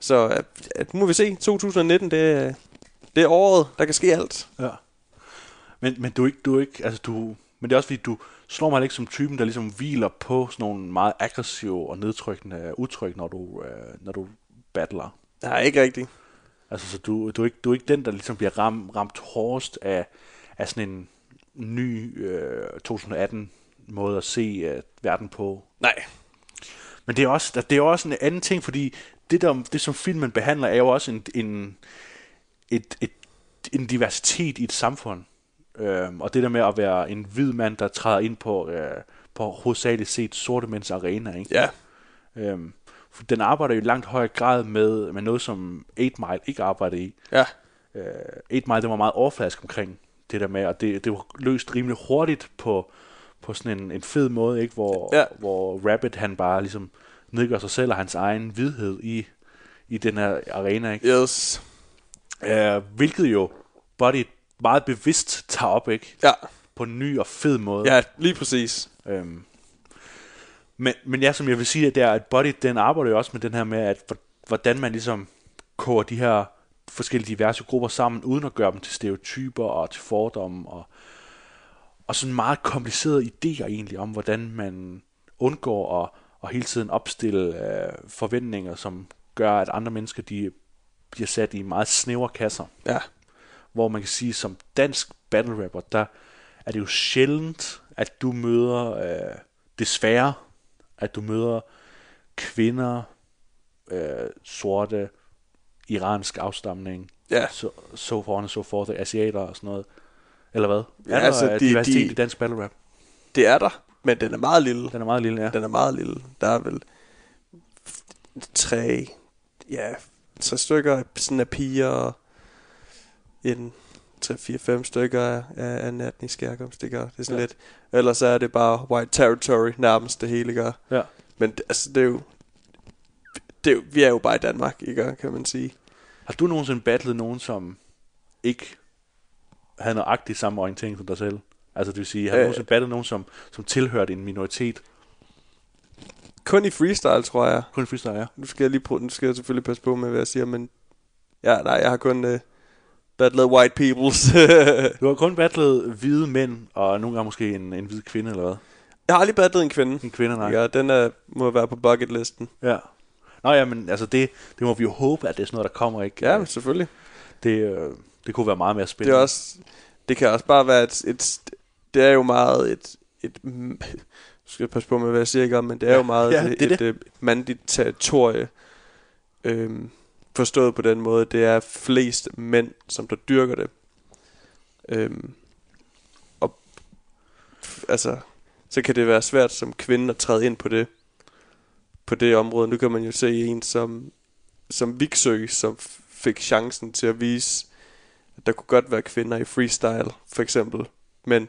Speaker 4: Så øh, øh, nu må vi se, 2019, det, er- det er året, der kan ske alt.
Speaker 3: Ja. Men, men du er ikke, du er ikke, altså du, men det er også fordi, du slår mig heller ikke som typen, der ligesom hviler på sådan nogle meget aggressive og nedtrykkende udtryk, når du, øh, når du battler.
Speaker 4: Nej, ikke rigtigt.
Speaker 3: Altså, så du, du, er ikke, du er ikke den, der ligesom bliver ram, ramt hårdest af, af sådan en ny øh, 2018 måde at se øh, verden på.
Speaker 4: Nej.
Speaker 3: Men det er, også, det er jo også en anden ting, fordi det, der, det som filmen behandler, er jo også en, en, et, et, en diversitet i et samfund. Øhm, og det der med at være en hvid mand, der træder ind på, øh, på hovedsageligt set sorte mænds arena. Ikke?
Speaker 4: Ja.
Speaker 3: Øhm, for den arbejder jo i langt højere grad med, med noget, som 8 Mile ikke arbejder i.
Speaker 4: Ja.
Speaker 3: Øh, 8 Mile, det var meget overfladisk omkring det der med, og det, det var løst rimelig hurtigt på, på sådan en, en fed måde, ikke? Hvor,
Speaker 4: Ja.
Speaker 3: hvor Rabbit han bare ligesom nedgør sig selv og hans egen hvidhed i, i den her arena, ikke?
Speaker 4: Yes.
Speaker 3: Ja. Øh, hvilket jo Buddy meget bevidst tager op, ikke?
Speaker 4: Ja.
Speaker 3: På en ny og fed måde.
Speaker 4: Ja, lige præcis.
Speaker 3: Øhm. Men, men ja, som jeg vil sige, det er, at Body, den arbejder jo også med den her med, at hvor- hvordan man ligesom koger de her forskellige diverse grupper sammen, uden at gøre dem til stereotyper og til fordomme, og, og sådan meget komplicerede idéer egentlig om, hvordan man undgår at, at hele tiden opstille øh, forventninger, som gør, at andre mennesker de bliver sat i meget snævre kasser
Speaker 4: Ja.
Speaker 3: hvor man kan sige, som dansk battle rapper, der er det jo sjældent, at du møder, øh, desværre, at du møder kvinder, øh, sorte, iransk afstamning,
Speaker 4: Ja.
Speaker 3: så, så foran og så forth, asiater og sådan noget. Eller hvad?
Speaker 4: Ja,
Speaker 3: er der
Speaker 4: altså,
Speaker 3: øh,
Speaker 4: de-
Speaker 3: diversitet
Speaker 4: de-
Speaker 3: i dansk battle rap?
Speaker 4: Det er der, men den er meget lille.
Speaker 3: Den er meget lille, ja.
Speaker 4: Den er meget lille. Der er vel tre, ja, tre stykker sådan af piger og en 3-4-5 stykker af, af anden etnisk herkomst, ikke? Og Det er sådan
Speaker 3: Ja.
Speaker 4: ja. lidt. Ellers er det bare white territory nærmest det hele, ikke?
Speaker 3: ja.
Speaker 4: Men det, altså, det er jo... Det er jo, vi er jo bare i Danmark, ikke? Kan man sige.
Speaker 3: Har du nogensinde battlet nogen, som ikke havde nøjagtigt samme orientering som dig selv? Altså det vil sige, har du
Speaker 4: Øh.
Speaker 3: nogensinde battlet nogen, som, som tilhørte en minoritet?
Speaker 4: Kun i freestyle, tror jeg.
Speaker 3: Kun freestyle, ja.
Speaker 4: Nu skal jeg lige prøve, nu skal jeg selvfølgelig passe på med, hvad jeg siger, men... Ja, nej, jeg har kun uh, battlet white peoples.
Speaker 3: Du har kun battlet hvide mænd, og nogle gange måske en, en hvid kvinde, eller hvad?
Speaker 4: jeg har aldrig battlet en kvinde.
Speaker 3: En kvinde, nej.
Speaker 4: Ja, den er, må være på bucketlisten.
Speaker 3: Ja. Nå ja, men altså det, det må vi jo håbe, at det er sådan noget, der kommer, ikke? Øh,
Speaker 4: Ja, selvfølgelig.
Speaker 3: Det, øh, det kunne være meget mere
Speaker 4: Det, er
Speaker 3: spændende.
Speaker 4: også, det kan også bare være et, et... Det er jo meget et... et nu skal jeg passe på med, hvad jeg siger, ikke? men det er jo meget
Speaker 3: ja,
Speaker 4: et,
Speaker 3: det er
Speaker 4: et, øh, mandligt territorie. Øhm, forstået på den måde, det er flest mænd, som der dyrker det. Øhm, og altså, så kan det være svært som kvinde at træde ind på det på det område. Nu kan man jo se en som som Viksø, som f- fik chancen til at vise, at der kunne godt være kvinder i freestyle, for eksempel. Men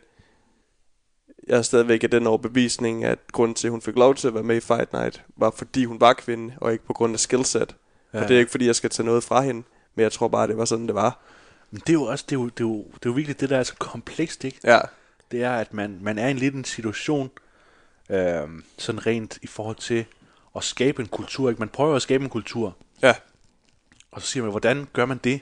Speaker 4: jeg er stadigvæk af den overbevisning, at grunden til, at hun fik lov til at være med i Fight Night, var fordi hun var kvinde, og ikke på grund af skillset. Ja.
Speaker 3: Ja.
Speaker 4: Og det er ikke fordi, jeg skal tage noget fra hende, men jeg tror bare, det var sådan, det var.
Speaker 3: Men det er jo også, det er jo, det er jo, det er jo virkelig det, der er så komplekst, ikke?
Speaker 4: Ja,
Speaker 3: det er, at man, man er i en lidt en situation, øh, sådan rent i forhold til at skabe en kultur. Ikke? Man prøver at skabe en kultur,
Speaker 4: ja,
Speaker 3: og så siger man, hvordan gør man det?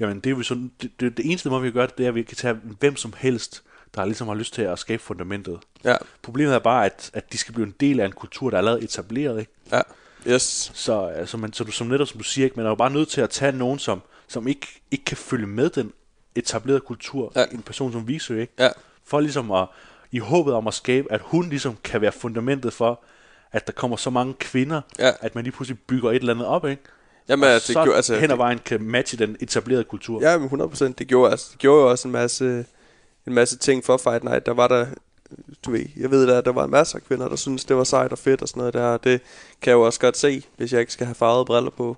Speaker 3: Jamen, det, er jo sådan, det, det, det eneste måde, vi kan gøre det, det er, at vi kan tage hvem som helst, der ligesom har lyst til at skabe fundamentet.
Speaker 4: ja,
Speaker 3: Problemet er bare, at, at de skal blive en del af en kultur, der er allerede etableret. Ikke?
Speaker 4: ja. Yes.
Speaker 3: Så, altså, man, så du, som netop som du siger, ikke, man er jo bare nødt til at tage nogen, som, som ikke, ikke kan følge med den etablerede kultur.
Speaker 4: Ja.
Speaker 3: En person som Viso, ikke?
Speaker 4: Ja.
Speaker 3: For ligesom at, i håbet om at skabe, at hun ligesom kan være fundamentet for, at der kommer så mange kvinder,
Speaker 4: Ja.
Speaker 3: at man lige pludselig bygger et eller andet op, ikke?
Speaker 4: Jamen,
Speaker 3: og
Speaker 4: altså, det
Speaker 3: så
Speaker 4: gjorde- altså,
Speaker 3: hen ad
Speaker 4: det-
Speaker 3: vejen kan matche den etablerede kultur.
Speaker 4: Ja, men 100%. Det gjorde, altså, det gjorde jo også en masse, en masse ting for Fight Night. Der var der, du ved, jeg ved da, at der var en masse kvinder, der synes det var sejt og fedt og sådan noget der. og Det kan jeg jo også godt se, hvis jeg ikke skal have farvede briller på.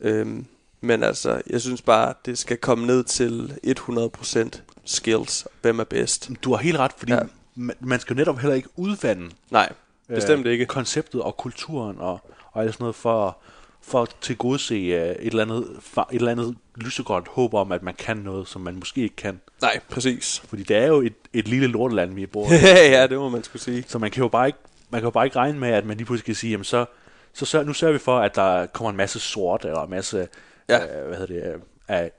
Speaker 4: Øhm, Men altså, jeg synes bare, det skal komme ned til 100% skills. Hvem er bedst?
Speaker 3: Du har helt ret, fordi ja.
Speaker 4: Ja.
Speaker 3: man, man skal jo netop heller ikke udvande
Speaker 4: Nej, bestemt
Speaker 3: øh,
Speaker 4: ikke.
Speaker 3: konceptet og kulturen og, og alt sådan noget for, for at tilgodese øh, et eller andet, fa- et eller andet lysegrønt håb om, at man kan noget, som man måske ikke kan.
Speaker 4: Nej, præcis.
Speaker 3: Fordi det er jo et, et lille lorteland, vi bor i.
Speaker 4: ja, ja, det må man skulle sige.
Speaker 3: Så man kan jo bare ikke, man kan jo bare ikke regne med, at man lige pludselig kan sige, jamen så, så sørger, nu sørger vi for, at der kommer en masse sort, eller en masse,
Speaker 4: Ja.
Speaker 3: øh, hvad hedder det, øh, af,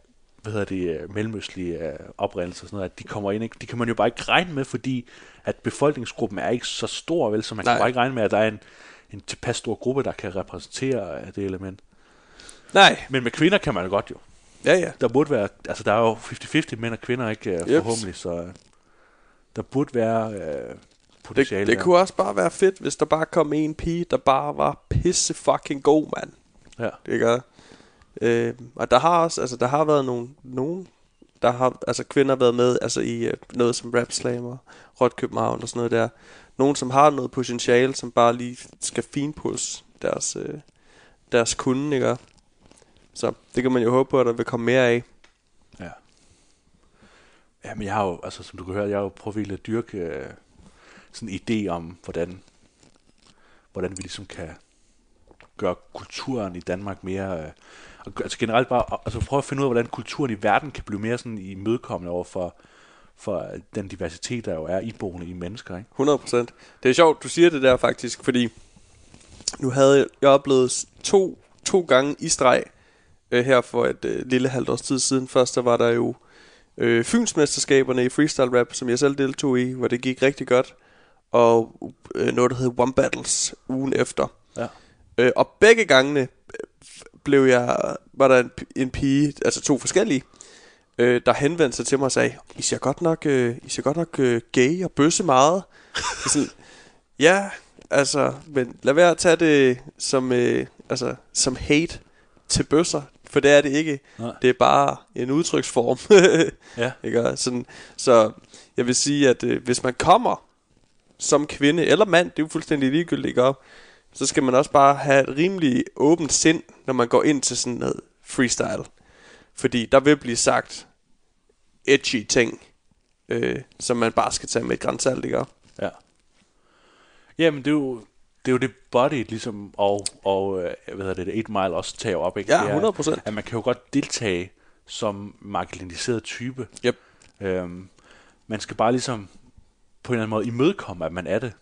Speaker 3: hvad hedder det, øh, mellemøstlige øh, oprindelser og sådan noget, at de kommer ind, ikke? de kan man jo bare ikke regne med, fordi at befolkningsgruppen er ikke så stor, vel, så man Nej.
Speaker 4: Nej.
Speaker 3: kan bare ikke regne med, at der er en, en tilpas stor gruppe, der kan repræsentere øh, det element.
Speaker 4: Nej,
Speaker 3: Men med kvinder kan man jo godt jo.
Speaker 4: ja, ja.
Speaker 3: Der burde være, altså der er jo 50-50 mænd og kvinder, ikke, øh, forhåbentlig, så øh, der burde være øh,
Speaker 4: Det,
Speaker 3: potentiale.
Speaker 4: det
Speaker 3: der.
Speaker 4: kunne også bare være fedt, hvis der bare kom en pige, der bare var pisse fucking god, mand.
Speaker 3: ja.
Speaker 4: Det gør øh, Og der har også, altså der har været nogen, nogen der har, altså kvinder været med, altså i øh, noget som Rap Slammer, Rot København og sådan noget der. Nogen, som har noget potentiale, som bare lige skal finpulse deres, øh, deres kunde, ikke? Så det kan man jo håbe på, at der vil komme mere af.
Speaker 3: Ja. Ja, men jeg har jo, altså som du kan høre, jeg har jo prøvet virkelig at dyrke øh, sådan en idé om, hvordan, hvordan vi ligesom kan gøre kulturen i Danmark mere, øh, og gø- altså generelt bare, altså prøve at finde ud af, hvordan kulturen i verden kan blive mere sådan imødekommende over for, for den diversitet, der jo er iboende i mennesker, ikke?
Speaker 4: 100%. Det er sjovt, du siger det der faktisk, fordi nu havde jeg, jeg oplevet s- to, to gange i streg øh, her for et øh, lille halvt års tid siden. Først der var der jo øh, Fynsmesterskaberne i freestyle rap, som jeg selv deltog i, hvor det gik rigtig godt. Og øh, noget, der hed One Battles ugen efter.
Speaker 3: Ja.
Speaker 4: Øh, og begge gangene øh, blev jeg, var der en, p- en pige, altså to forskellige, øh, der henvendte sig til mig og sagde, I ser godt nok, øh, I ser godt nok øh, gay og bøsse meget. Jeg er sådan, ja, altså, men lad være at tage det som, øh, altså, som hate til bøsser, for det er det ikke.
Speaker 3: Nej.
Speaker 4: Det er bare en udtryksform.
Speaker 3: Ja.
Speaker 4: Ikke? Og Sådan, så jeg vil sige, at øh, hvis man kommer som kvinde eller mand, det er jo fuldstændig ligegyldigt, ikke? Og så skal man også bare have et rimelig åbent sind, når man går ind til sådan noget freestyle. Fordi der vil blive sagt edgy ting, øh, som man bare skal tage med et grænsalt, ikke? Og
Speaker 3: Ja. Jamen, det er jo det, er jo det body, ligesom, og, og øh, hvad hedder det, 8 Mile også tager op, ikke?
Speaker 4: Ja,
Speaker 3: Det er,
Speaker 4: 100%.
Speaker 3: At man kan jo godt deltage som marginaliseret type.
Speaker 4: Yep.
Speaker 3: Øhm, man skal bare ligesom på en eller anden måde imødekomme, at man er det.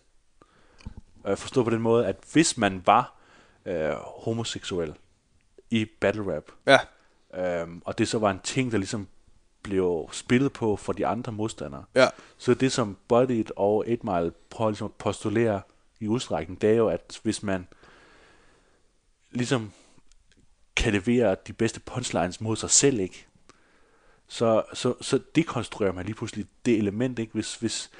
Speaker 3: Øh, forstå på den måde, at hvis man var øh, homoseksuel i battle rap,
Speaker 4: Ja,
Speaker 3: Øhm, og det så var en ting, der ligesom blev spillet på for de andre modstandere.
Speaker 4: Ja.
Speaker 3: Så det, som Body It og 8 Mile prøver ligesom at postulere i udstrækning, det er jo, at hvis man ligesom kan levere de bedste punchlines mod sig selv, ikke? Så, så, så dekonstruerer man lige pludselig det element, ikke? Hvis, hvis,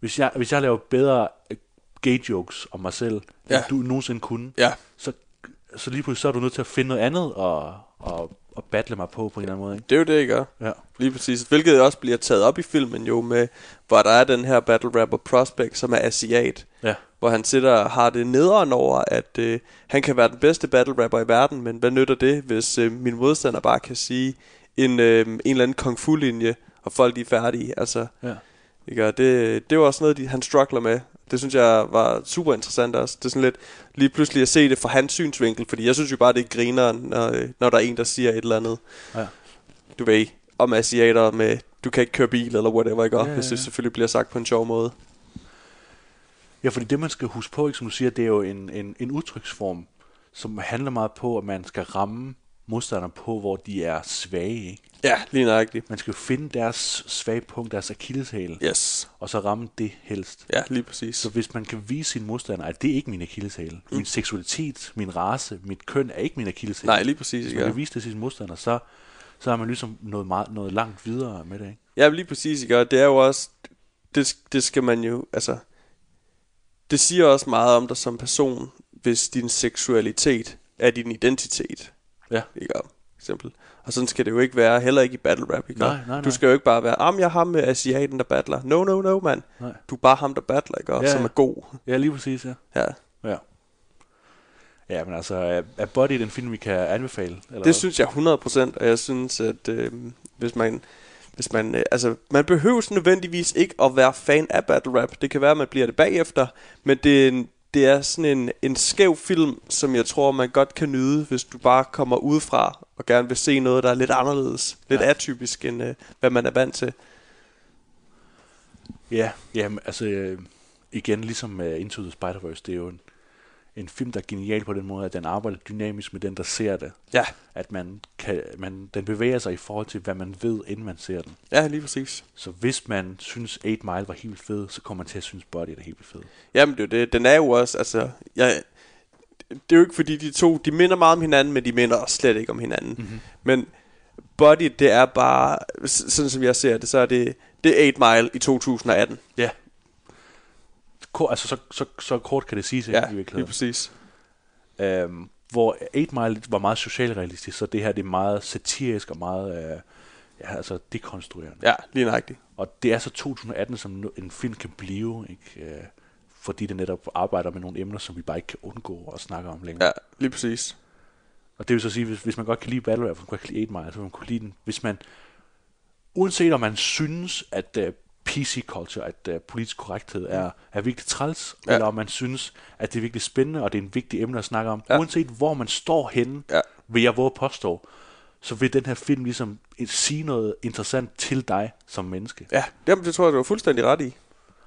Speaker 3: hvis, jeg, hvis jeg laver bedre øh, gay jokes om mig selv, ja.
Speaker 4: Ja.
Speaker 3: end du nogensinde kunne,
Speaker 4: Ja.
Speaker 3: så, så lige pludselig så er du nødt til at finde noget andet og, og, og battle mig på på en eller anden måde. Ikke?
Speaker 4: det er jo det, ikke? Og
Speaker 3: Ja.
Speaker 4: Lige præcis. Hvilket også bliver taget op i filmen jo med, hvor der er den her battle rapper Prospect, som er asiat.
Speaker 3: Ja.
Speaker 4: Hvor han sidder og har det nederen over, at øh, han kan være den bedste battle rapper i verden, men hvad nytter det, hvis øh, min modstander bare kan sige en, øh, en eller anden kung fu linje, og folk de er færdige. Altså,
Speaker 3: Ja.
Speaker 4: ikke? Og det, det var også noget, de, han struggler med. Det synes jeg var super interessant også. Det er sådan lidt lige pludselig at se det fra hans synsvinkel, fordi jeg synes jo bare, det er grineren, når, øh, når der er en, der siger et eller andet
Speaker 3: Ja.
Speaker 4: du ved, om asiater med, du kan ikke køre bil eller whatever, ikke? Ja,
Speaker 3: ja,
Speaker 4: hvis det
Speaker 3: ja.
Speaker 4: selvfølgelig bliver sagt på en sjov måde.
Speaker 3: ja, fordi det man skal huske på, ikke, som du siger, det er jo en, en, en udtryksform, som handler meget på, at man skal ramme modstanderne på, hvor de er svage. Ikke?
Speaker 4: Ja, lige nøjagtigt.
Speaker 3: Man skal jo finde deres svage punkt, deres akilleshæl,
Speaker 4: Yes.
Speaker 3: og så ramme det helst.
Speaker 4: Ja, lige præcis.
Speaker 3: Så hvis man kan vise sin modstander, at det er ikke min akilleshæl, mm. min seksualitet, min race, mit køn er ikke min akilleshæl.
Speaker 4: Nej, lige præcis.
Speaker 3: Hvis
Speaker 4: Ikke?
Speaker 3: man kan
Speaker 4: Ja.
Speaker 3: vise det til sin modstander, så, så har man ligesom noget, meget, noget langt videre med det. Ikke?
Speaker 4: ja, lige præcis. Ikke? Og det er jo også, det, det skal man jo, altså, det siger også meget om dig som person, hvis din seksualitet er din identitet.
Speaker 3: Ja.
Speaker 4: Ikke? For eksempel. Og sådan skal det jo ikke være, heller ikke i battle rap. Ikke?
Speaker 3: Nej, nej, nej.
Speaker 4: Du skal jo ikke bare være, om jeg er ham med asiaten, der battler. No, no, no, mand.
Speaker 3: Nej.
Speaker 4: Du er bare ham, der battler, ikke? Og
Speaker 3: Ja,
Speaker 4: som
Speaker 3: ja.
Speaker 4: er god.
Speaker 3: Ja, lige præcis, ja.
Speaker 4: Ja.
Speaker 3: ja. Ja, men altså, er- er Buddy den film, vi kan anbefale? Eller hvad?
Speaker 4: Det synes jeg 100%, og jeg synes, at øh, hvis man... Hvis man, øh, altså, man behøver sådan nødvendigvis ikke at være fan af battle rap. Det kan være, at man bliver det bagefter, men det er, en, det er sådan en, en skæv film, som jeg tror, man godt kan nyde, hvis du bare kommer udefra og gerne vil se noget, der er lidt anderledes. Lidt
Speaker 3: Ja.
Speaker 4: atypisk, end øh, hvad man er vant til.
Speaker 3: Ja, ja men altså, øh, igen, ligesom uh, Into the Spider-Verse, det er jo en, en film, der er genial på den måde, at den arbejder dynamisk med den, der ser det.
Speaker 4: Ja,
Speaker 3: At man kan, man, den bevæger sig i forhold til, hvad man ved, inden man ser den.
Speaker 4: ja lige præcis.
Speaker 3: Så hvis man synes 8 Mile var helt vildt fed, så kommer man til at synes Buddy er helt vildt fed.
Speaker 4: Jamen det er jo det. Den er jo også, altså... Jeg, det er jo ikke fordi de to, de minder meget om hinanden, men de minder også slet ikke om hinanden. Mm-hmm. Men Body, det er bare, s- sådan som jeg ser det, så er det, det er 8 Mile i 2018.
Speaker 3: Ja. Ko- altså, så, så, så kort kan det siges
Speaker 4: Ja,
Speaker 3: ja, i
Speaker 4: lige
Speaker 3: virkeligheden.
Speaker 4: præcis.
Speaker 3: Øhm, hvor 8 Mile var meget socialrealistisk, så det her det er meget satirisk og meget øh, ja, altså dekonstruerende.
Speaker 4: Ja, lige nøjagtigt.
Speaker 3: Og det er så 2018, som nu- en film kan blive, ikke? Øh, fordi det netop arbejder med nogle emner, som vi bare ikke kan undgå at snakke om længere.
Speaker 4: Ja, lige præcis.
Speaker 3: Og det vil så sige, hvis, hvis man godt kan lide Battle Rap, hvis man godt kan lide 8 Mile, så vil man kunne lide den. Hvis man, uanset om man synes, at uh, PC-culture, at uh, politisk korrekthed er, er virkelig træls,
Speaker 4: Ja.
Speaker 3: ja. eller om man synes, at det er virkelig spændende, og det er en vigtig emne at snakke om,
Speaker 4: Ja.
Speaker 3: ja. uanset hvor man står henne,
Speaker 4: Ja.
Speaker 3: vil jeg våge at påstå, så vil den her film ligesom eh, sige noget interessant til dig som menneske.
Speaker 4: Ja, jamen, det tror jeg, du var fuldstændig ret i.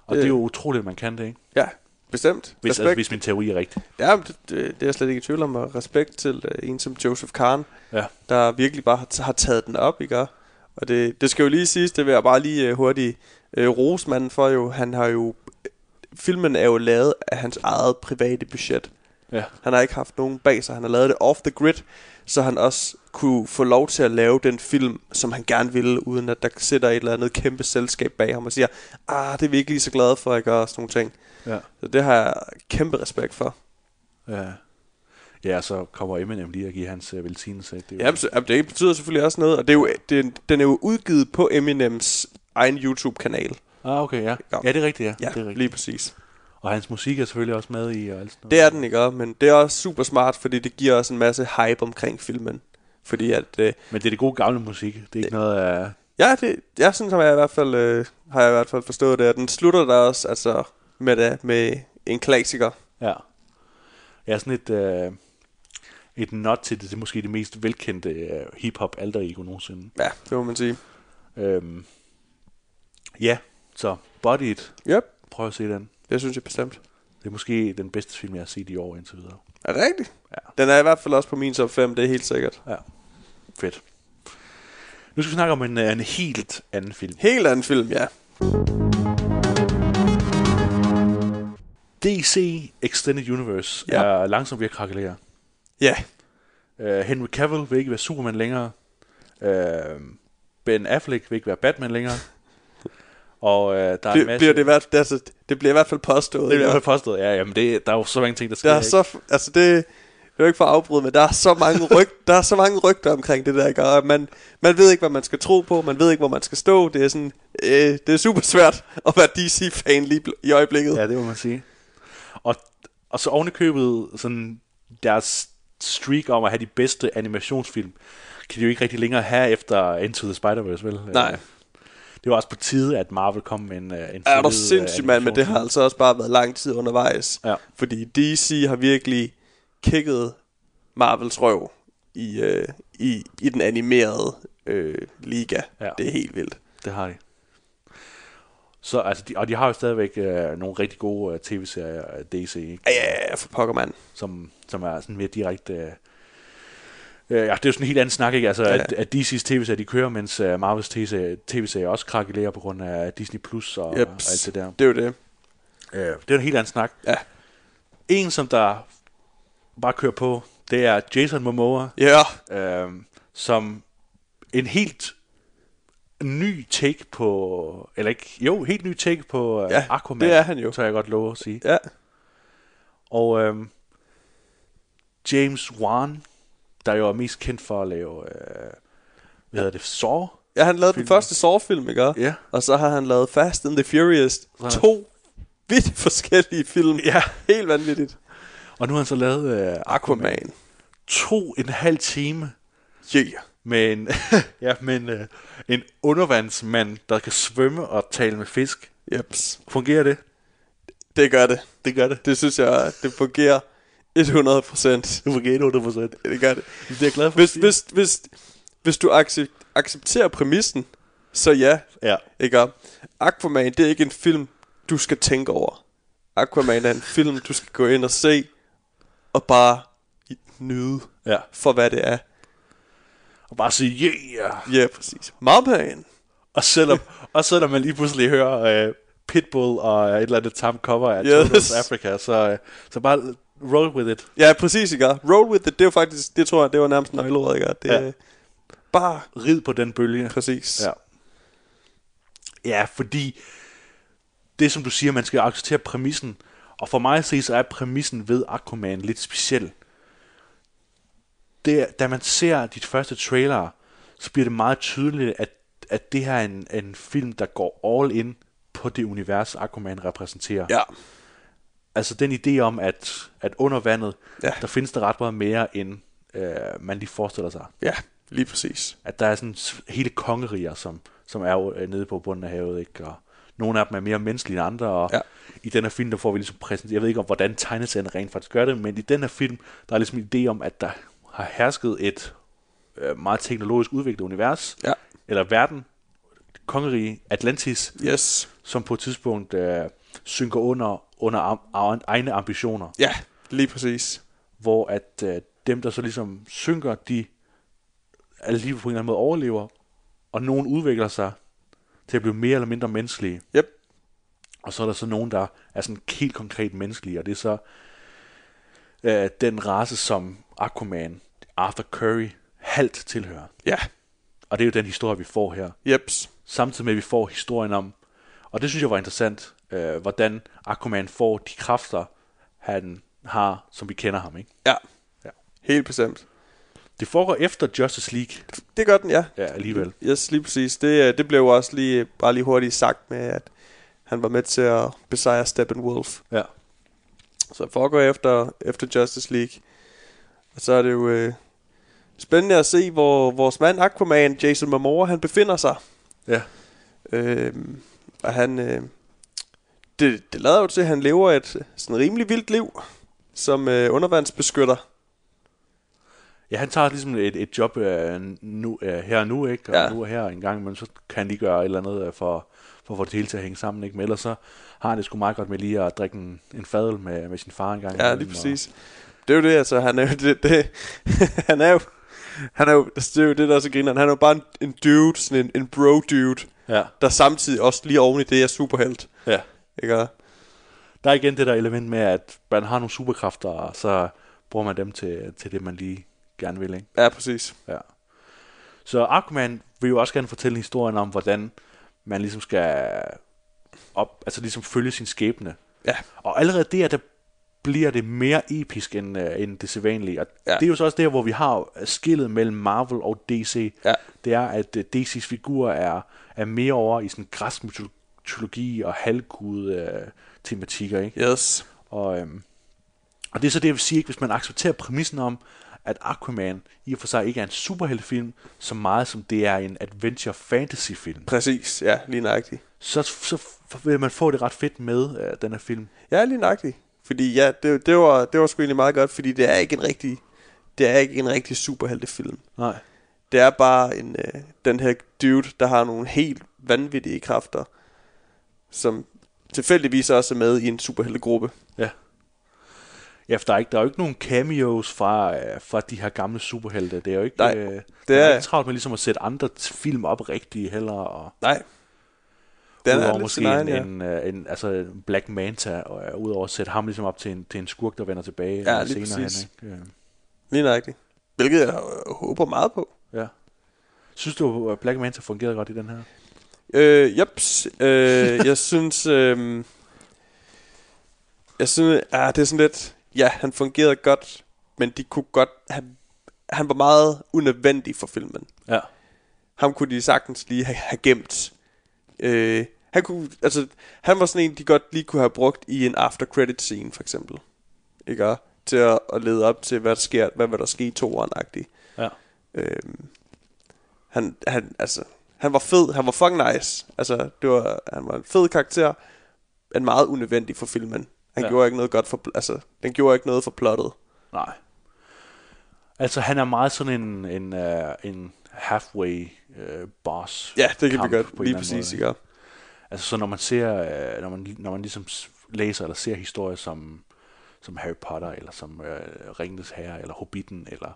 Speaker 3: Og det er jo utroligt, at man kan det, ikke?
Speaker 4: Ja, bestemt.
Speaker 3: Hvis,
Speaker 4: respekt.
Speaker 3: altså, hvis min teori er rigtig.
Speaker 4: Ja, men det, det, det er jeg slet ikke i tvivl om. Og respekt til øh, en som Joseph Kahn,
Speaker 3: Ja.
Speaker 4: der virkelig bare har, t- har taget den op, ikke? Og det, det skal jo lige siges, det vil jeg bare lige øh, hurtigt øh, rose manden for jo. Han har jo... øh, Filmen er jo lavet af hans eget private budget.
Speaker 3: Ja.
Speaker 4: Han har ikke haft nogen bag sig. Han har lavet det off the grid, så han også kunne få lov til at lave den film, som han gerne ville, uden at der sidder et eller andet kæmpe selskab bag ham og siger, ah, det er vi ikke lige så glade for, at gøre sådan nogle ting.
Speaker 3: Ja.
Speaker 4: Så det har jeg kæmpe respekt for.
Speaker 3: Ja. Ja, så kommer Eminem lige at give hans uh, velsignelse. Det er jo-
Speaker 4: Ja, men så- jamen, det betyder selvfølgelig også noget, og det er jo, det, er- den er jo udgivet på Eminems egen YouTube-kanal.
Speaker 3: Ah, okay, ja.
Speaker 4: Ja.
Speaker 3: Ja, det er rigtigt, ja.
Speaker 4: Ja,
Speaker 3: det er rigtigt.
Speaker 4: lige præcis.
Speaker 3: Og hans musik er selvfølgelig også med i og alt sådan noget.
Speaker 4: Det er den ikke, også, men det er også super smart, fordi det giver også en masse hype omkring filmen. Fordi at, øh,
Speaker 3: Men det er det gode gamle musik. Det er ikke noget øh, af...
Speaker 4: ja, det, jeg synes, har jeg i hvert fald, øh, har jeg i hvert fald forstået det, og den slutter der også, altså, med, det, med en klassiker.
Speaker 3: Ja. Ja, sådan et... Øh, et not til det, det er måske det mest velkendte øh, hip-hop alter ego nogensinde.
Speaker 4: Ja, det må man sige.
Speaker 3: Øhm, ja, så Body It.
Speaker 4: Yep,
Speaker 3: Prøv at se den.
Speaker 4: det synes jeg bestemt.
Speaker 3: Det er måske den bedste film, jeg har set i år indtil videre.
Speaker 4: Er det rigtigt?
Speaker 3: Ja.
Speaker 4: Den er i hvert fald også på min top 5, det er helt sikkert.
Speaker 3: Ja. Fedt. Nu skal vi snakke om en, øh, en helt anden film.
Speaker 4: Helt anden film, ja.
Speaker 3: DC Extended Universe
Speaker 4: Ja.
Speaker 3: ja. er langsomt ved at krakelere.
Speaker 4: Ja,
Speaker 3: Uh, Henry Cavill vil ikke være Superman længere. Uh, ben Affleck vil ikke være Batman længere. Og uh, der er en
Speaker 4: det,
Speaker 3: masse...
Speaker 4: bliver det, i hvert, det, er altså, det bliver i hvert fald påstået.
Speaker 3: det
Speaker 4: ikke
Speaker 3: bliver i
Speaker 4: også?
Speaker 3: hvert fald påstået. Ja, jamen det, der er jo så mange ting, der sker.
Speaker 4: Der er
Speaker 3: ikke?
Speaker 4: så, altså det, det er jo ikke for at afbryde, men der er så mange, ryg, der er så mange rygter omkring det der, ikke? Og man, man ved ikke, hvad man skal tro på, man ved ikke, hvor man skal stå. Det er sådan, øh, det er super svært at være DC-fan lige bl- i øjeblikket. Ja.
Speaker 3: Ja, det må man sige. Og, og så ovenikøbet sådan deres streak om at have de bedste animationsfilm, kan de jo ikke rigtig længere have efter Into the Spider-Verse, vel?
Speaker 4: Nej.
Speaker 3: Øh, Det var også på tide, at Marvel kom med en, øh, en
Speaker 4: Er du
Speaker 3: fed, øh,
Speaker 4: sindssygt, mand, men det har
Speaker 3: animationsfilm.
Speaker 4: altså også bare været lang tid undervejs.
Speaker 3: Ja.
Speaker 4: Fordi DC har virkelig kigget Marvels røv i, øh, i, i den animerede øh, liga.
Speaker 3: Ja.
Speaker 4: Det er helt vildt.
Speaker 3: Det har de. Så, altså, de, og de har jo stadigvæk øh, nogle rigtig gode øh, tv-serier af DC, ikke?
Speaker 4: Ja, Ja, ja, for pokker, mand.
Speaker 3: Som, som er sådan mere direkte... Øh, øh, ja, det er jo sådan en helt anden snak, ikke? Altså, ja. at, at DC's tv-serier, de kører, mens øh, Marvels tv-serier tv-serier også krakelerer på grund af Disney Plus og, og
Speaker 4: Jeps.
Speaker 3: alt det der.
Speaker 4: Det er jo det.
Speaker 3: Øh, det er en helt anden snak.
Speaker 4: Ja.
Speaker 3: En, som der bare kører på, det er Jason Momoa,
Speaker 4: Ja.
Speaker 3: øh, som en helt ny take på, eller ikke, jo, helt ny take på øh,
Speaker 4: Ja,
Speaker 3: Aquaman.
Speaker 4: det er han jo.
Speaker 3: Tør jeg godt love at sige.
Speaker 4: Ja.
Speaker 3: Og øh, James Wan, der jo er mest kendt for at lave, øh, hvad hedder det, Saw?
Speaker 4: Ja, han lavede den første Saw-film, ikke?
Speaker 3: Ja.
Speaker 4: Og så har han lavet Fast and the Furious.
Speaker 3: Sådan.
Speaker 4: To vidt forskellige film.
Speaker 3: Ja.
Speaker 4: Helt vanvittigt.
Speaker 3: Og nu har han så lavet øh,
Speaker 4: Aquaman.
Speaker 3: to en halv time
Speaker 4: Yeah.
Speaker 3: med en, ja, med en, øh, en undervandsmand, der kan svømme og tale med fisk.
Speaker 4: Jeps.
Speaker 3: Fungerer det?
Speaker 4: Det gør det.
Speaker 3: Det gør det.
Speaker 4: Det synes jeg, det fungerer 100%.
Speaker 3: Det fungerer 100
Speaker 4: Det gør det.
Speaker 3: Det er jeg glad for.
Speaker 4: Hvis,
Speaker 3: at sige.
Speaker 4: hvis, hvis, hvis du accep- accepterer præmissen, så ja.
Speaker 3: Ja.
Speaker 4: Ikke om? Aquaman, det er ikke en film, du skal tænke over. Aquaman er en film, du skal gå ind og se, og bare i- nyde
Speaker 3: Ja.
Speaker 4: for, hvad det er.
Speaker 3: Og bare sige, yeah!
Speaker 4: Ja, præcis. Marmagen.
Speaker 3: Og selvom, og selvom man lige pludselig hører øh, Pitbull og et eller andet tam cover af
Speaker 4: Yes.
Speaker 3: yes. Africa, så, øh, så bare roll with it.
Speaker 4: Ja, præcis, ikke? Roll with it, det er jo faktisk, det tror jeg, det var nærmest nøgleordet, ikke? Det,
Speaker 3: Ja.
Speaker 4: ja. Bare,
Speaker 3: Rid på den bølge.
Speaker 4: præcis.
Speaker 3: Ja. Ja, fordi det som du siger, man skal acceptere præmissen. Og for mig at se, så er præmissen ved Aquaman lidt speciel. Det, er- da man ser dit første trailer, så bliver det meget tydeligt, at, at det her er en, en film, der går all in på det univers, Aquaman repræsenterer.
Speaker 4: ja.
Speaker 3: Altså den idé om, at, at under vandet, ja.
Speaker 4: Ja.
Speaker 3: der findes der ret meget mere, end øh, man lige forestiller sig
Speaker 4: Ja, lige præcis.
Speaker 3: at der er sådan s- hele kongeriger, som, som er jo, øh, nede på bunden af havet, ikke? Og nogle af dem er mere menneskelige end andre, og ja.
Speaker 4: Ja.
Speaker 3: i den her film, der får vi ligesom præsenteret, jeg ved ikke om, hvordan tegneserien rent faktisk gør det, men i den her film, der er ligesom en idé om, at der har hersket et øh, meget teknologisk udviklet univers,
Speaker 4: Ja.
Speaker 3: eller verden, kongerige Atlantis,
Speaker 4: Yes.
Speaker 3: som på et tidspunkt øh, synker under, under am, am, egne ambitioner
Speaker 4: Ja, lige præcis.
Speaker 3: hvor at øh, dem, der så ligesom synker, de alligevel på en eller anden måde overlever, og nogen udvikler sig til at blive mere eller mindre menneskelige.
Speaker 4: Yep.
Speaker 3: Og så er der så nogen, der er sådan helt konkret menneskelige, og det er så øh, den race, som Aquaman, Arthur Curry, halvt tilhører.
Speaker 4: Ja.
Speaker 3: Og det er jo den historie, vi får her.
Speaker 4: Jeps.
Speaker 3: Samtidig med, at vi får historien om, og det synes jeg var interessant, øh, hvordan Aquaman får de kræfter, han har, som vi kender ham. Ikke?
Speaker 4: Ja.
Speaker 3: Ja.
Speaker 4: Helt bestemt.
Speaker 3: Det foregår efter Justice League,
Speaker 4: Det gør den, ja.
Speaker 3: Ja, alligevel.
Speaker 4: Yes, lige præcis. Det, øh, det blev jo også lige, bare lige hurtigt sagt med, at han var med til at besejre Steppenwolf.
Speaker 3: Ja.
Speaker 4: Så det foregår efter, efter Justice League. Og så er det jo øh, spændende at se, hvor vores mand Aquaman, Jason Momoa, han befinder sig.
Speaker 3: Ja.
Speaker 4: Øh, og han... Øh, det, det lader jo til, at han lever et sådan rimelig vildt liv som øh, undervandsbeskytter.
Speaker 3: Ja, han tager ligesom et, et job øh, nu, øh, her og nu, ikke? Og ja.
Speaker 4: Ja.
Speaker 3: nu og her en gang, men så kan han lige gøre et eller andet øh, for, for at få det hele til at hænge sammen, ikke? Men ellers så har han det sgu meget godt med lige at drikke en, en fadel med, med sin far en gang.
Speaker 4: Ja,
Speaker 3: imellem,
Speaker 4: lige
Speaker 3: og-
Speaker 4: præcis. Det er jo det, altså. Han er jo det, det han er jo, han er jo, altså, det er jo det, der er så griner. Han er jo bare en, en dude, sådan en, en bro-dude,
Speaker 3: Ja.
Speaker 4: der samtidig også lige oven i det er superhelt.
Speaker 3: ja.
Speaker 4: Ikke? Og-
Speaker 3: Der er igen det der element med, at man har nogle superkræfter, og så bruger man dem til, til det, man lige gerne vil, ikke?
Speaker 4: Ja, præcis.
Speaker 3: Ja. Så Aquaman vil jo også gerne fortælle historien om, hvordan man ligesom skal op, altså ligesom følge sin skæbne.
Speaker 4: Ja.
Speaker 3: Og allerede der, der bliver det mere episk end, øh, end det sædvanlige. Og ja.
Speaker 4: Ja.
Speaker 3: det er jo så også der, hvor vi har skillet mellem Marvel og DC.
Speaker 4: Ja.
Speaker 3: Det er, at øh, DC's figurer er, er mere over i sådan græsk mytologi og halvgud øh, tematikker, ikke?
Speaker 4: Yes.
Speaker 3: Og, øhm, og det er så det, jeg vil sige, ikke? hvis man accepterer præmissen om, at Aquaman i og for sig ikke er en superheltefilm, så meget som det er en adventure fantasy film,
Speaker 4: Præcis, ja, lige nøjagtigt.
Speaker 3: så, så f- vil man få det ret fedt med øh, den her film.
Speaker 4: Ja, lige nøjagtigt. Fordi ja, det, det, var, det var sgu egentlig meget godt, fordi det er ikke en rigtig, det er ikke en rigtig superheltefilm.
Speaker 3: Nej.
Speaker 4: Det er bare en, øh, den her dude, der har nogle helt vanvittige kræfter, som tilfældigvis også er med i en superheltegruppe.
Speaker 3: Ja. Ja, for der er, ikke, der er jo ikke nogen cameos fra, øh, fra de her gamle superhelte. Det er jo ikke,
Speaker 4: Nej,
Speaker 3: øh, det
Speaker 4: det
Speaker 3: er...
Speaker 4: er-
Speaker 3: ikke travlt med ligesom at sætte andre t- film op rigtige heller. Og
Speaker 4: Nej. Den
Speaker 3: udover
Speaker 4: er lidt
Speaker 3: måske
Speaker 4: sin egen, ja.
Speaker 3: en, en, øh, en, altså Black Manta, og øh, udover at sætte ham ligesom op til en, til en skurk, der vender tilbage øh,
Speaker 4: lige præcis.
Speaker 3: Hen, ikke? Øh,
Speaker 4: Lige nøjagtigt. Hvilket jeg øh, håber meget på.
Speaker 3: Ja. Synes du, at Black Manta fungerede godt i den her?
Speaker 4: Øh, jeps. Øh, jeg synes... Øh, jeg synes... Ah, det er sådan lidt... Ja, han fungerede godt, men de kunne godt... Han, han var meget unødvendig for filmen.
Speaker 3: Ja.
Speaker 4: Ham kunne de sagtens lige have, have gemt. Øh, han, kunne, altså, han var sådan en, de godt lige kunne have brugt i en after credit scene, for eksempel. Ikke? også? til at, at lede op til, hvad der sker, hvad vil der ske i toeren -agtigt.
Speaker 3: Ja.
Speaker 4: Øhm, han, han, altså, han var fed, han var fucking nice. Altså, det var, han var en fed karakter, men meget unødvendig for filmen. Han
Speaker 3: Ja.
Speaker 4: ja. gjorde ikke noget godt for, pl- altså, den gjorde ikke noget for plottet.
Speaker 3: Nej. Altså, han er meget sådan en, en, uh, en halfway uh, boss.
Speaker 4: Ja, det kan
Speaker 3: kamp
Speaker 4: vi godt,
Speaker 3: på en eller
Speaker 4: lige
Speaker 3: anden
Speaker 4: præcis,
Speaker 3: måde,
Speaker 4: ikke?
Speaker 3: Altså så når man ser, øh, når man, når man ligesom s- læser eller ser historier som, som Harry Potter, eller som øh, Ringens Herre, eller Hobbiten, eller,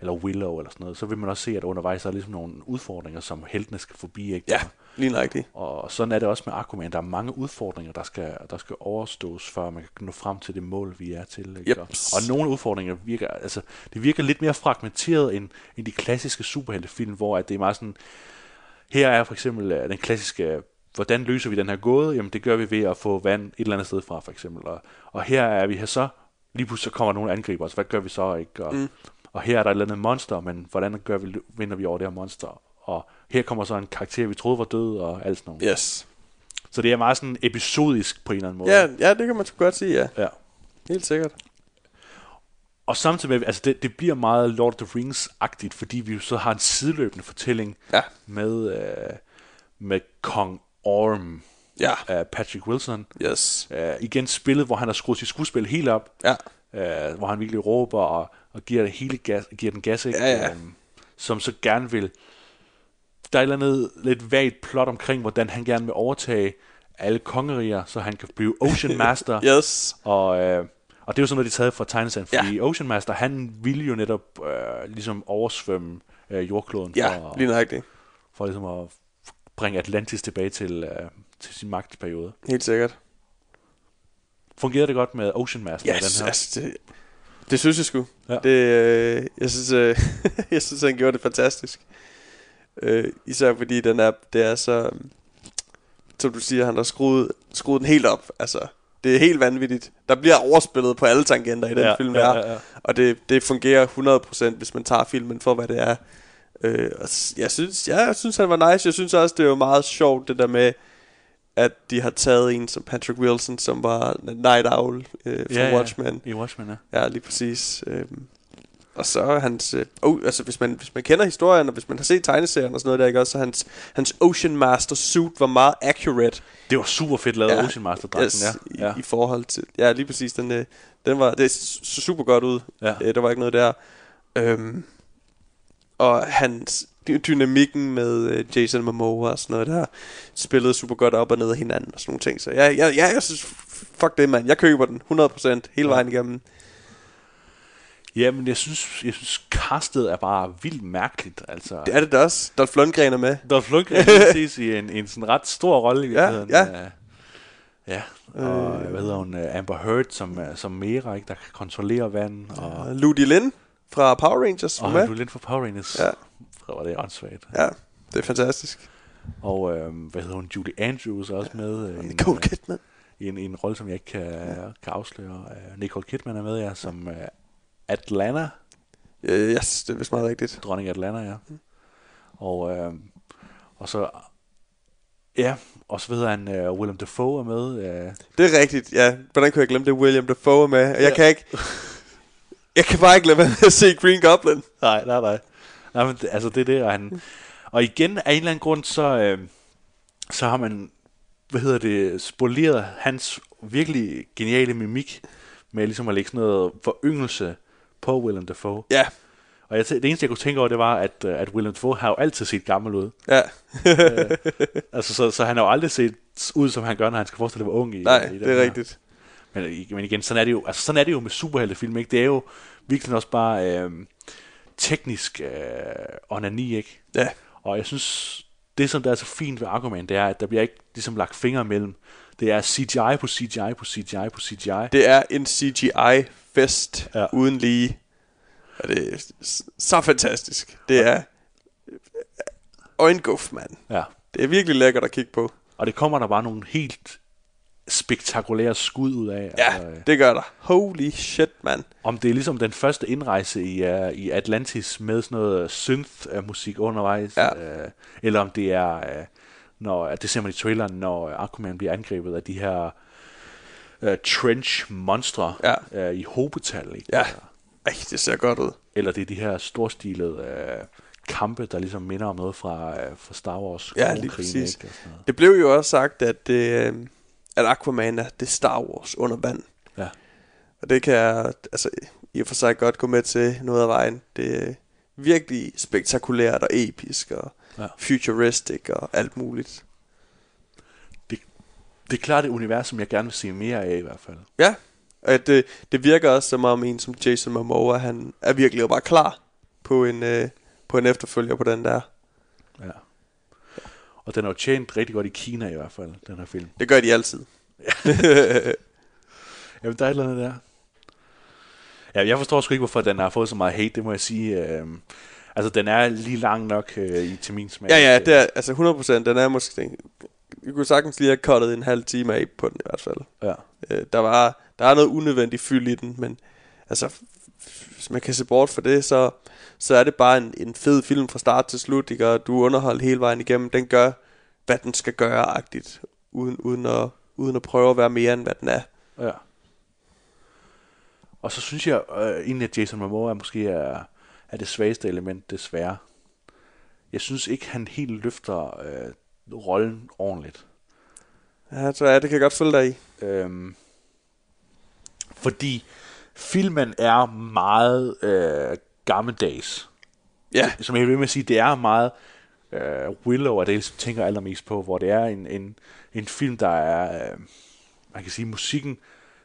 Speaker 3: eller Willow, eller sådan noget, så vil man også se, at undervejs der er ligesom nogle udfordringer, som heltene skal forbi. Ikke?
Speaker 4: Ja, lige nøjagtigt.
Speaker 3: Og sådan er det også med Aquaman. Der er mange udfordringer, der skal, der skal overstås, før man kan nå frem til det mål, vi er til. Ikke?
Speaker 4: Yep.
Speaker 3: Og, og nogle udfordringer virker, altså, det virker lidt mere fragmenteret end, end de klassiske superheltefilm, hvor at det er meget sådan, her er for eksempel øh, den klassiske, øh, hvordan løser vi den her gåde? Jamen det gør vi ved at få vand et eller andet sted fra, for eksempel. Og, og her er vi her så, lige pludselig så kommer nogle angriber os, hvad gør vi så ikke? Og, mm. og her er der et eller andet monster, men hvordan gør vi, vinder vi over det her monster? Og her kommer så en karakter, vi troede var død, og alt sådan noget.
Speaker 4: Yes.
Speaker 3: Så det er meget sådan episodisk på en eller anden måde.
Speaker 4: Ja, ja, det kan man sgu godt sige, ja.
Speaker 3: ja.
Speaker 4: Helt sikkert.
Speaker 3: Og samtidig med, altså det, det bliver meget Lord of the Rings-agtigt, fordi vi jo så har en sideløbende fortælling
Speaker 4: Ja.
Speaker 3: med, øh, med Kong Orm
Speaker 4: Ja.
Speaker 3: af Patrick Wilson.
Speaker 4: Yes.
Speaker 3: Øh, igen spillet, hvor han har skruet sit skuespil helt op.
Speaker 4: Ja.
Speaker 3: Øh, hvor han virkelig råber og, og giver, det hele gas, giver den gas, ikke?
Speaker 4: Ja, ja.
Speaker 3: Øhm, som så gerne vil... Der er et eller andet lidt vagt plot omkring, hvordan han gerne vil overtage alle kongeriger, så han kan blive Ocean Master.
Speaker 4: Yes.
Speaker 3: Og, øh, og det er jo sådan noget, de er taget fra tegneserien, fordi ja. Ocean Master, han ville jo netop øh, ligesom oversvømme øh, jordkloden
Speaker 4: Ja,
Speaker 3: for,
Speaker 4: lige nøjagtigt.
Speaker 3: for ligesom at bringe Atlantis tilbage til, øh, til sin magtperiode.
Speaker 4: Helt sikkert.
Speaker 3: Fungerede det godt med Ocean Master i
Speaker 4: Yes,
Speaker 3: den her?
Speaker 4: altså, det, det synes jeg sgu.
Speaker 3: Ja.
Speaker 4: Ja. Det, øh, jeg, synes, øh, jeg synes, han gjorde det fantastisk. Øh, især fordi den er, det er så, øhm, som du siger, han har skruet, skruet den helt op. Altså, det er helt vanvittigt. Der bliver overspillet på alle tangenter i den
Speaker 3: Ja,
Speaker 4: film
Speaker 3: ja,
Speaker 4: her.
Speaker 3: ja, ja.
Speaker 4: Og det, det fungerer 100%, hvis man tager filmen for, hvad det er. Øh, og s- jeg, synes, ja, jeg synes, han var nice. Jeg synes også, det er jo meget sjovt, det der med, at de har taget en som Patrick Wilson, som var Night Owl øh, fra ja, Watchmen.
Speaker 3: I Watchmen, ja.
Speaker 4: Ja, lige præcis. Øhm. Og så er hans... Øh, oh, altså, hvis man, hvis man kender historien, og hvis man har set tegneserien og sådan noget der, ikke? også, så hans, hans Ocean Master suit var meget accurate.
Speaker 3: Det var super fedt lavet, ja. Ocean Master-dragten, yes.
Speaker 4: i,
Speaker 3: ja. ja.
Speaker 4: I forhold til... Ja, lige præcis. Den, øh, den var... Det så super godt ud.
Speaker 3: Ja.
Speaker 4: Øh, der var ikke noget der. Øhm, og hans dy- dynamikken med øh, Jason Momoa og sådan noget der, spillede super godt op og ned af hinanden og sådan nogle ting. Så jeg, jeg, jeg, jeg synes, fuck det, mand. Jeg køber den 100% hele vejen igennem.
Speaker 3: Jamen, jeg synes, jeg synes, castet er bare vildt mærkeligt, altså.
Speaker 4: Det er det da også. Dolph Lundgren er med.
Speaker 3: Dolph Lundgren kan ses i en, en sådan ret stor rolle i virkeligheden.
Speaker 4: ja.
Speaker 3: Øh, Ja, og øh. hvad hedder hun? øh, Amber Heard som, øh, som Mera, ikke, der kan kontrollere vand. Og,
Speaker 4: Og Ludi Lin fra Power Rangers
Speaker 3: og
Speaker 4: er
Speaker 3: han
Speaker 4: med.
Speaker 3: blev lidt for Power Rangers.
Speaker 4: Ja.
Speaker 3: Hvor var det åndssvagt.
Speaker 4: Ja, det er fantastisk.
Speaker 3: Og øh, hvad hedder hun? Julie Andrews er også med. øh, i en,
Speaker 4: Nicole
Speaker 3: øh,
Speaker 4: Kidman.
Speaker 3: i en, i en rolle, som jeg ikke kan, kan afsløre. Øh, Nicole Kidman er med, ja, som øh, Atlanta.
Speaker 4: Øh, yes, det er vist meget rigtigt.
Speaker 3: Dronning Atlanta, ja. Og, øh, og så... Ja, og så ved han, øh, Willem Dafoe er med. Øh,
Speaker 4: Det er rigtigt, ja. Hvordan kunne jeg glemme det? William Dafoe er med. Og Jeg kan ikke... Jeg kan bare ikke lade være med at se Green Goblin.
Speaker 3: Nej, nej, nej. Nej, men det- altså det er det, og han... Og igen, af en eller anden grund, så, øh, så har man, hvad hedder det, spoleret hans virkelig geniale mimik med ligesom at lægge sådan noget foryngelse på Willem Dafoe.
Speaker 4: Ja,
Speaker 3: Og jeg, tæ- det eneste, jeg kunne tænke over, det var, at, øh, at Willem Dafoe har jo altid set gammel ud.
Speaker 4: ja.
Speaker 3: Altså, så, så han har jo aldrig set ud, som han gør, når han skal forestille at være ung i
Speaker 4: Nej,
Speaker 3: i den
Speaker 4: det er
Speaker 3: her.
Speaker 4: rigtigt.
Speaker 3: Men, i- men igen, sådan er det jo, altså, sådan er det jo med superheltefilm, ikke? Det er jo virkelig også bare øh, teknisk øh, onani, ikke?
Speaker 4: Ja.
Speaker 3: Og jeg synes, det som der er så fint ved Aquaman, det er, at der bliver ikke ligesom lagt fingre imellem. Det er CGI på CGI på CGI på CGI. Det,
Speaker 4: Det er en CGI-fest
Speaker 3: Ja.
Speaker 4: ja. uden lige. Og det er s- så fantastisk. Det er... Øjenguff, mand.
Speaker 3: ja.
Speaker 4: Det er virkelig lækkert at kigge på.
Speaker 3: Og det kommer der bare nogle helt spektakulære skud ud af. altså,
Speaker 4: Ja,
Speaker 3: øh,
Speaker 4: det gør der. Holy shit, mand.
Speaker 3: om det er ligesom den første indrejse i, uh, i Atlantis med sådan noget øh, synth-musik undervejs,
Speaker 4: Ja.
Speaker 3: uh, eller om det øh, er, uh, når, det ser man i traileren, når Aquaman bliver angrebet af de her øh, trench monstre
Speaker 4: Ja.
Speaker 3: øh, i hobetal. Ikke?
Speaker 4: Ja. Ej, det ser godt ud.
Speaker 3: Eller det er de her storstilede øh, kampe, der ligesom minder om noget fra, øh, fra Star Wars.
Speaker 4: Ja,
Speaker 3: Klonkrigen,
Speaker 4: lige præcis.
Speaker 3: Ikke? Og sådan noget.
Speaker 4: Det blev jo også sagt, at, øh, at Aquaman er det Star Wars under vand.
Speaker 3: Ja.
Speaker 4: Og det kan jeg altså, i og for sig godt gå med til noget af vejen. Det er virkelig spektakulært og episk og
Speaker 3: Ja.
Speaker 4: ja. futuristic og alt muligt.
Speaker 3: Det, det er klart et univers, som jeg gerne vil se mere af i hvert fald.
Speaker 4: Ja, og det, det virker også som om en som Jason Momoa, han er virkelig bare klar på en, øh, på en efterfølger på den der.
Speaker 3: Ja. Og den har jo tjent rigtig godt i Kina i hvert fald, den her film.
Speaker 4: Det gør de altid.
Speaker 3: Jamen, der er et eller andet der. Ja, jeg forstår sgu ikke, hvorfor den har fået så meget hate, det må jeg sige. Øhm, altså, den er lige lang nok øh, i, til min smag.
Speaker 4: Ja, ja, det er, altså 100%, den er måske... Den, jeg kunne sagtens lige have cuttet en halv time af på den i hvert fald.
Speaker 3: Ja.
Speaker 4: Øh, der, var, der er noget unødvendigt fyld i den, men altså, hvis man kan se bort fra det, så, så er det bare en, en fed film fra start til slut, ikke? og du er underholdt hele vejen igennem. Den gør, hvad den skal gøre-agtigt, uden, uden, at, uden at prøve at være mere end hvad den er.
Speaker 3: ja. Og så synes jeg øh, egentlig, at Jason Momoa måske er, er det svageste element, desværre. Jeg synes ikke, han helt løfter øh, rollen ordentligt.
Speaker 4: Ja, så ja, det kan jeg godt følge dig i.
Speaker 3: Øhm, fordi filmen er meget øh, gammeldags.
Speaker 4: Ja,
Speaker 3: som jeg vil med at sige, det er meget øh, Willow, og det er som tænker allermest på, hvor det er en, en, en film, der er, øh, man kan sige, musikken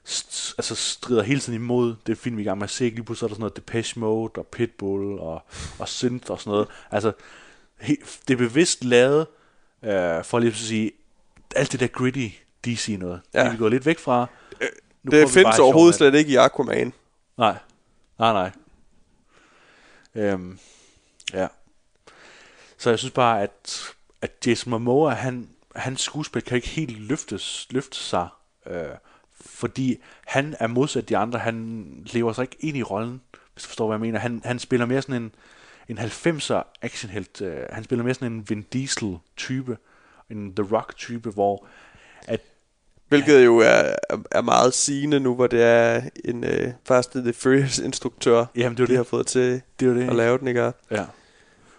Speaker 3: st- altså strider hele tiden imod det film, vi er i gang med at se. Ikke? Lige pludselig er der sådan noget Depeche Mode og Pitbull og, og Synth og sådan noget. Altså, he, det er bevidst lavet, øh, for lige at sige, alt det der gritty DC noget. Ja. Det er
Speaker 4: Ja. Øh,
Speaker 3: vi gået lidt væk fra. Nu prøver vi bare
Speaker 4: det
Speaker 3: at
Speaker 4: findes
Speaker 3: have sjov med
Speaker 4: overhovedet
Speaker 3: det.
Speaker 4: slet ikke i Aquaman.
Speaker 3: Nej. Nej, nej. Øhm, ja. Så jeg synes bare, at, at Jason Momoa, han, hans skuespil kan ikke helt løftes, løfte sig, øh, fordi han er modsat de andre. Han lever sig ikke ind i rollen, hvis du forstår, hvad jeg mener. Han, han spiller mere sådan en, en 90'er actionhelt. Øh, han spiller mere sådan en Vin Diesel-type, en The Rock-type, hvor at
Speaker 4: Hvilket jo er, er- er meget sigende nu, hvor det er en øh, Fast and the Furious instruktør,
Speaker 3: Jamen, det er jo
Speaker 4: de
Speaker 3: det.
Speaker 4: har fået til
Speaker 3: Det er jo det,
Speaker 4: at
Speaker 3: ikke?
Speaker 4: lave den, ikke?
Speaker 3: Ja.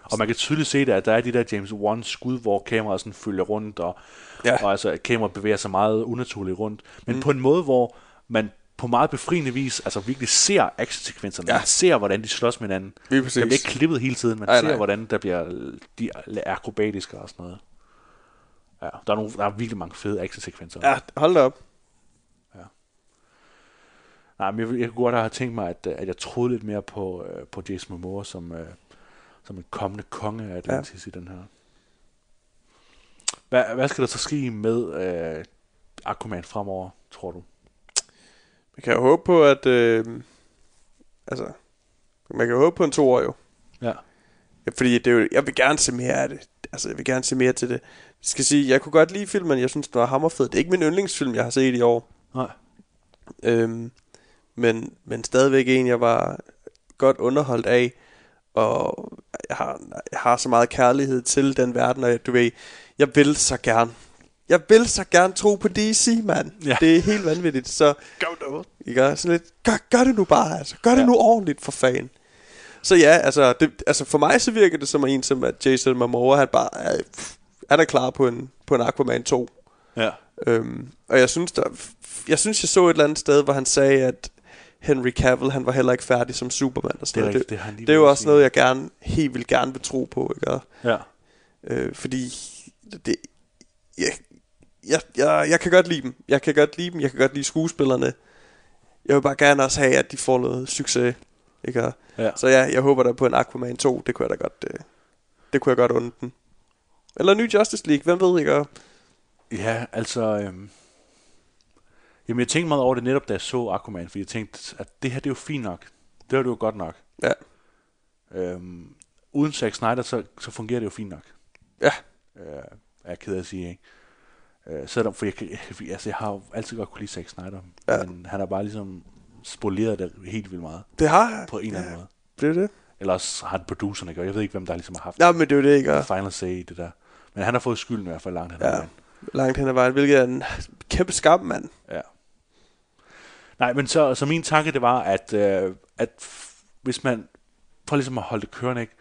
Speaker 3: Og man kan tydeligt se det, at der er de der James Wan skud, hvor kameraet sådan følger rundt, og,
Speaker 4: Ja.
Speaker 3: og altså, at kameraet bevæger sig meget unaturligt rundt. Men mm. på en måde, hvor man på meget befriende vis, altså virkelig ser actionsekvenserne,
Speaker 4: Ja.
Speaker 3: ja. ser hvordan de slås med hinanden.
Speaker 4: Lige præcis.
Speaker 3: Der bliver ikke klippet hele tiden, man
Speaker 4: Nej,
Speaker 3: Ej, ser
Speaker 4: nej.
Speaker 3: hvordan der bliver de akrobatiske og sådan noget. Ja, der er, nogle, der er virkelig mange fede actionsekvenser.
Speaker 4: Ja, hold da op.
Speaker 3: Nej, men jeg, vil- jeg kunne godt have tænkt mig, at, øh, at jeg troede lidt mere på, øh, på Jason Momoa som, øh, som en kommende konge af Atlantis ja. i den her. Hvad, hvad skal der så ske med øh, Aquaman fremover, tror du?
Speaker 4: Man kan jo håbe på, at... Øh, altså, man kan jo håbe på en to år jo.
Speaker 3: Ja.
Speaker 4: Ja, fordi det er jo, jeg vil gerne se mere af det. Altså, jeg vil gerne se mere til det. Jeg skal sige, jeg kunne godt lide filmen, jeg synes, den var hammerfed. Det er ikke min yndlingsfilm, jeg har set i år.
Speaker 3: Nej.
Speaker 4: Øhm, men, men stadigvæk en, jeg var godt underholdt af. Og jeg har, jeg har så meget kærlighed til den verden, og jeg- du ved, jeg vil så gerne. Jeg vil så gerne tro på DC, mand.
Speaker 3: Ja.
Speaker 4: Det er helt vanvittigt. Så I gør sådan lidt, gør, gør det nu bare, altså. Gør det
Speaker 3: Ja.
Speaker 4: nu ordentligt for fanden. Så ja, altså, det, altså for mig så virker det som en, som at Jason Momoa, han bare er, pff, han er klar på en, på en Aquaman 2.
Speaker 3: Ja.
Speaker 4: Øhm, og jeg synes, der, jeg synes, jeg så et eller andet sted, hvor han sagde, at Henry Cavill, han var heller ikke færdig som Superman og sådan
Speaker 3: Det er
Speaker 4: noget.
Speaker 3: rigtigt, det har han lige
Speaker 4: det er jo
Speaker 3: været
Speaker 4: også
Speaker 3: sige.
Speaker 4: noget, jeg gerne, helt vil gerne vil tro på, ikke? Og,
Speaker 3: Ja.
Speaker 4: øh, fordi det, jeg, jeg, jeg, jeg kan godt lide dem. Jeg kan godt lide dem. Jeg kan godt lide skuespillerne. Jeg vil bare gerne også have, at de får noget succes. Ikke? Og-
Speaker 3: Ja.
Speaker 4: Så ja, jeg håber der på en Aquaman 2. Det kunne jeg da godt, øh, det kunne jeg godt unde den. Eller ny Justice League. Hvem ved, ikke? Og-
Speaker 3: Ja, altså... Øhm, jamen, jeg tænkte meget over det netop, da jeg så Aquaman, fordi jeg tænkte, at det her, det er jo fint nok. Det her, det er jo godt nok.
Speaker 4: Ja.
Speaker 3: Øhm, uden Zack Snyder, så, så fungerer det jo fint nok.
Speaker 4: Ja.
Speaker 3: øh, er jeg ked af at sige, ikke? Øh, selvom, for jeg, kan- fordi, altså, jeg har jo altid godt kunne lide Zack Snyder, ja.
Speaker 4: Ja.
Speaker 3: men han har bare ligesom spoleret det helt vildt meget,
Speaker 4: Det har jeg.
Speaker 3: på en eller anden måde.
Speaker 4: Det er det.
Speaker 3: Ellers har han producerne gjort, jeg ved ikke, hvem der ligesom har haft
Speaker 4: Nej, men det er jo det, ikke? Og-
Speaker 3: final say i det der. Men han har fået skylden i hvert fald langt hen ad
Speaker 4: Ja.
Speaker 3: vejen.
Speaker 4: Langt hen ad vejen, hvilket er en kæmpe skam, mand.
Speaker 3: Ja. Nej, men så, så min tanke det var, at, øh, at f- hvis man, for ligesom at holde det kørende, ikke,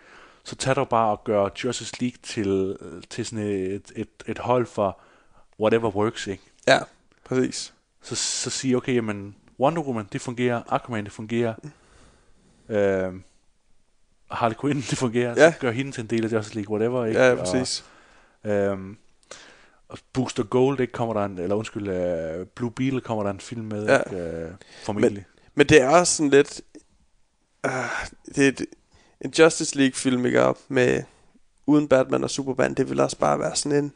Speaker 3: så tag dog bare og gør Justice League til, øh, til sådan et, et, et hold for whatever works, ikke?
Speaker 4: Ja, præcis.
Speaker 3: Så, så sige, okay, jamen, Wonder Woman, det fungerer, Aquaman, det fungerer, øh, Harley Quinn, det fungerer,
Speaker 4: Ja.
Speaker 3: så gør hende til en del af Justice League, whatever, ikke?
Speaker 4: Ja,
Speaker 3: Og-
Speaker 4: præcis.
Speaker 3: Øhm, og Booster Gold, ikke, kommer der en, eller undskyld, øh, Blue Beetle kommer der en film med,
Speaker 4: Ja.
Speaker 3: ja. ikke, øh, formentlig.
Speaker 4: Men det er også sådan lidt... Uh, det er et, en Justice League-film, ikke op med... Uden Batman og Superman, det ville også bare være sådan en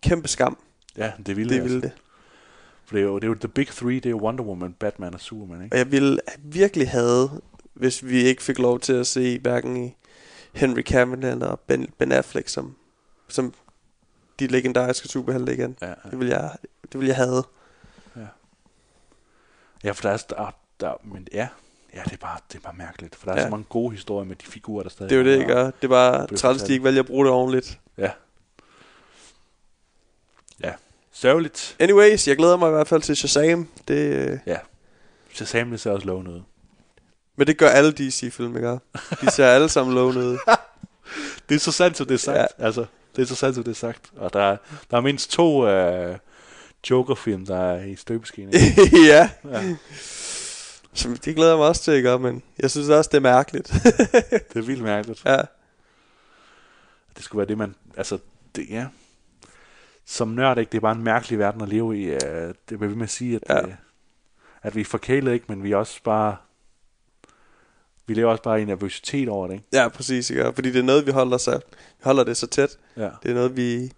Speaker 4: kæmpe skam.
Speaker 3: ja, det ville
Speaker 4: Det ville det.
Speaker 3: For det er, jo, det er jo The Big Three, det er jo Wonder Woman, Batman og Superman, ikke?
Speaker 4: Og jeg ville virkelig have, hvis vi ikke fik lov til at se hverken i Henry Cavill eller Ben, ben Affleck som, som de legendariske superhelte igen.
Speaker 3: Ja, ja.
Speaker 4: Det ville jeg, det ville jeg have.
Speaker 3: Ja, for der er, der, der, men ja, ja det, er bare, det er bare mærkeligt, for der er
Speaker 4: Ja.
Speaker 3: ja. så mange gode historier med de figurer, der stadig
Speaker 4: Det er jo det, jeg
Speaker 3: er.
Speaker 4: gør. Det var
Speaker 3: blev
Speaker 4: træls, de
Speaker 3: fortalt.
Speaker 4: ikke valgte at bruge det ordentligt.
Speaker 3: Ja. Ja, sørgeligt.
Speaker 4: Anyways, jeg glæder mig i hvert fald til Shazam. Det, øh,
Speaker 3: Ja, Shazam, det ser også lovende ud.
Speaker 4: men det gør alle DC-film, ikke? De ser alle sammen lovende ud.
Speaker 3: Det er så sandt, som det er sagt.
Speaker 4: Ja.
Speaker 3: Ja. Altså, det er så sandt, som det er sagt. Og der, er- der er mindst to øh, Joker-film, der er i støbeskeen. ikke?
Speaker 4: ja. Så det glæder jeg mig også til, ikke? Men jeg synes også, det er mærkeligt.
Speaker 3: det er vildt mærkeligt.
Speaker 4: ja.
Speaker 3: Det skulle være det, man... Altså, det, ja. Som nørd, ikke? Det er bare en mærkelig verden at leve i. Øh, det vil vi med at sige, at,
Speaker 4: Ja.
Speaker 3: ja. øh, at vi er forkælet, ikke? Men vi er også bare... Vi lever også bare i nervøsitet over det, ikke?
Speaker 4: Ja, præcis, ikke? Fordi det er noget, vi holder, sig, vi holder det så tæt.
Speaker 3: Ja.
Speaker 4: Det er noget, vi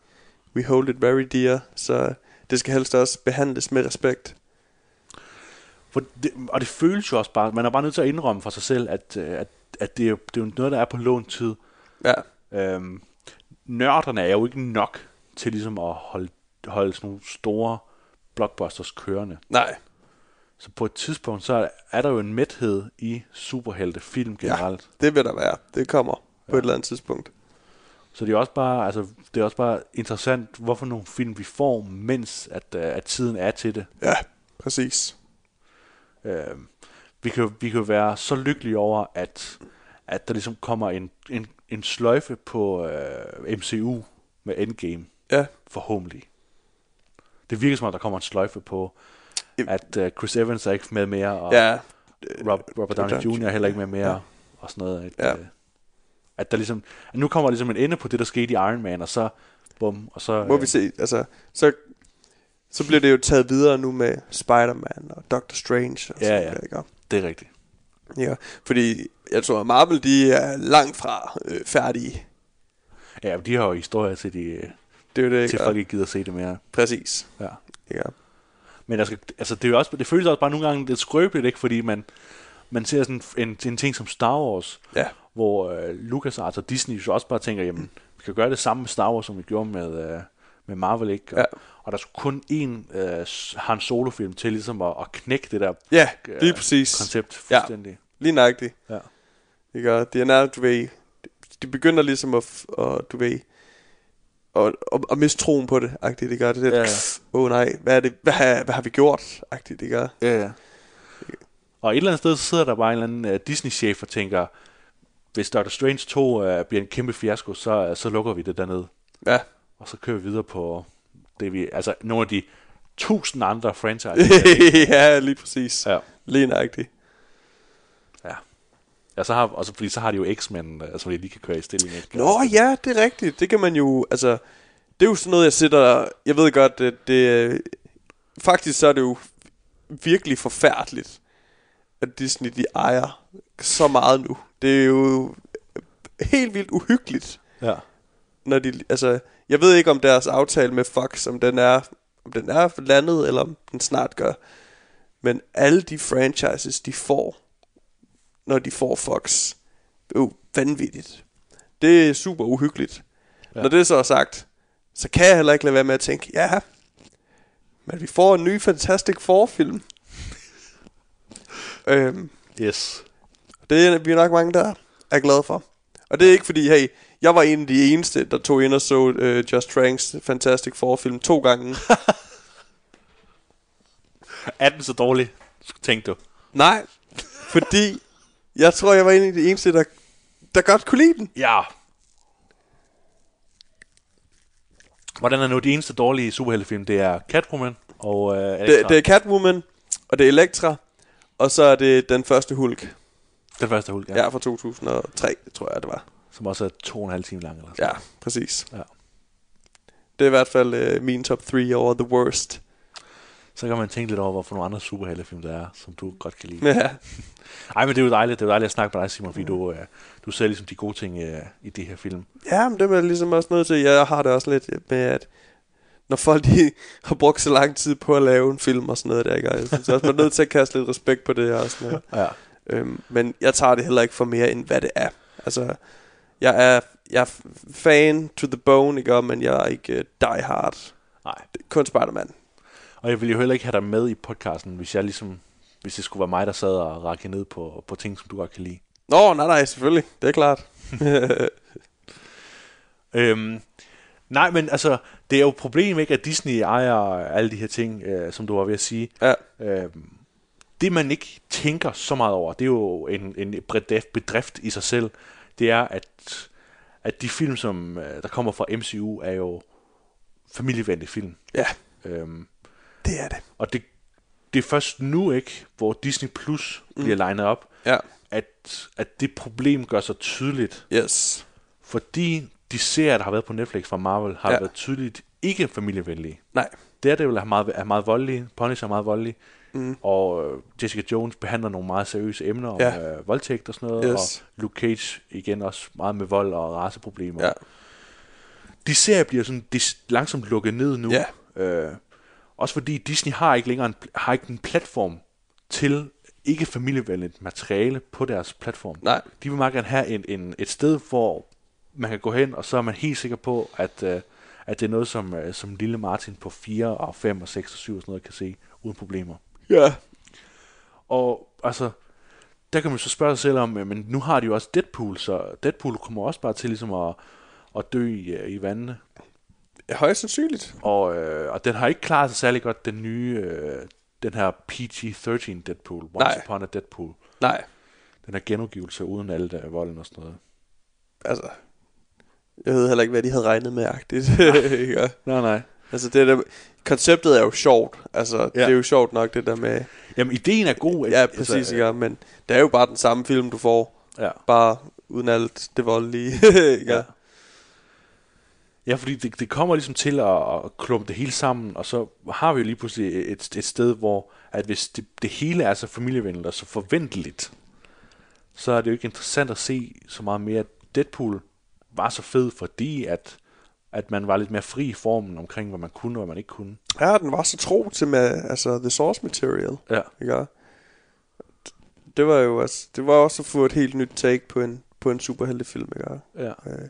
Speaker 4: we hold it very dear, så det skal helst også behandles med respekt.
Speaker 3: For det, og det føles jo også bare... Man er bare nødt til at indrømme for sig selv, at, øh, at, at det, er, jo- det er jo noget, der er på lånt tid.
Speaker 4: Ja,
Speaker 3: Øhm, nørderne er jo ikke nok til ligesom at holde, holde sådan nogle store blockbusters kørende.
Speaker 4: nej.
Speaker 3: Så på et tidspunkt, så er der jo en mæthed i superheltefilm generelt. Ja.
Speaker 4: Det vil der være. Det kommer på et eller andet tidspunkt.
Speaker 3: Så det er også bare, altså, det er også bare interessant, hvorfor nogle film vi får, mens at, øh, at tiden er til det.
Speaker 4: Ja, præcis.
Speaker 3: Øh, vi, kan, jo- vi kan jo være så lykkelige over, at, at der ligesom kommer en, en, en sløjfe på øh, MCU med Endgame.
Speaker 4: Ja,
Speaker 3: forhåbentlig. Det virker som om, der kommer en sløjfe på,
Speaker 4: Jamen.
Speaker 3: at uh, Chris Evans er ikke med mere, og
Speaker 4: ja,
Speaker 3: Rob, Robert Downey
Speaker 4: Downey
Speaker 3: Jr. er heller ikke med mere, ja. og sådan noget. At,
Speaker 4: Ja.
Speaker 3: øh, at der ligesom, at nu kommer ligesom en ende på det, der skete i Iron Man, og så bum, og så...
Speaker 4: må
Speaker 3: øh,
Speaker 4: vi se. Altså, så, så bliver det jo taget videre nu med Spider-Man og Doctor Strange og
Speaker 3: Ja,
Speaker 4: sådan
Speaker 3: ja.
Speaker 4: noget, ikke?
Speaker 3: Det er rigtigt.
Speaker 4: Ja, fordi jeg tror, at Marvel de er langt fra øh, færdige.
Speaker 3: Ja, men de har jo historier til, de,
Speaker 4: Det er jo det,
Speaker 3: til
Speaker 4: ikke?
Speaker 3: folk ikke gider at se det mere.
Speaker 4: Præcis.
Speaker 3: Ja.
Speaker 4: Ikke?
Speaker 3: Men altså, altså det, er jo også, det føles også bare nogle gange lidt skrøbeligt, ikke? fordi man, man ser sådan en, en ting som Star Wars,
Speaker 4: Ja.
Speaker 3: hvor øh, LucasArts og Disney jo også bare tænker, jamen, vi kan gøre det samme med Star Wars, som vi gjorde med, øh, med Marvel, ikke? Og,
Speaker 4: Ja.
Speaker 3: og der skulle kun én øh, s- Han Solo-film til ligesom at, at knække det der
Speaker 4: Ja,
Speaker 3: øh,
Speaker 4: lige præcis.
Speaker 3: koncept
Speaker 4: Ja.
Speaker 3: fuldstændig.
Speaker 4: Lige nøjagtigt.
Speaker 3: Ja.
Speaker 4: Ikke? Og det er nærmest, du ved, de begynder ligesom at, f- og, du ved, og, og, og miste troen på det, agtigt, det gør det. Åh
Speaker 3: Ja,
Speaker 4: ja,
Speaker 3: ja.
Speaker 4: oh, nej, hvad, er det, hvad, har- hvad har vi gjort, agtigt, det gør.
Speaker 3: Ja, ja. Og et eller andet sted, så sidder der bare en eller anden øh, Disney-chef og tænker, hvis Doctor Strange 2 øh, bliver en kæmpe fiasko, så, øh, så lukker vi det dernede.
Speaker 4: Ja,
Speaker 3: Og så kører vi videre på det, vi, altså nogle af de tusind andre franchises.
Speaker 4: ja lige præcis.
Speaker 3: ja.
Speaker 4: Lige nøjagtigt.
Speaker 3: Ja. Ja, så har, og så, fordi så har de jo X-Men, øh, som de lige kan køre i stilling. Ikke?
Speaker 4: Nå ja, det er rigtigt. Det kan man jo, altså, det er jo sådan noget, jeg sætter, jeg ved godt, det, det faktisk så er det jo virkelig forfærdeligt, at Disney de ejer så meget nu. Det er jo helt vildt uhyggeligt.
Speaker 3: Ja.
Speaker 4: når de, altså, jeg ved ikke om deres aftale med Fox, om den er, om den er landet, eller om den snart gør. Men alle de franchises, de får, når de får Fox, det er jo vanvittigt. Det er super uhyggeligt. Ja. Når det så er sagt, så kan jeg heller ikke lade være med at tænke, ja, men vi får en ny Fantastic Four-film. øhm,
Speaker 3: Yes.
Speaker 4: det er vi er nok mange, der er glade for. Og det er ikke fordi, hey, jeg var en af de eneste, der tog ind og så uh, Just Tranks Fantastic Four-film to gange.
Speaker 3: Er den så dårlig? tænkte du.
Speaker 4: Nej, fordi jeg tror, jeg var en af de eneste, der, der godt kunne lide den.
Speaker 3: Ja. Hvordan er nu de eneste dårlige superheltefilm? Det er Catwoman og øh,
Speaker 4: Det,
Speaker 3: Elektra.
Speaker 4: det er Catwoman, og det er Elektra, og så er det den første Hulk.
Speaker 3: Den første hulk, ja.
Speaker 4: Ja, fra 2003, tror jeg, det var.
Speaker 3: Som også er to og en halv time lang. Eller sådan.
Speaker 4: Ja, præcis.
Speaker 3: Ja.
Speaker 4: Det er i hvert fald øh, min top 3 over The Worst.
Speaker 3: Så kan man tænke lidt over, hvorfor nogle andre superheltefilm der er, som du godt kan lide.
Speaker 4: Ja.
Speaker 3: Ej, men det er jo dejligt, det er jo dejligt at snakke med dig, Simon, fordi du, øh, du ser ligesom de gode ting øh, i det her film.
Speaker 4: Ja, men det er man ligesom også nødt til. Jeg har det også lidt med, at når folk de har brugt så lang tid på at lave en film og sådan noget der, ikke? Og jeg synes også, man er nødt til at kaste lidt respekt på det her og sådan noget.
Speaker 3: Ja.
Speaker 4: Øhm, men jeg tager det heller ikke for mere, end hvad det er. Altså, jeg er, jeg er f- fan to the bone, ikke? Og- Men jeg er ikke uh, die hard.
Speaker 3: Nej.
Speaker 4: Det er Kun Spider-Man.
Speaker 3: Og jeg ville jo heller ikke have dig med i podcasten, hvis jeg ligesom hvis det skulle være mig, der sad og rakte ned på, på ting, som du godt kan lide.
Speaker 4: Nå, nej, nej, selvfølgelig. Det er klart.
Speaker 3: Øhm, nej, men altså, det er jo et problem, ikke, at Disney ejer alle de her ting, øh, som du var ved at sige.
Speaker 4: Ja.
Speaker 3: Øhm, det, man ikke tænker så meget over, det er jo en, en bedrift, bedrift i sig selv, det er, at, at de film, som øh, der kommer fra MCU, er jo familievenlige film.
Speaker 4: Ja,
Speaker 3: Øhm,
Speaker 4: det er det.
Speaker 3: og det, det er først nu, ikke, hvor Disney Plus bliver legnet op,
Speaker 4: Mm. Ja.
Speaker 3: at, at det problem gør sig tydeligt,
Speaker 4: Yes.
Speaker 3: fordi de serier, der har været på Netflix fra Marvel, har
Speaker 4: Ja.
Speaker 3: ja. været tydeligt ikke familievenlige.
Speaker 4: Nej.
Speaker 3: Daredevil er meget, er meget voldelig, Punisher er meget voldelig, mm. og øh, Jessica Jones behandler nogle meget seriøse emner om
Speaker 4: Ja.
Speaker 3: øh, voldtægt og sådan noget,
Speaker 4: Yes.
Speaker 3: og Luke Cage igen også meget med vold og raceproblemer.
Speaker 4: Ja.
Speaker 3: De serier bliver sådan de s- langsomt lukket ned nu.
Speaker 4: Ja.
Speaker 3: Øh, også fordi Disney har ikke længere en, pl- har ikke en platform til ikke familievenligt materiale på deres platform.
Speaker 4: Nej.
Speaker 3: De vil meget gerne have en, en, et sted, hvor man kan gå hen, og så er man helt sikker på, at, øh, at det er noget, som, øh, som lille Martin på 4 og 5 og 6 og 7 og sådan noget kan se uden problemer.
Speaker 4: Ja.
Speaker 3: Og altså, der kan man så spørge sig selv om, øh, men nu har de jo også Deadpool, så Deadpool kommer også bare til ligesom at, at dø i, øh, i vandene.
Speaker 4: Højst sandsynligt.
Speaker 3: Og, øh, og den har ikke klaret sig særlig godt, den nye, øh, den her PG-13 Deadpool, Once
Speaker 4: Nej.
Speaker 3: Upon a Deadpool.
Speaker 4: Nej.
Speaker 3: Den her genudgivelse uden alt øh, volden og sådan noget.
Speaker 4: Altså, jeg ved heller ikke, hvad de havde regnet med, agtigt. ja.
Speaker 3: Nej, nej.
Speaker 4: Altså, det der, konceptet er jo sjovt. Altså, ja. det er jo sjovt nok, det der med...
Speaker 3: Jamen, ideen er god. altså,
Speaker 4: Ja, præcis, ikke? Men det er jo bare den samme film, du får.
Speaker 3: ja.
Speaker 4: Bare uden alt det voldelige. ikke?
Speaker 3: Ja. Ja, fordi det, det kommer ligesom til at, at klumpe det hele sammen, og så har vi jo lige pludselig et, et sted, hvor at hvis det, det hele er så familievenligt og så forventeligt, så er det jo ikke interessant at se så meget mere. Deadpool var så fed, fordi at, at man var lidt mere fri i formen omkring, hvad man kunne og hvad man ikke kunne.
Speaker 4: Ja, den var så tro til med, altså, the source material.
Speaker 3: Ja.
Speaker 4: Ikke? Det var jo også, det var også at få et helt nyt take på en, på en superheltefilm, ikke?
Speaker 3: ja.
Speaker 4: Øh.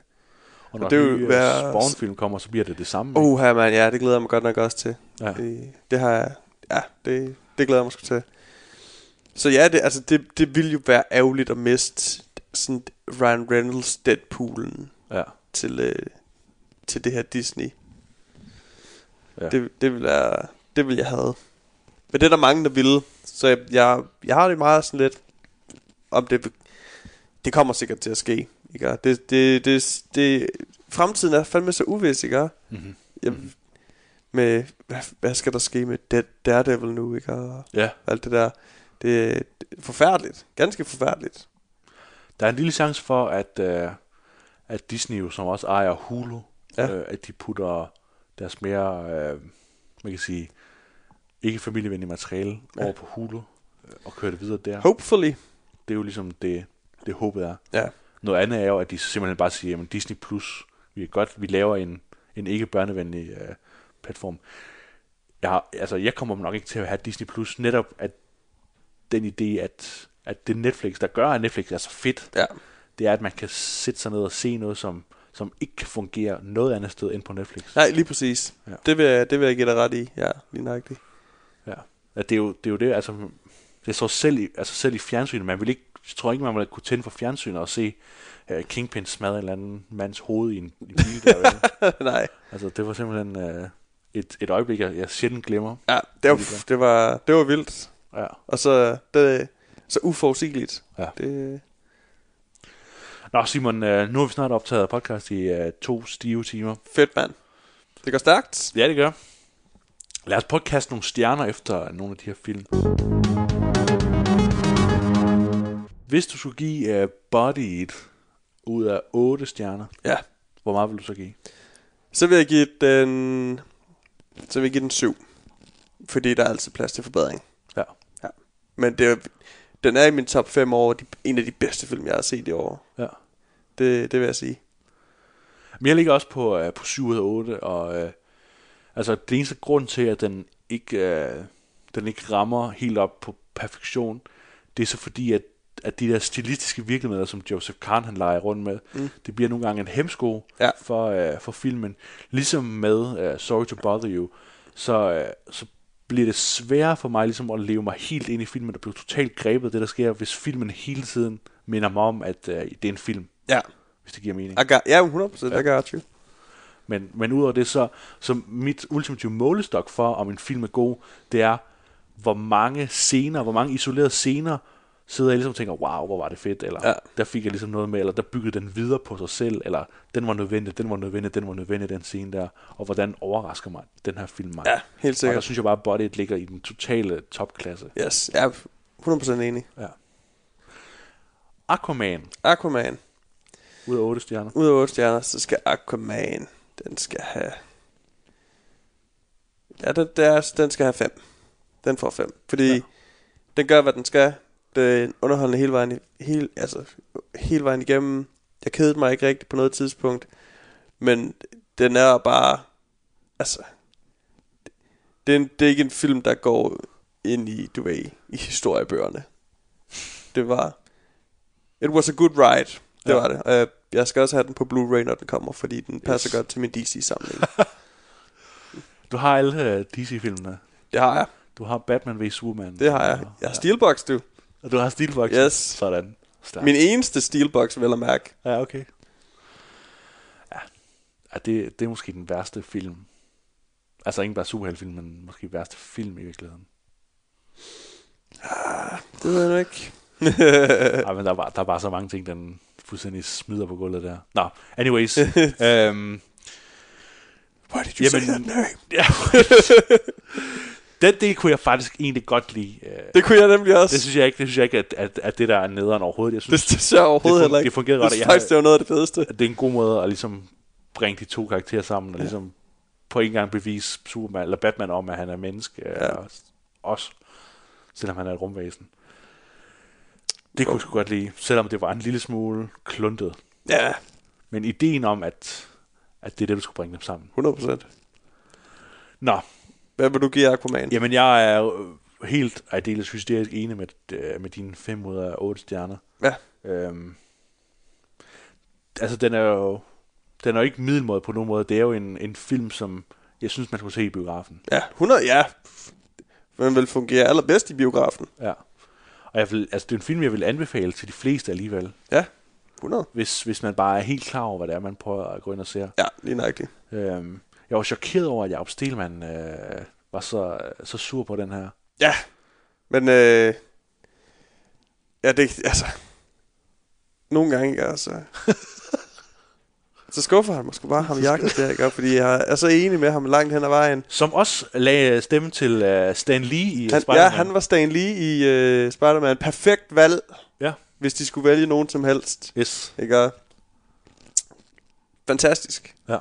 Speaker 3: Og når
Speaker 4: det
Speaker 3: det
Speaker 4: vil
Speaker 3: nye
Speaker 4: være-
Speaker 3: være... Spawn-film kommer, så bliver det det samme. ikke?
Speaker 4: Uh, her, man, ja, det glæder jeg mig godt nok også til.
Speaker 3: Ja.
Speaker 4: Det, det har jeg, ja, det, det glæder jeg mig sgu til. Så ja, det, altså, det, det ville jo være ærgerligt at miste sådan Ryan Reynolds Deadpoolen
Speaker 3: Ja.
Speaker 4: til, øh, til det her Disney. Ja.
Speaker 3: Ja.
Speaker 4: Det, det, ville være, det ville jeg have. Men det er der mange, der ville. Så jeg, jeg, jeg har det meget sådan lidt, om det, vil- det kommer sikkert til at ske. Ikke? Og Det, det, det, det, fremtiden er fandme så uvis, ikke?
Speaker 3: Mhm.
Speaker 4: Jamen, med, hvad, hvad skal der ske med Dead, Daredevil nu, ikke? Og
Speaker 3: ja.
Speaker 4: alt det der. Det er forfærdeligt. Ganske forfærdeligt.
Speaker 3: Der er en lille chance for, at, øh, at Disney, jo, som også ejer Hulu,
Speaker 4: Ja.
Speaker 3: ja. øh, at de putter deres mere, øh, man kan sige, ikke familievenlige materiale ja. over på Hulu øh, og kører det videre der.
Speaker 4: Hopefully.
Speaker 3: Det er jo ligesom det, det håbet er.
Speaker 4: Ja.
Speaker 3: Noget andet er jo, at de simpelthen bare siger, at Disney Plus, vi er godt, vi laver en, en ikke børnevenlig øh, platform. Jeg, har, altså, jeg kommer nok ikke til at have Disney Plus, netop at den idé, at, at det Netflix, der gør, at Netflix er så fedt,
Speaker 4: Ja.
Speaker 3: det er, at man kan sætte sig ned og se noget, som, som ikke kan fungere noget andet sted end på Netflix.
Speaker 4: Nej, lige præcis. Ja.
Speaker 3: Ja.
Speaker 4: Det, vil jeg, det vil jeg give dig ret i. Ja, lige nøjagtigt.
Speaker 3: Ja. Ja, det, er jo, det er jo det, altså, jeg tror selv i, altså selv i fjernsynet, man vil ikke, jeg tror ikke, man ville kunne tænde for fjernsynet og se uh, Kingpin smadre en eller anden mands hoved i en, i en bil. Der,
Speaker 4: Nej.
Speaker 3: altså, det var simpelthen uh, et, et øjeblik, jeg, jeg sjældent glemmer.
Speaker 4: Ja, det var, det var, det var vildt.
Speaker 3: Ja.
Speaker 4: Og så, det, så uforudsigeligt.
Speaker 3: Ja.
Speaker 4: Det,
Speaker 3: Nå Simon, øh, nu har vi snart optaget podcast i øh, to stive timer.
Speaker 4: fedt, mand. Det går stærkt.
Speaker 3: Ja, det gør. Lad os prøve at kaste nogle stjerner efter nogle af de her film. Hvis du skulle give uh, Body It ud af 8 stjerner,
Speaker 4: Ja.
Speaker 3: hvor meget vil du så give?
Speaker 4: Så vil jeg give den... Så vil jeg give den 7. Fordi der er altid plads til forbedring.
Speaker 3: Ja.
Speaker 4: Ja. Men det, er- den er i min top 5 over de, en af de bedste film, jeg har set i år.
Speaker 3: ja.
Speaker 4: Det, det vil jeg sige.
Speaker 3: Men jeg ligger også på, uh, på 7 ud af 8, og uh, altså, det eneste grund til, at den ikke, uh, den ikke rammer helt op på perfektion, det er så fordi, at, at de der stilistiske virkemidler, som Joseph Kahn han leger rundt med, mm. det bliver nogle gange en hemsko
Speaker 4: Ja.
Speaker 3: for, uh, for filmen. Ligesom med uh, Sorry to Bother You, så, uh, så bliver det sværere for mig ligesom at leve mig helt ind i filmen og blive totalt grebet af det, der sker, hvis filmen hele tiden minder mig om, at uh, det er en film,
Speaker 4: Ja.
Speaker 3: hvis det giver mening.
Speaker 4: I got, ja, 100%. Ja. I got you.
Speaker 3: Men, men udover det, så, så mit ultimative målestok for, om en film er god, det er, hvor mange scener, hvor mange isolerede scener, sidder jeg ligesom og tænker, wow, hvor var det fedt, eller
Speaker 4: Ja.
Speaker 3: ja. der fik jeg ligesom noget med, eller der byggede den videre på sig selv, eller den var nødvendig, den var nødvendig, den var nødvendig, den scene der, og hvordan overrasker mig den her film mig.
Speaker 4: Ja, helt
Speaker 3: Og der
Speaker 4: sikkert.
Speaker 3: synes jeg bare, at Body It ligger i den totale topklasse.
Speaker 4: Yes. Ja, 100% enig.
Speaker 3: Aquaman,
Speaker 4: Aquaman.
Speaker 3: ud af 8 stjerner.
Speaker 4: Ud af 8 stjerner, så skal Aquaman, den skal have... Ja, den, der, den skal have 5. Den får 5. Fordi ja. den gør, hvad den skal. Det er underholdende hele vejen, i- hele, altså, hele vejen igennem. Jeg kedede mig ikke rigtigt på noget tidspunkt. Men den er bare... Altså... Det er, en, det er ikke en film, der går ind i, du ved, i historiebøgerne. Det var... It was a good ride. Det ja. var det. Og jeg, jeg skal også have den på Blu-ray, når den kommer, fordi den passer yes. godt til min DC-samling.
Speaker 3: Du har alle øh, DC-filmene.
Speaker 4: det har jeg.
Speaker 3: Du har Batman vs. Superman.
Speaker 4: Det har jeg. Jeg har Steelbox, du.
Speaker 3: Og du har Steelbox.
Speaker 4: Yes.
Speaker 3: Sådan. Stærkt.
Speaker 4: Min eneste Steelbox, vel at mærke.
Speaker 3: Ja, okay. Ja, ja det, det er måske den værste film. Altså ikke bare superheltfilm, men måske værste film i virkeligheden.
Speaker 4: Det ved jeg nu ikke.
Speaker 3: Ej, men der er, bare, der er bare så mange ting, den fuldstændig smider på gulvet der. Nå, anyways. øhm,
Speaker 4: Why did you Jamen, say that name?
Speaker 3: ja. den del kunne jeg faktisk egentlig godt lide. Øh,
Speaker 4: Det kunne jeg nemlig også.
Speaker 3: Det synes jeg ikke, det synes jeg ikke at, at, at det der er nederen overhovedet. Jeg synes,
Speaker 4: det, det ser jeg overhovedet
Speaker 3: det fun-
Speaker 4: heller ikke.
Speaker 3: det fungerede
Speaker 4: jeg
Speaker 3: ret,
Speaker 4: synes
Speaker 3: jeg havde-
Speaker 4: faktisk, det var noget af det fedeste.
Speaker 3: at det er en god måde at ligesom bringe de to karakterer sammen og ligesom på en gang bevise Superman eller Batman om, at han er menneske ja. og også, selvom han er et rumvæsen. Det kunne jeg sgu godt lide, selvom det var en lille smule kluntet.
Speaker 4: Ja,
Speaker 3: Men ideen om, at, at det er det, du skulle bringe dem sammen.
Speaker 4: 100%.
Speaker 3: Nå,
Speaker 4: Hvad vil du give Aquaman?
Speaker 3: jamen jeg er jo helt aldeles hysterisk enig med, øh, med dine 5 ud af 8 stjerner.
Speaker 4: Ja.
Speaker 3: Øhm, altså, den er jo den er jo ikke middelmåde på nogen måde. Det er jo en, en film, som jeg synes, man skulle se i biografen.
Speaker 4: Ja, 100, ja. Men vil fungere allerbedst i biografen.
Speaker 3: Ja. Og jeg vil, altså, det er en film, jeg vil anbefale til de fleste alligevel,
Speaker 4: Ja, 100.
Speaker 3: hvis, hvis man bare er helt klar over, hvad det er, man prøver at gå ind og ser.
Speaker 4: Ja, lige nøjagtigt.
Speaker 3: Øhm, jeg var chokeret over, at Jacob Stelman øh, var så, så sur på den her.
Speaker 4: Ja, men øh, ja, det altså nogle gange altså så skuffer han måske bare ham jakken der, ikke? Og Fordi jeg er så enig med ham langt hen ad vejen.
Speaker 3: Som også lagde stemme til øh, Stan Lee i
Speaker 4: Han,
Speaker 3: Spider-Man.
Speaker 4: ja, han var Stan Lee i øh, Spider-Man. Perfekt valg,
Speaker 3: Ja,
Speaker 4: hvis de skulle vælge nogen som helst.
Speaker 3: yes.
Speaker 4: Ikke? Og Fantastisk.
Speaker 3: Ja.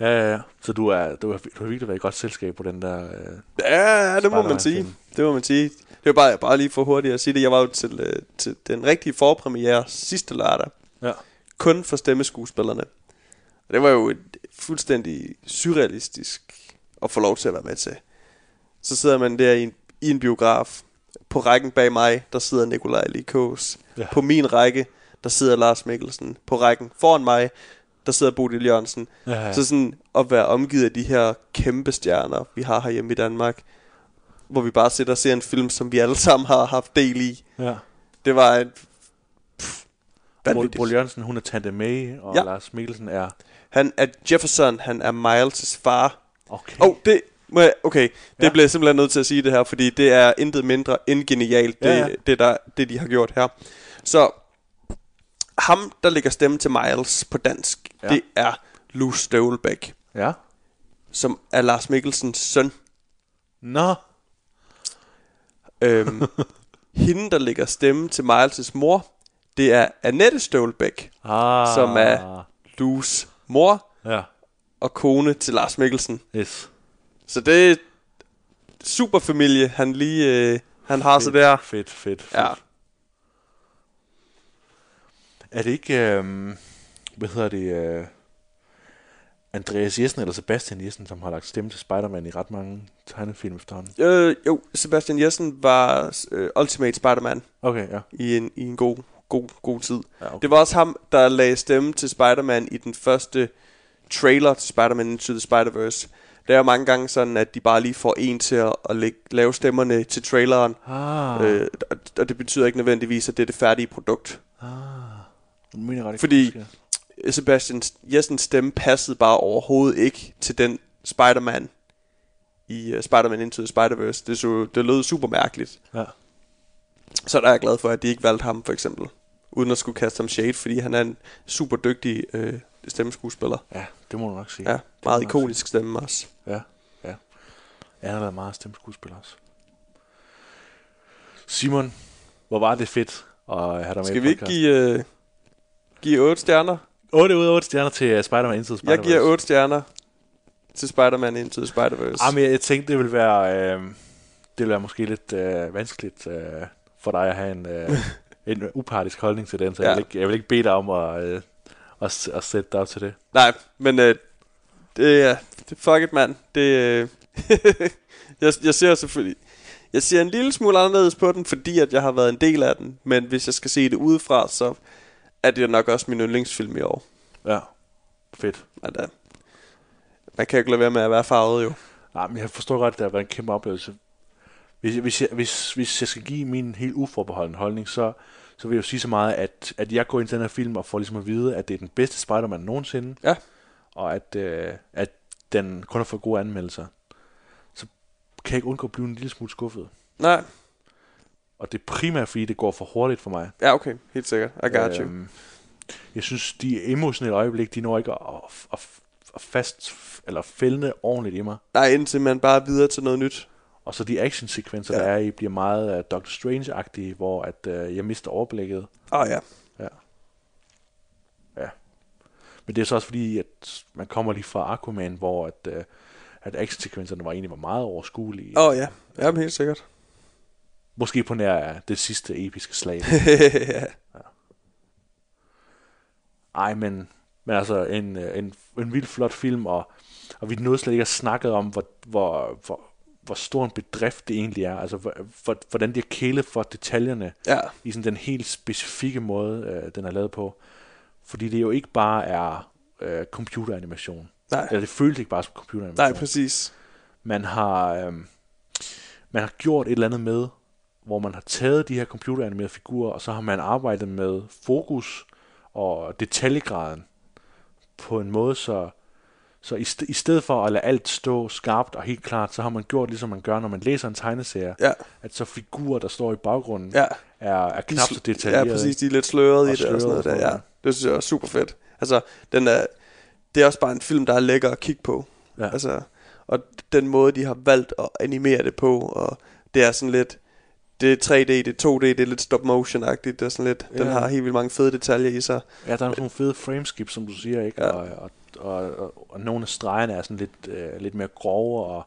Speaker 3: Ja, ja, ja. Så du, er, du, har, du har virkelig været i godt selskab på den der... Øh,
Speaker 4: Ja, det må man sige.
Speaker 3: Spider-Man-film.
Speaker 4: Det må man sige. Det var bare, bare lige for hurtigt at sige det. Jeg var jo til, øh, til den rigtige forpremiere sidste lørdag.
Speaker 3: ja.
Speaker 4: kun for stemmeskuespillerne. Og det var jo et fuldstændig surrealistisk at få lov til at være med til. Så sidder man der i en, i en biograf. På rækken bag mig, der sidder Nikolaj Likos. Ja.
Speaker 3: Ja.
Speaker 4: På min række, der sidder Lars Mikkelsen. På rækken foran mig, der sidder Bodil Jørgensen.
Speaker 3: Ja, ja.
Speaker 4: Så sådan at være omgivet af de her kæmpe stjerner, vi har herhjemme i Danmark. Hvor vi bare sidder og ser en film, som vi alle sammen har haft del i.
Speaker 3: ja.
Speaker 4: Det var en... pff,
Speaker 3: Bo,
Speaker 4: vanvittigt.
Speaker 3: Bo Jørgensen, hun er Tante May, og
Speaker 4: Ja.
Speaker 3: ja. Lars Mikkelsen er...
Speaker 4: Han er Jefferson, han er Miles' far.
Speaker 3: Okay.
Speaker 4: Og oh, det, Må jeg, okay, det ja. bliver jeg simpelthen nødt til at sige det her, fordi det er intet mindre end genialt, det,
Speaker 3: Ja, ja.
Speaker 4: det, der, det de har gjort her. Så ham, der lægger stemme til Miles på dansk, ja. det er Lou Støvlbæk,
Speaker 3: Ja.
Speaker 4: som er Lars Mikkelsens søn.
Speaker 3: Nå.
Speaker 4: Øhm, hende, der lægger stemme til Miles' mor, det er Annette Støvlbæk,
Speaker 3: Ah.
Speaker 4: som er Lou's mor
Speaker 3: Ja.
Speaker 4: og kone til Lars Mikkelsen.
Speaker 3: Yes.
Speaker 4: Så det er superfamilie, han lige øh, han har så der.
Speaker 3: Fedt, fedt, fedt.
Speaker 4: Ja.
Speaker 3: Er det ikke, øhm, hvad hedder det, øh, Andreas Jessen eller Sebastian Jessen, som har lagt stemme til Spider-Man i ret mange tegnefilm efterhånden?
Speaker 4: Øh, jo, Sebastian Jessen var øh, Ultimate Spider-Man
Speaker 3: Okay, ja.
Speaker 4: i en, i en god, god, god tid.
Speaker 3: Ja, okay.
Speaker 4: Det var også ham, der lagde stemme til Spider-Man i den første trailer til Spider-Man Into the Spider-Verse. Det er jo mange gange sådan, at de bare lige får en til at, at lægge, lave stemmerne til traileren.
Speaker 3: Ah,
Speaker 4: Øh, og, og det betyder ikke nødvendigvis, at det er det færdige produkt.
Speaker 3: nu mener jeg ret ikke,
Speaker 4: fordi-
Speaker 3: hvad jeg skal.
Speaker 4: Sebastian Jessens stemme passede bare overhovedet ikke til den Spider-Man i uh, Spider-Man Into the Spider-Verse. Det, så, det lød super mærkeligt.
Speaker 3: Ja.
Speaker 4: Så der er jeg glad for, at de ikke valgte ham, for eksempel. Uden at skulle kaste ham shade, fordi han er en super dygtig øh, stemmeskuespiller.
Speaker 3: ja, det må du nok sige.
Speaker 4: Ja,
Speaker 3: Det må
Speaker 4: meget
Speaker 3: du nok sige.
Speaker 4: ikonisk stemme også.
Speaker 3: Ja, ja. Ja, han har været meget stemt skuespiller også. Simon, hvor var det fedt at have dig med
Speaker 4: Skal vi ikke give, øh, give 8 stjerner?
Speaker 3: 8 ud af 8 stjerner til øh, Spider-Man Into the Spider-Verse?
Speaker 4: Jeg giver 8 stjerner til Spider-Man Into the Spider-Verse.
Speaker 3: Jamen, jeg, jeg tænkte, det ville være, øh, det ville være måske lidt øh, vanskeligt øh, for dig at have en, øh, en upartisk holdning til den, så ja.
Speaker 4: Ja.
Speaker 3: jeg, vil ikke, jeg vil ikke bede dig om at, øh, at, s- at sætte dig op til det.
Speaker 4: Nej, men øh, det er det- fuck it, mand. Det øh, jeg, jeg ser selvfølgelig jeg ser en lille smule anderledes på den, fordi at jeg har været en del af den, men hvis jeg skal se det udefra, så er det nok også min yndlingsfilm i år.
Speaker 3: Ja. Fedt.
Speaker 4: Men, øh, man kan jo ikke lade være med at være farvet jo.
Speaker 3: Nej, men jeg forstår godt, at det har været en kæmpe oplevelse. Hvis, jeg- hvis, jeg, hvis, hvis jeg skal give min helt uforbeholden holdning, så, så vil jeg jo sige så meget, at, at jeg går ind til den her film og får ligesom at vide, at det er den bedste Spider-Man nogensinde,
Speaker 4: Ja.
Speaker 3: og at, øh, at den kun har fået gode anmeldelser. Så kan jeg ikke undgå at blive en lille smule skuffet.
Speaker 4: Nej,
Speaker 3: Og det er primært, fordi det går for hurtigt for mig.
Speaker 4: ja okay, helt sikkert. I got you.
Speaker 3: jeg synes, de emotionelle øjeblik, de når ikke at, at, at, at fast, eller fældende ordentligt i mig.
Speaker 4: Nej, indtil man bare er videre til noget nyt.
Speaker 3: Og så de actionsekvenser, ja. der er i, bliver meget uh, Doctor Strange-agtige, hvor at, uh, jeg mister overblikket.
Speaker 4: Åh oh, ja.
Speaker 3: Ja. ja. Men det er så også fordi, at man kommer lige fra Aquaman, hvor at, uh, at actionsekvenserne var egentlig var meget overskuelige.
Speaker 4: Åh oh, ja. Jamen helt sikkert.
Speaker 3: Måske på nær af det sidste episke slag.
Speaker 4: ja.
Speaker 3: Ej, men, men altså en, øh, en, en vild flot film, og, og vi nåede slet ikke at snakke om, hvor, hvor, hvor, hvor stor en bedrift det egentlig er. Altså, hvor, hvor, hvordan de har kælet for detaljerne
Speaker 4: Ja.
Speaker 3: i sådan den helt specifikke måde, øh, den er lavet på. Fordi det jo ikke bare er øh, computeranimation.
Speaker 4: Nej.
Speaker 3: Eller det føles ikke bare som computeranimation
Speaker 4: Nej, præcis.
Speaker 3: man har øhm, man har gjort et eller andet med, hvor man har taget de her computeranimerede figurer, og så har man arbejdet med fokus og detaljegraden på en måde, så, så i, st- i stedet for at lade alt stå skarpt og helt klart, så har man gjort, ligesom man gør, når man læser en tegneserie,
Speaker 4: Ja.
Speaker 3: at så figurer, der står i baggrunden,
Speaker 4: Ja.
Speaker 3: er, er
Speaker 4: De
Speaker 3: knap
Speaker 4: sl-
Speaker 3: så detaljerede.
Speaker 4: Ja, præcis, de er lidt slørede i
Speaker 3: Og
Speaker 4: det og sådan noget
Speaker 3: slørede og
Speaker 4: der,
Speaker 3: sådan
Speaker 4: ja.
Speaker 3: noget.
Speaker 4: Det synes jeg er super fedt. Altså, den er, det er også bare en film, der er lækker at kigge på.
Speaker 3: Ja.
Speaker 4: Altså, og den måde, de har valgt at animere det på, og det er sådan lidt, det er 3D, det er 2D, det er lidt stop motion-agtigt, det er sådan lidt, den
Speaker 3: Ja.
Speaker 4: har helt vildt mange fede detaljer i sig.
Speaker 3: Ja, der er nogle fede frameskips, som du siger, ikke?
Speaker 4: Ja.
Speaker 3: Og, og, og, og, og nogle af stregerne er sådan lidt, øh, lidt mere grove, og,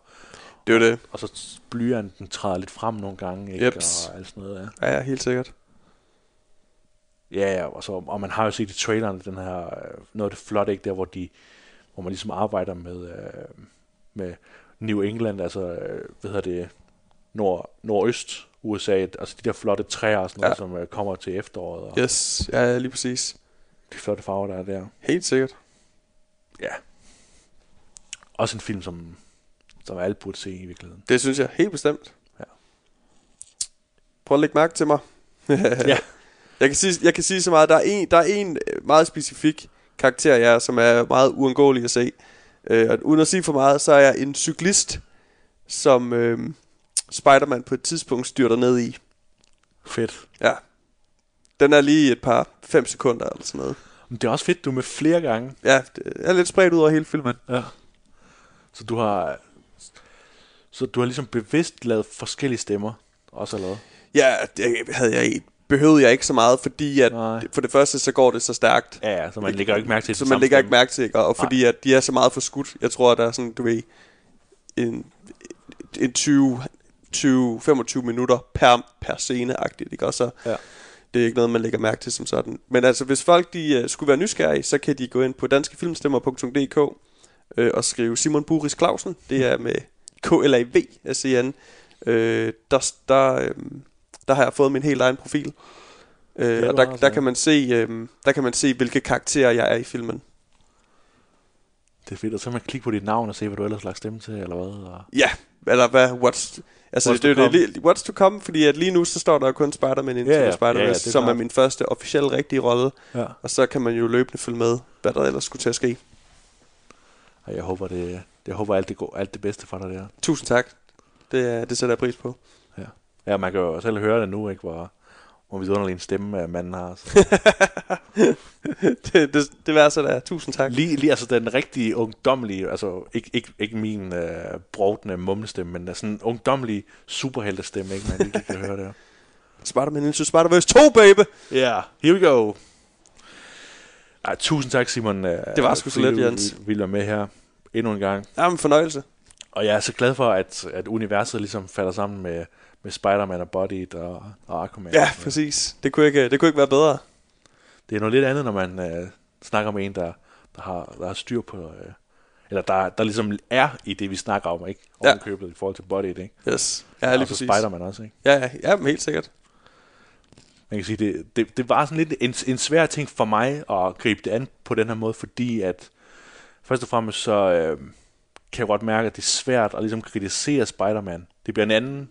Speaker 4: Det er jo det.
Speaker 3: og så blyanten træder lidt frem nogle gange, ikke?
Speaker 4: Jeps.
Speaker 3: Og alt sådan noget, ja.
Speaker 4: Ja, ja, helt sikkert.
Speaker 3: Ja, ja, og, så, og man har jo set i traileren den her, øh, noget af det flotte, ikke? Der, hvor, de, hvor man ligesom arbejder med, øh, med New England, altså, øh, hvad hedder det, nord, nordøst USA, altså de der flotte træer og sådan noget,
Speaker 4: Ja.
Speaker 3: ja. som øh, kommer til efteråret, og
Speaker 4: Yes, ja, ja, lige præcis.
Speaker 3: de flotte farver, der er der.
Speaker 4: Helt sikkert.
Speaker 3: Ja. Også en film, som, som alle burde se i virkeligheden.
Speaker 4: Det synes jeg helt bestemt.
Speaker 3: Ja.
Speaker 4: Prøv at lægge mærke til mig.
Speaker 3: Ja.
Speaker 4: Jeg kan sige, jeg kan sige så meget, der er en, der er en øh, meget specifik karakter, jeg er, som er meget uundgåelig at se. Øh, og uden at sige for meget, så er jeg en cyklist, som øh, Spider-Man på et tidspunkt styrter ned i.
Speaker 3: Fedt.
Speaker 4: Ja. Den er lige et par 5 sekunder eller sådan noget.
Speaker 3: Men det er også fedt, du er med flere gange.
Speaker 4: Ja, det er lidt spredt ud over hele filmen.
Speaker 3: Ja. Så du har... Så du har ligesom bevidst lavet forskellige stemmer, også allerede.
Speaker 4: Ja, det havde jeg ikke, behøvede jeg ikke så meget, fordi at
Speaker 3: Nej.
Speaker 4: for det første så går det så stærkt.
Speaker 3: Ja, ja, så man lægger jo ikke mærke til
Speaker 4: så
Speaker 3: den
Speaker 4: man
Speaker 3: samme
Speaker 4: lægger ikke
Speaker 3: stemme.
Speaker 4: mærke til, ikke? og, og fordi at de er så meget forskudt, jeg tror, at der er sådan, du ved, en, en 20, 20 25 minutter per, per scene-agtigt, ikke? Og så
Speaker 3: Ja.
Speaker 4: det er ikke noget, man lægger mærke til som sådan. Men altså, hvis folk de uh, skulle være nysgerrige, så kan de gå ind på danskefilmstemmer.dk uh, og skrive Simon Buris Clausen, det er med KLAV, altså igen. Uh, der, der, um, der har jeg fået min helt egen profil. Øh,
Speaker 3: du
Speaker 4: og der,
Speaker 3: har, så
Speaker 4: der,
Speaker 3: ja.
Speaker 4: kan man se, øhm, der kan man se, hvilke karakterer jeg er i filmen.
Speaker 3: Det er fedt, og så kan man klikke på dit navn og se, hvad du ellers har lagt stemme til, eller hvad. Og...
Speaker 4: Ja, eller hvad? What's, altså,
Speaker 3: What's
Speaker 4: what's, det, er jo
Speaker 3: to
Speaker 4: det, lige- what's to come? Fordi at lige nu, så står der jo kun Spider-Man i
Speaker 3: Ja, ja.
Speaker 4: ja, Spider-Man,
Speaker 3: Ja, ja,
Speaker 4: ja,
Speaker 3: det er
Speaker 4: som er
Speaker 3: klart.
Speaker 4: min første officielle rigtige rolle.
Speaker 3: Ja.
Speaker 4: Og så kan man jo løbende følge med, hvad der ellers skulle til at ske.
Speaker 3: Og jeg håber, det, jeg håber alt, det går, alt det bedste for dig der.
Speaker 4: Tusind tak. Det, er- det sætter jeg pris på.
Speaker 3: Ja. ja, man kan jo selv høre det nu, ikke, hvor, hvor vidunderlig en stemme øh, manden har. Så.
Speaker 4: det, det, det værste der. Tusind tak.
Speaker 3: lige, lige altså den rigtige ungdommelige, altså ikke, ikke, ikke min øh, brovdende mumlestemme, men sådan en ungdomlig superheltestemme, ikke, man lige kan høre der.
Speaker 4: Spider-Man Into Spider-Verse 2, baby!
Speaker 3: Ja, yeah, here we go. Ej, tusind tak, Simon. øh,
Speaker 4: Det var sgu så
Speaker 3: fordi
Speaker 4: let,
Speaker 3: du
Speaker 4: Jens.
Speaker 3: ville- Ville være med her endnu en gang.
Speaker 4: Jamen, fornøjelse.
Speaker 3: Og jeg er så glad for, at, at universet ligesom falder sammen med, med Spider-Man og Body og, og Aquaman.
Speaker 4: Ja, præcis. Det kunne ikke, øh, det kunne ikke være bedre.
Speaker 3: Det er noget lidt andet, når man øh, snakker med en, der, der, har, der har styr på... Øh, eller der, der ligesom er i det, vi snakker om, ikke?
Speaker 4: Ja.
Speaker 3: Om købet i forhold til Body, ikke?
Speaker 4: Yes. Ja, lige
Speaker 3: og så
Speaker 4: præcis.
Speaker 3: altså Spider-Man også, ikke?
Speaker 4: Ja, ja, ja, men helt sikkert.
Speaker 3: Man kan sige, det, det, det var sådan lidt en, en svær ting for mig at gribe det an på den her måde, fordi at først og fremmest så øh, kan jeg godt mærke, at det er svært at ligesom kritisere Spider-Man. Det bliver en anden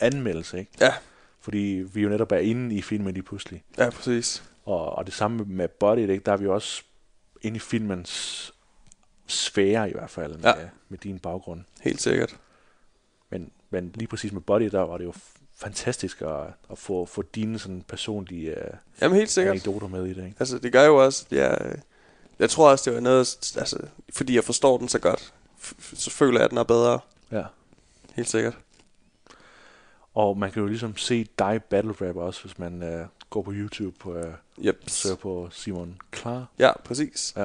Speaker 3: anmeldelse, ikke?
Speaker 4: Ja,
Speaker 3: Fordi vi jo netop er inde i filmen lige pludselig.
Speaker 4: ja, præcis.
Speaker 3: Og, og det samme med Body, ikke? der er vi jo også inde i filmens sfære i hvert fald med,
Speaker 4: Ja.
Speaker 3: ja. med din baggrund.
Speaker 4: Helt sikkert.
Speaker 3: Men, men lige præcis med Body, der var det jo f- fantastisk at, at få, få dine sådan personlige øh,
Speaker 4: Jamen, helt sikkert.
Speaker 3: anekdoter med i det. Ikke?
Speaker 4: Altså, det gør jo også, jeg, øh, jeg tror også, det var noget, altså, fordi jeg forstår den så godt, f- f- så føler jeg, at den er bedre,
Speaker 3: Ja.
Speaker 4: helt sikkert.
Speaker 3: Og man kan jo ligesom se dig battle rap også, hvis man øh, går på YouTube og øh,
Speaker 4: Yep.
Speaker 3: søger på Simon Klar.
Speaker 4: Ja, præcis.
Speaker 3: Ja.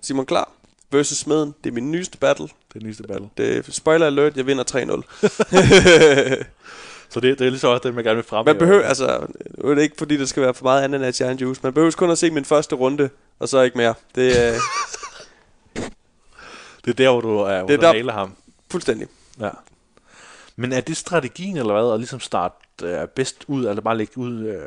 Speaker 4: Simon Klar versus Smeden, det er min nyeste battle.
Speaker 3: Det næste battle.
Speaker 4: Det, spoiler alert, jeg vinder 3-0.
Speaker 3: Så det, det er ligesom også det, man gerne vil øh, fremhæve.
Speaker 4: Man behøver, altså, nu er det ikke fordi, der skal være for meget ananas i egen juice. Man behøver kun at se min første runde, og så ikke mere. Det er
Speaker 3: Det er der, hvor du, er, hvor
Speaker 4: Det er
Speaker 3: du
Speaker 4: der-
Speaker 3: nailer ham.
Speaker 4: fuldstændig.
Speaker 3: Ja. Men er det strategien eller hvad, at ligesom starte øh, bedst ud, eller bare lægge ud øh,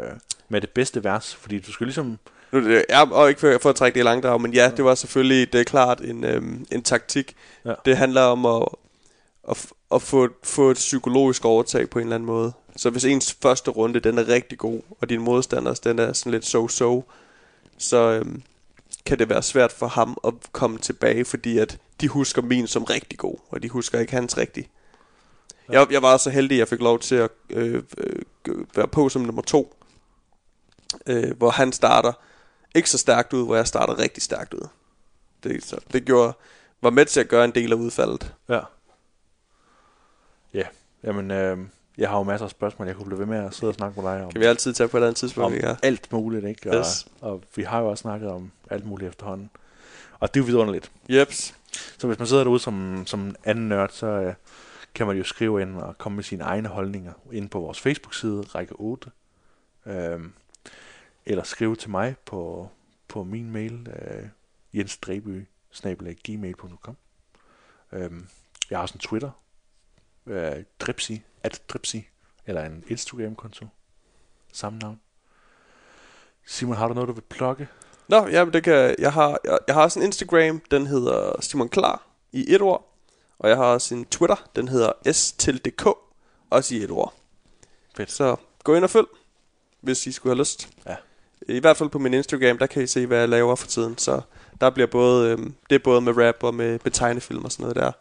Speaker 3: med det bedste vers? Fordi du skal ligesom...
Speaker 4: Nu, er det- ja, og ikke for, for at trække det i langdrag, men ja, det var selvfølgelig, det er klart, en, øhm, en taktik.
Speaker 3: Ja.
Speaker 4: Det handler om at, at, f- at få, få et psykologisk overtag på en eller anden måde. Så hvis ens første runde, den er rigtig god, og din modstanders, den er sådan lidt so-so, så øhm, kan det være svært for ham at komme tilbage, fordi at de husker min som rigtig god, og de husker ikke hans rigtig. Jeg, jeg var så heldig, at jeg fik lov til at øh, øh, være på som nummer to, øh, hvor han starter ikke så stærkt ud, hvor jeg starter rigtig stærkt ud. Det, så, det gjorde, var med til at gøre en del af udfaldet.
Speaker 3: Ja. Ja, jamen... Øh, jeg har jo masser af spørgsmål, jeg kunne blive ved med at sidde og snakke med dig om.
Speaker 4: Kan vi altid tage på et eller andet tidspunkt,
Speaker 3: om
Speaker 4: ikke?
Speaker 3: alt muligt, ikke? Og,
Speaker 4: Yes.
Speaker 3: og vi har jo også snakket om alt muligt efterhånden. Og det er jo vidunderligt.
Speaker 4: Jeps.
Speaker 3: Så hvis man sidder derude som, som en anden nørd, så øh, kan man jo skrive ind og komme med sine egne holdninger ind på vores Facebook-side, række 8. Øhm, eller skrive til mig på, på min mail, øh, jensdreby.gmail.com øhm, Jeg har også en Twitter, øh, dripsi, at dripsi, eller en Instagram-konto, samme navn. Simon, har du noget, du vil plukke?
Speaker 4: Nå, ja, men det kan, jeg, har, jeg, jeg har også en Instagram, den hedder Simon Klar i et ord. Og jeg har også en Twitter, den hedder S til DK, også i et ord.
Speaker 3: Fedt.
Speaker 4: Så gå ind og følg, hvis I skulle have lyst.
Speaker 3: Ja.
Speaker 4: I hvert fald på min Instagram, der kan I se, hvad jeg laver for tiden. Så der bliver både, øhm, det er både med rap og med, med tegnefilm og sådan noget der.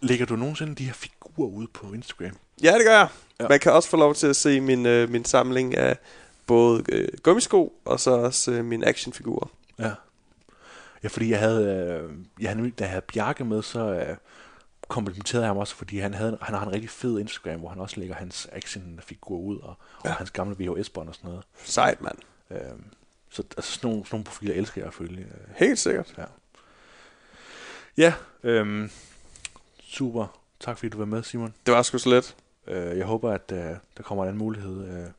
Speaker 3: Lægger du nogensinde de her figurer ud på Instagram?
Speaker 4: Ja, det gør jeg. Ja. Man kan også få lov til at se min, øh, min samling af både øh, gummisko og så også øh, mine actionfigurer.
Speaker 3: Ja. Ja, fordi jeg havde, øh, jeg havde, nemlig- da jeg havde Bjarke med, så øh, komplimenterede jeg ham også, fordi han, havde, han har en rigtig fed Instagram, hvor han også lægger hans actionfigur ud, og, ja. og hans gamle VHS-bånd og sådan noget.
Speaker 4: Sejt, mand.
Speaker 3: Øh, så altså, sådan, nogle, sådan nogle profiler elsker jeg at følge. Øh,
Speaker 4: Helt sikkert.
Speaker 3: Ja. Ja, øhm, super. Tak fordi du var med, Simon.
Speaker 4: Det var sgu så let.
Speaker 3: Øh, jeg håber, at øh, der kommer en anden mulighed. Øh,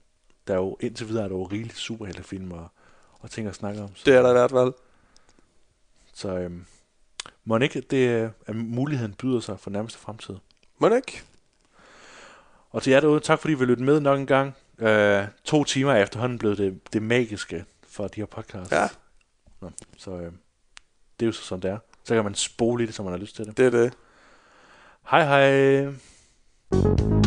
Speaker 3: der er jo indtil videre er der jo rigeligt superheltefilm og, og ting at snakke om. Så,
Speaker 4: Det er der i hvert fald.
Speaker 3: så øhm, må ikke, det øh, at muligheden byder sig for nærmeste fremtid.
Speaker 4: Må det ikke?
Speaker 3: Og til jer derude, tak fordi I vil lytte med nok en gang. Øh, to timer er efterhånden blevet det, det magiske for de her podcasts.
Speaker 4: Ja.
Speaker 3: Nå, så øh, det er jo så, som det er. Så kan man spole i det, som man har lyst til det.
Speaker 4: Det er det.
Speaker 3: Hej hej!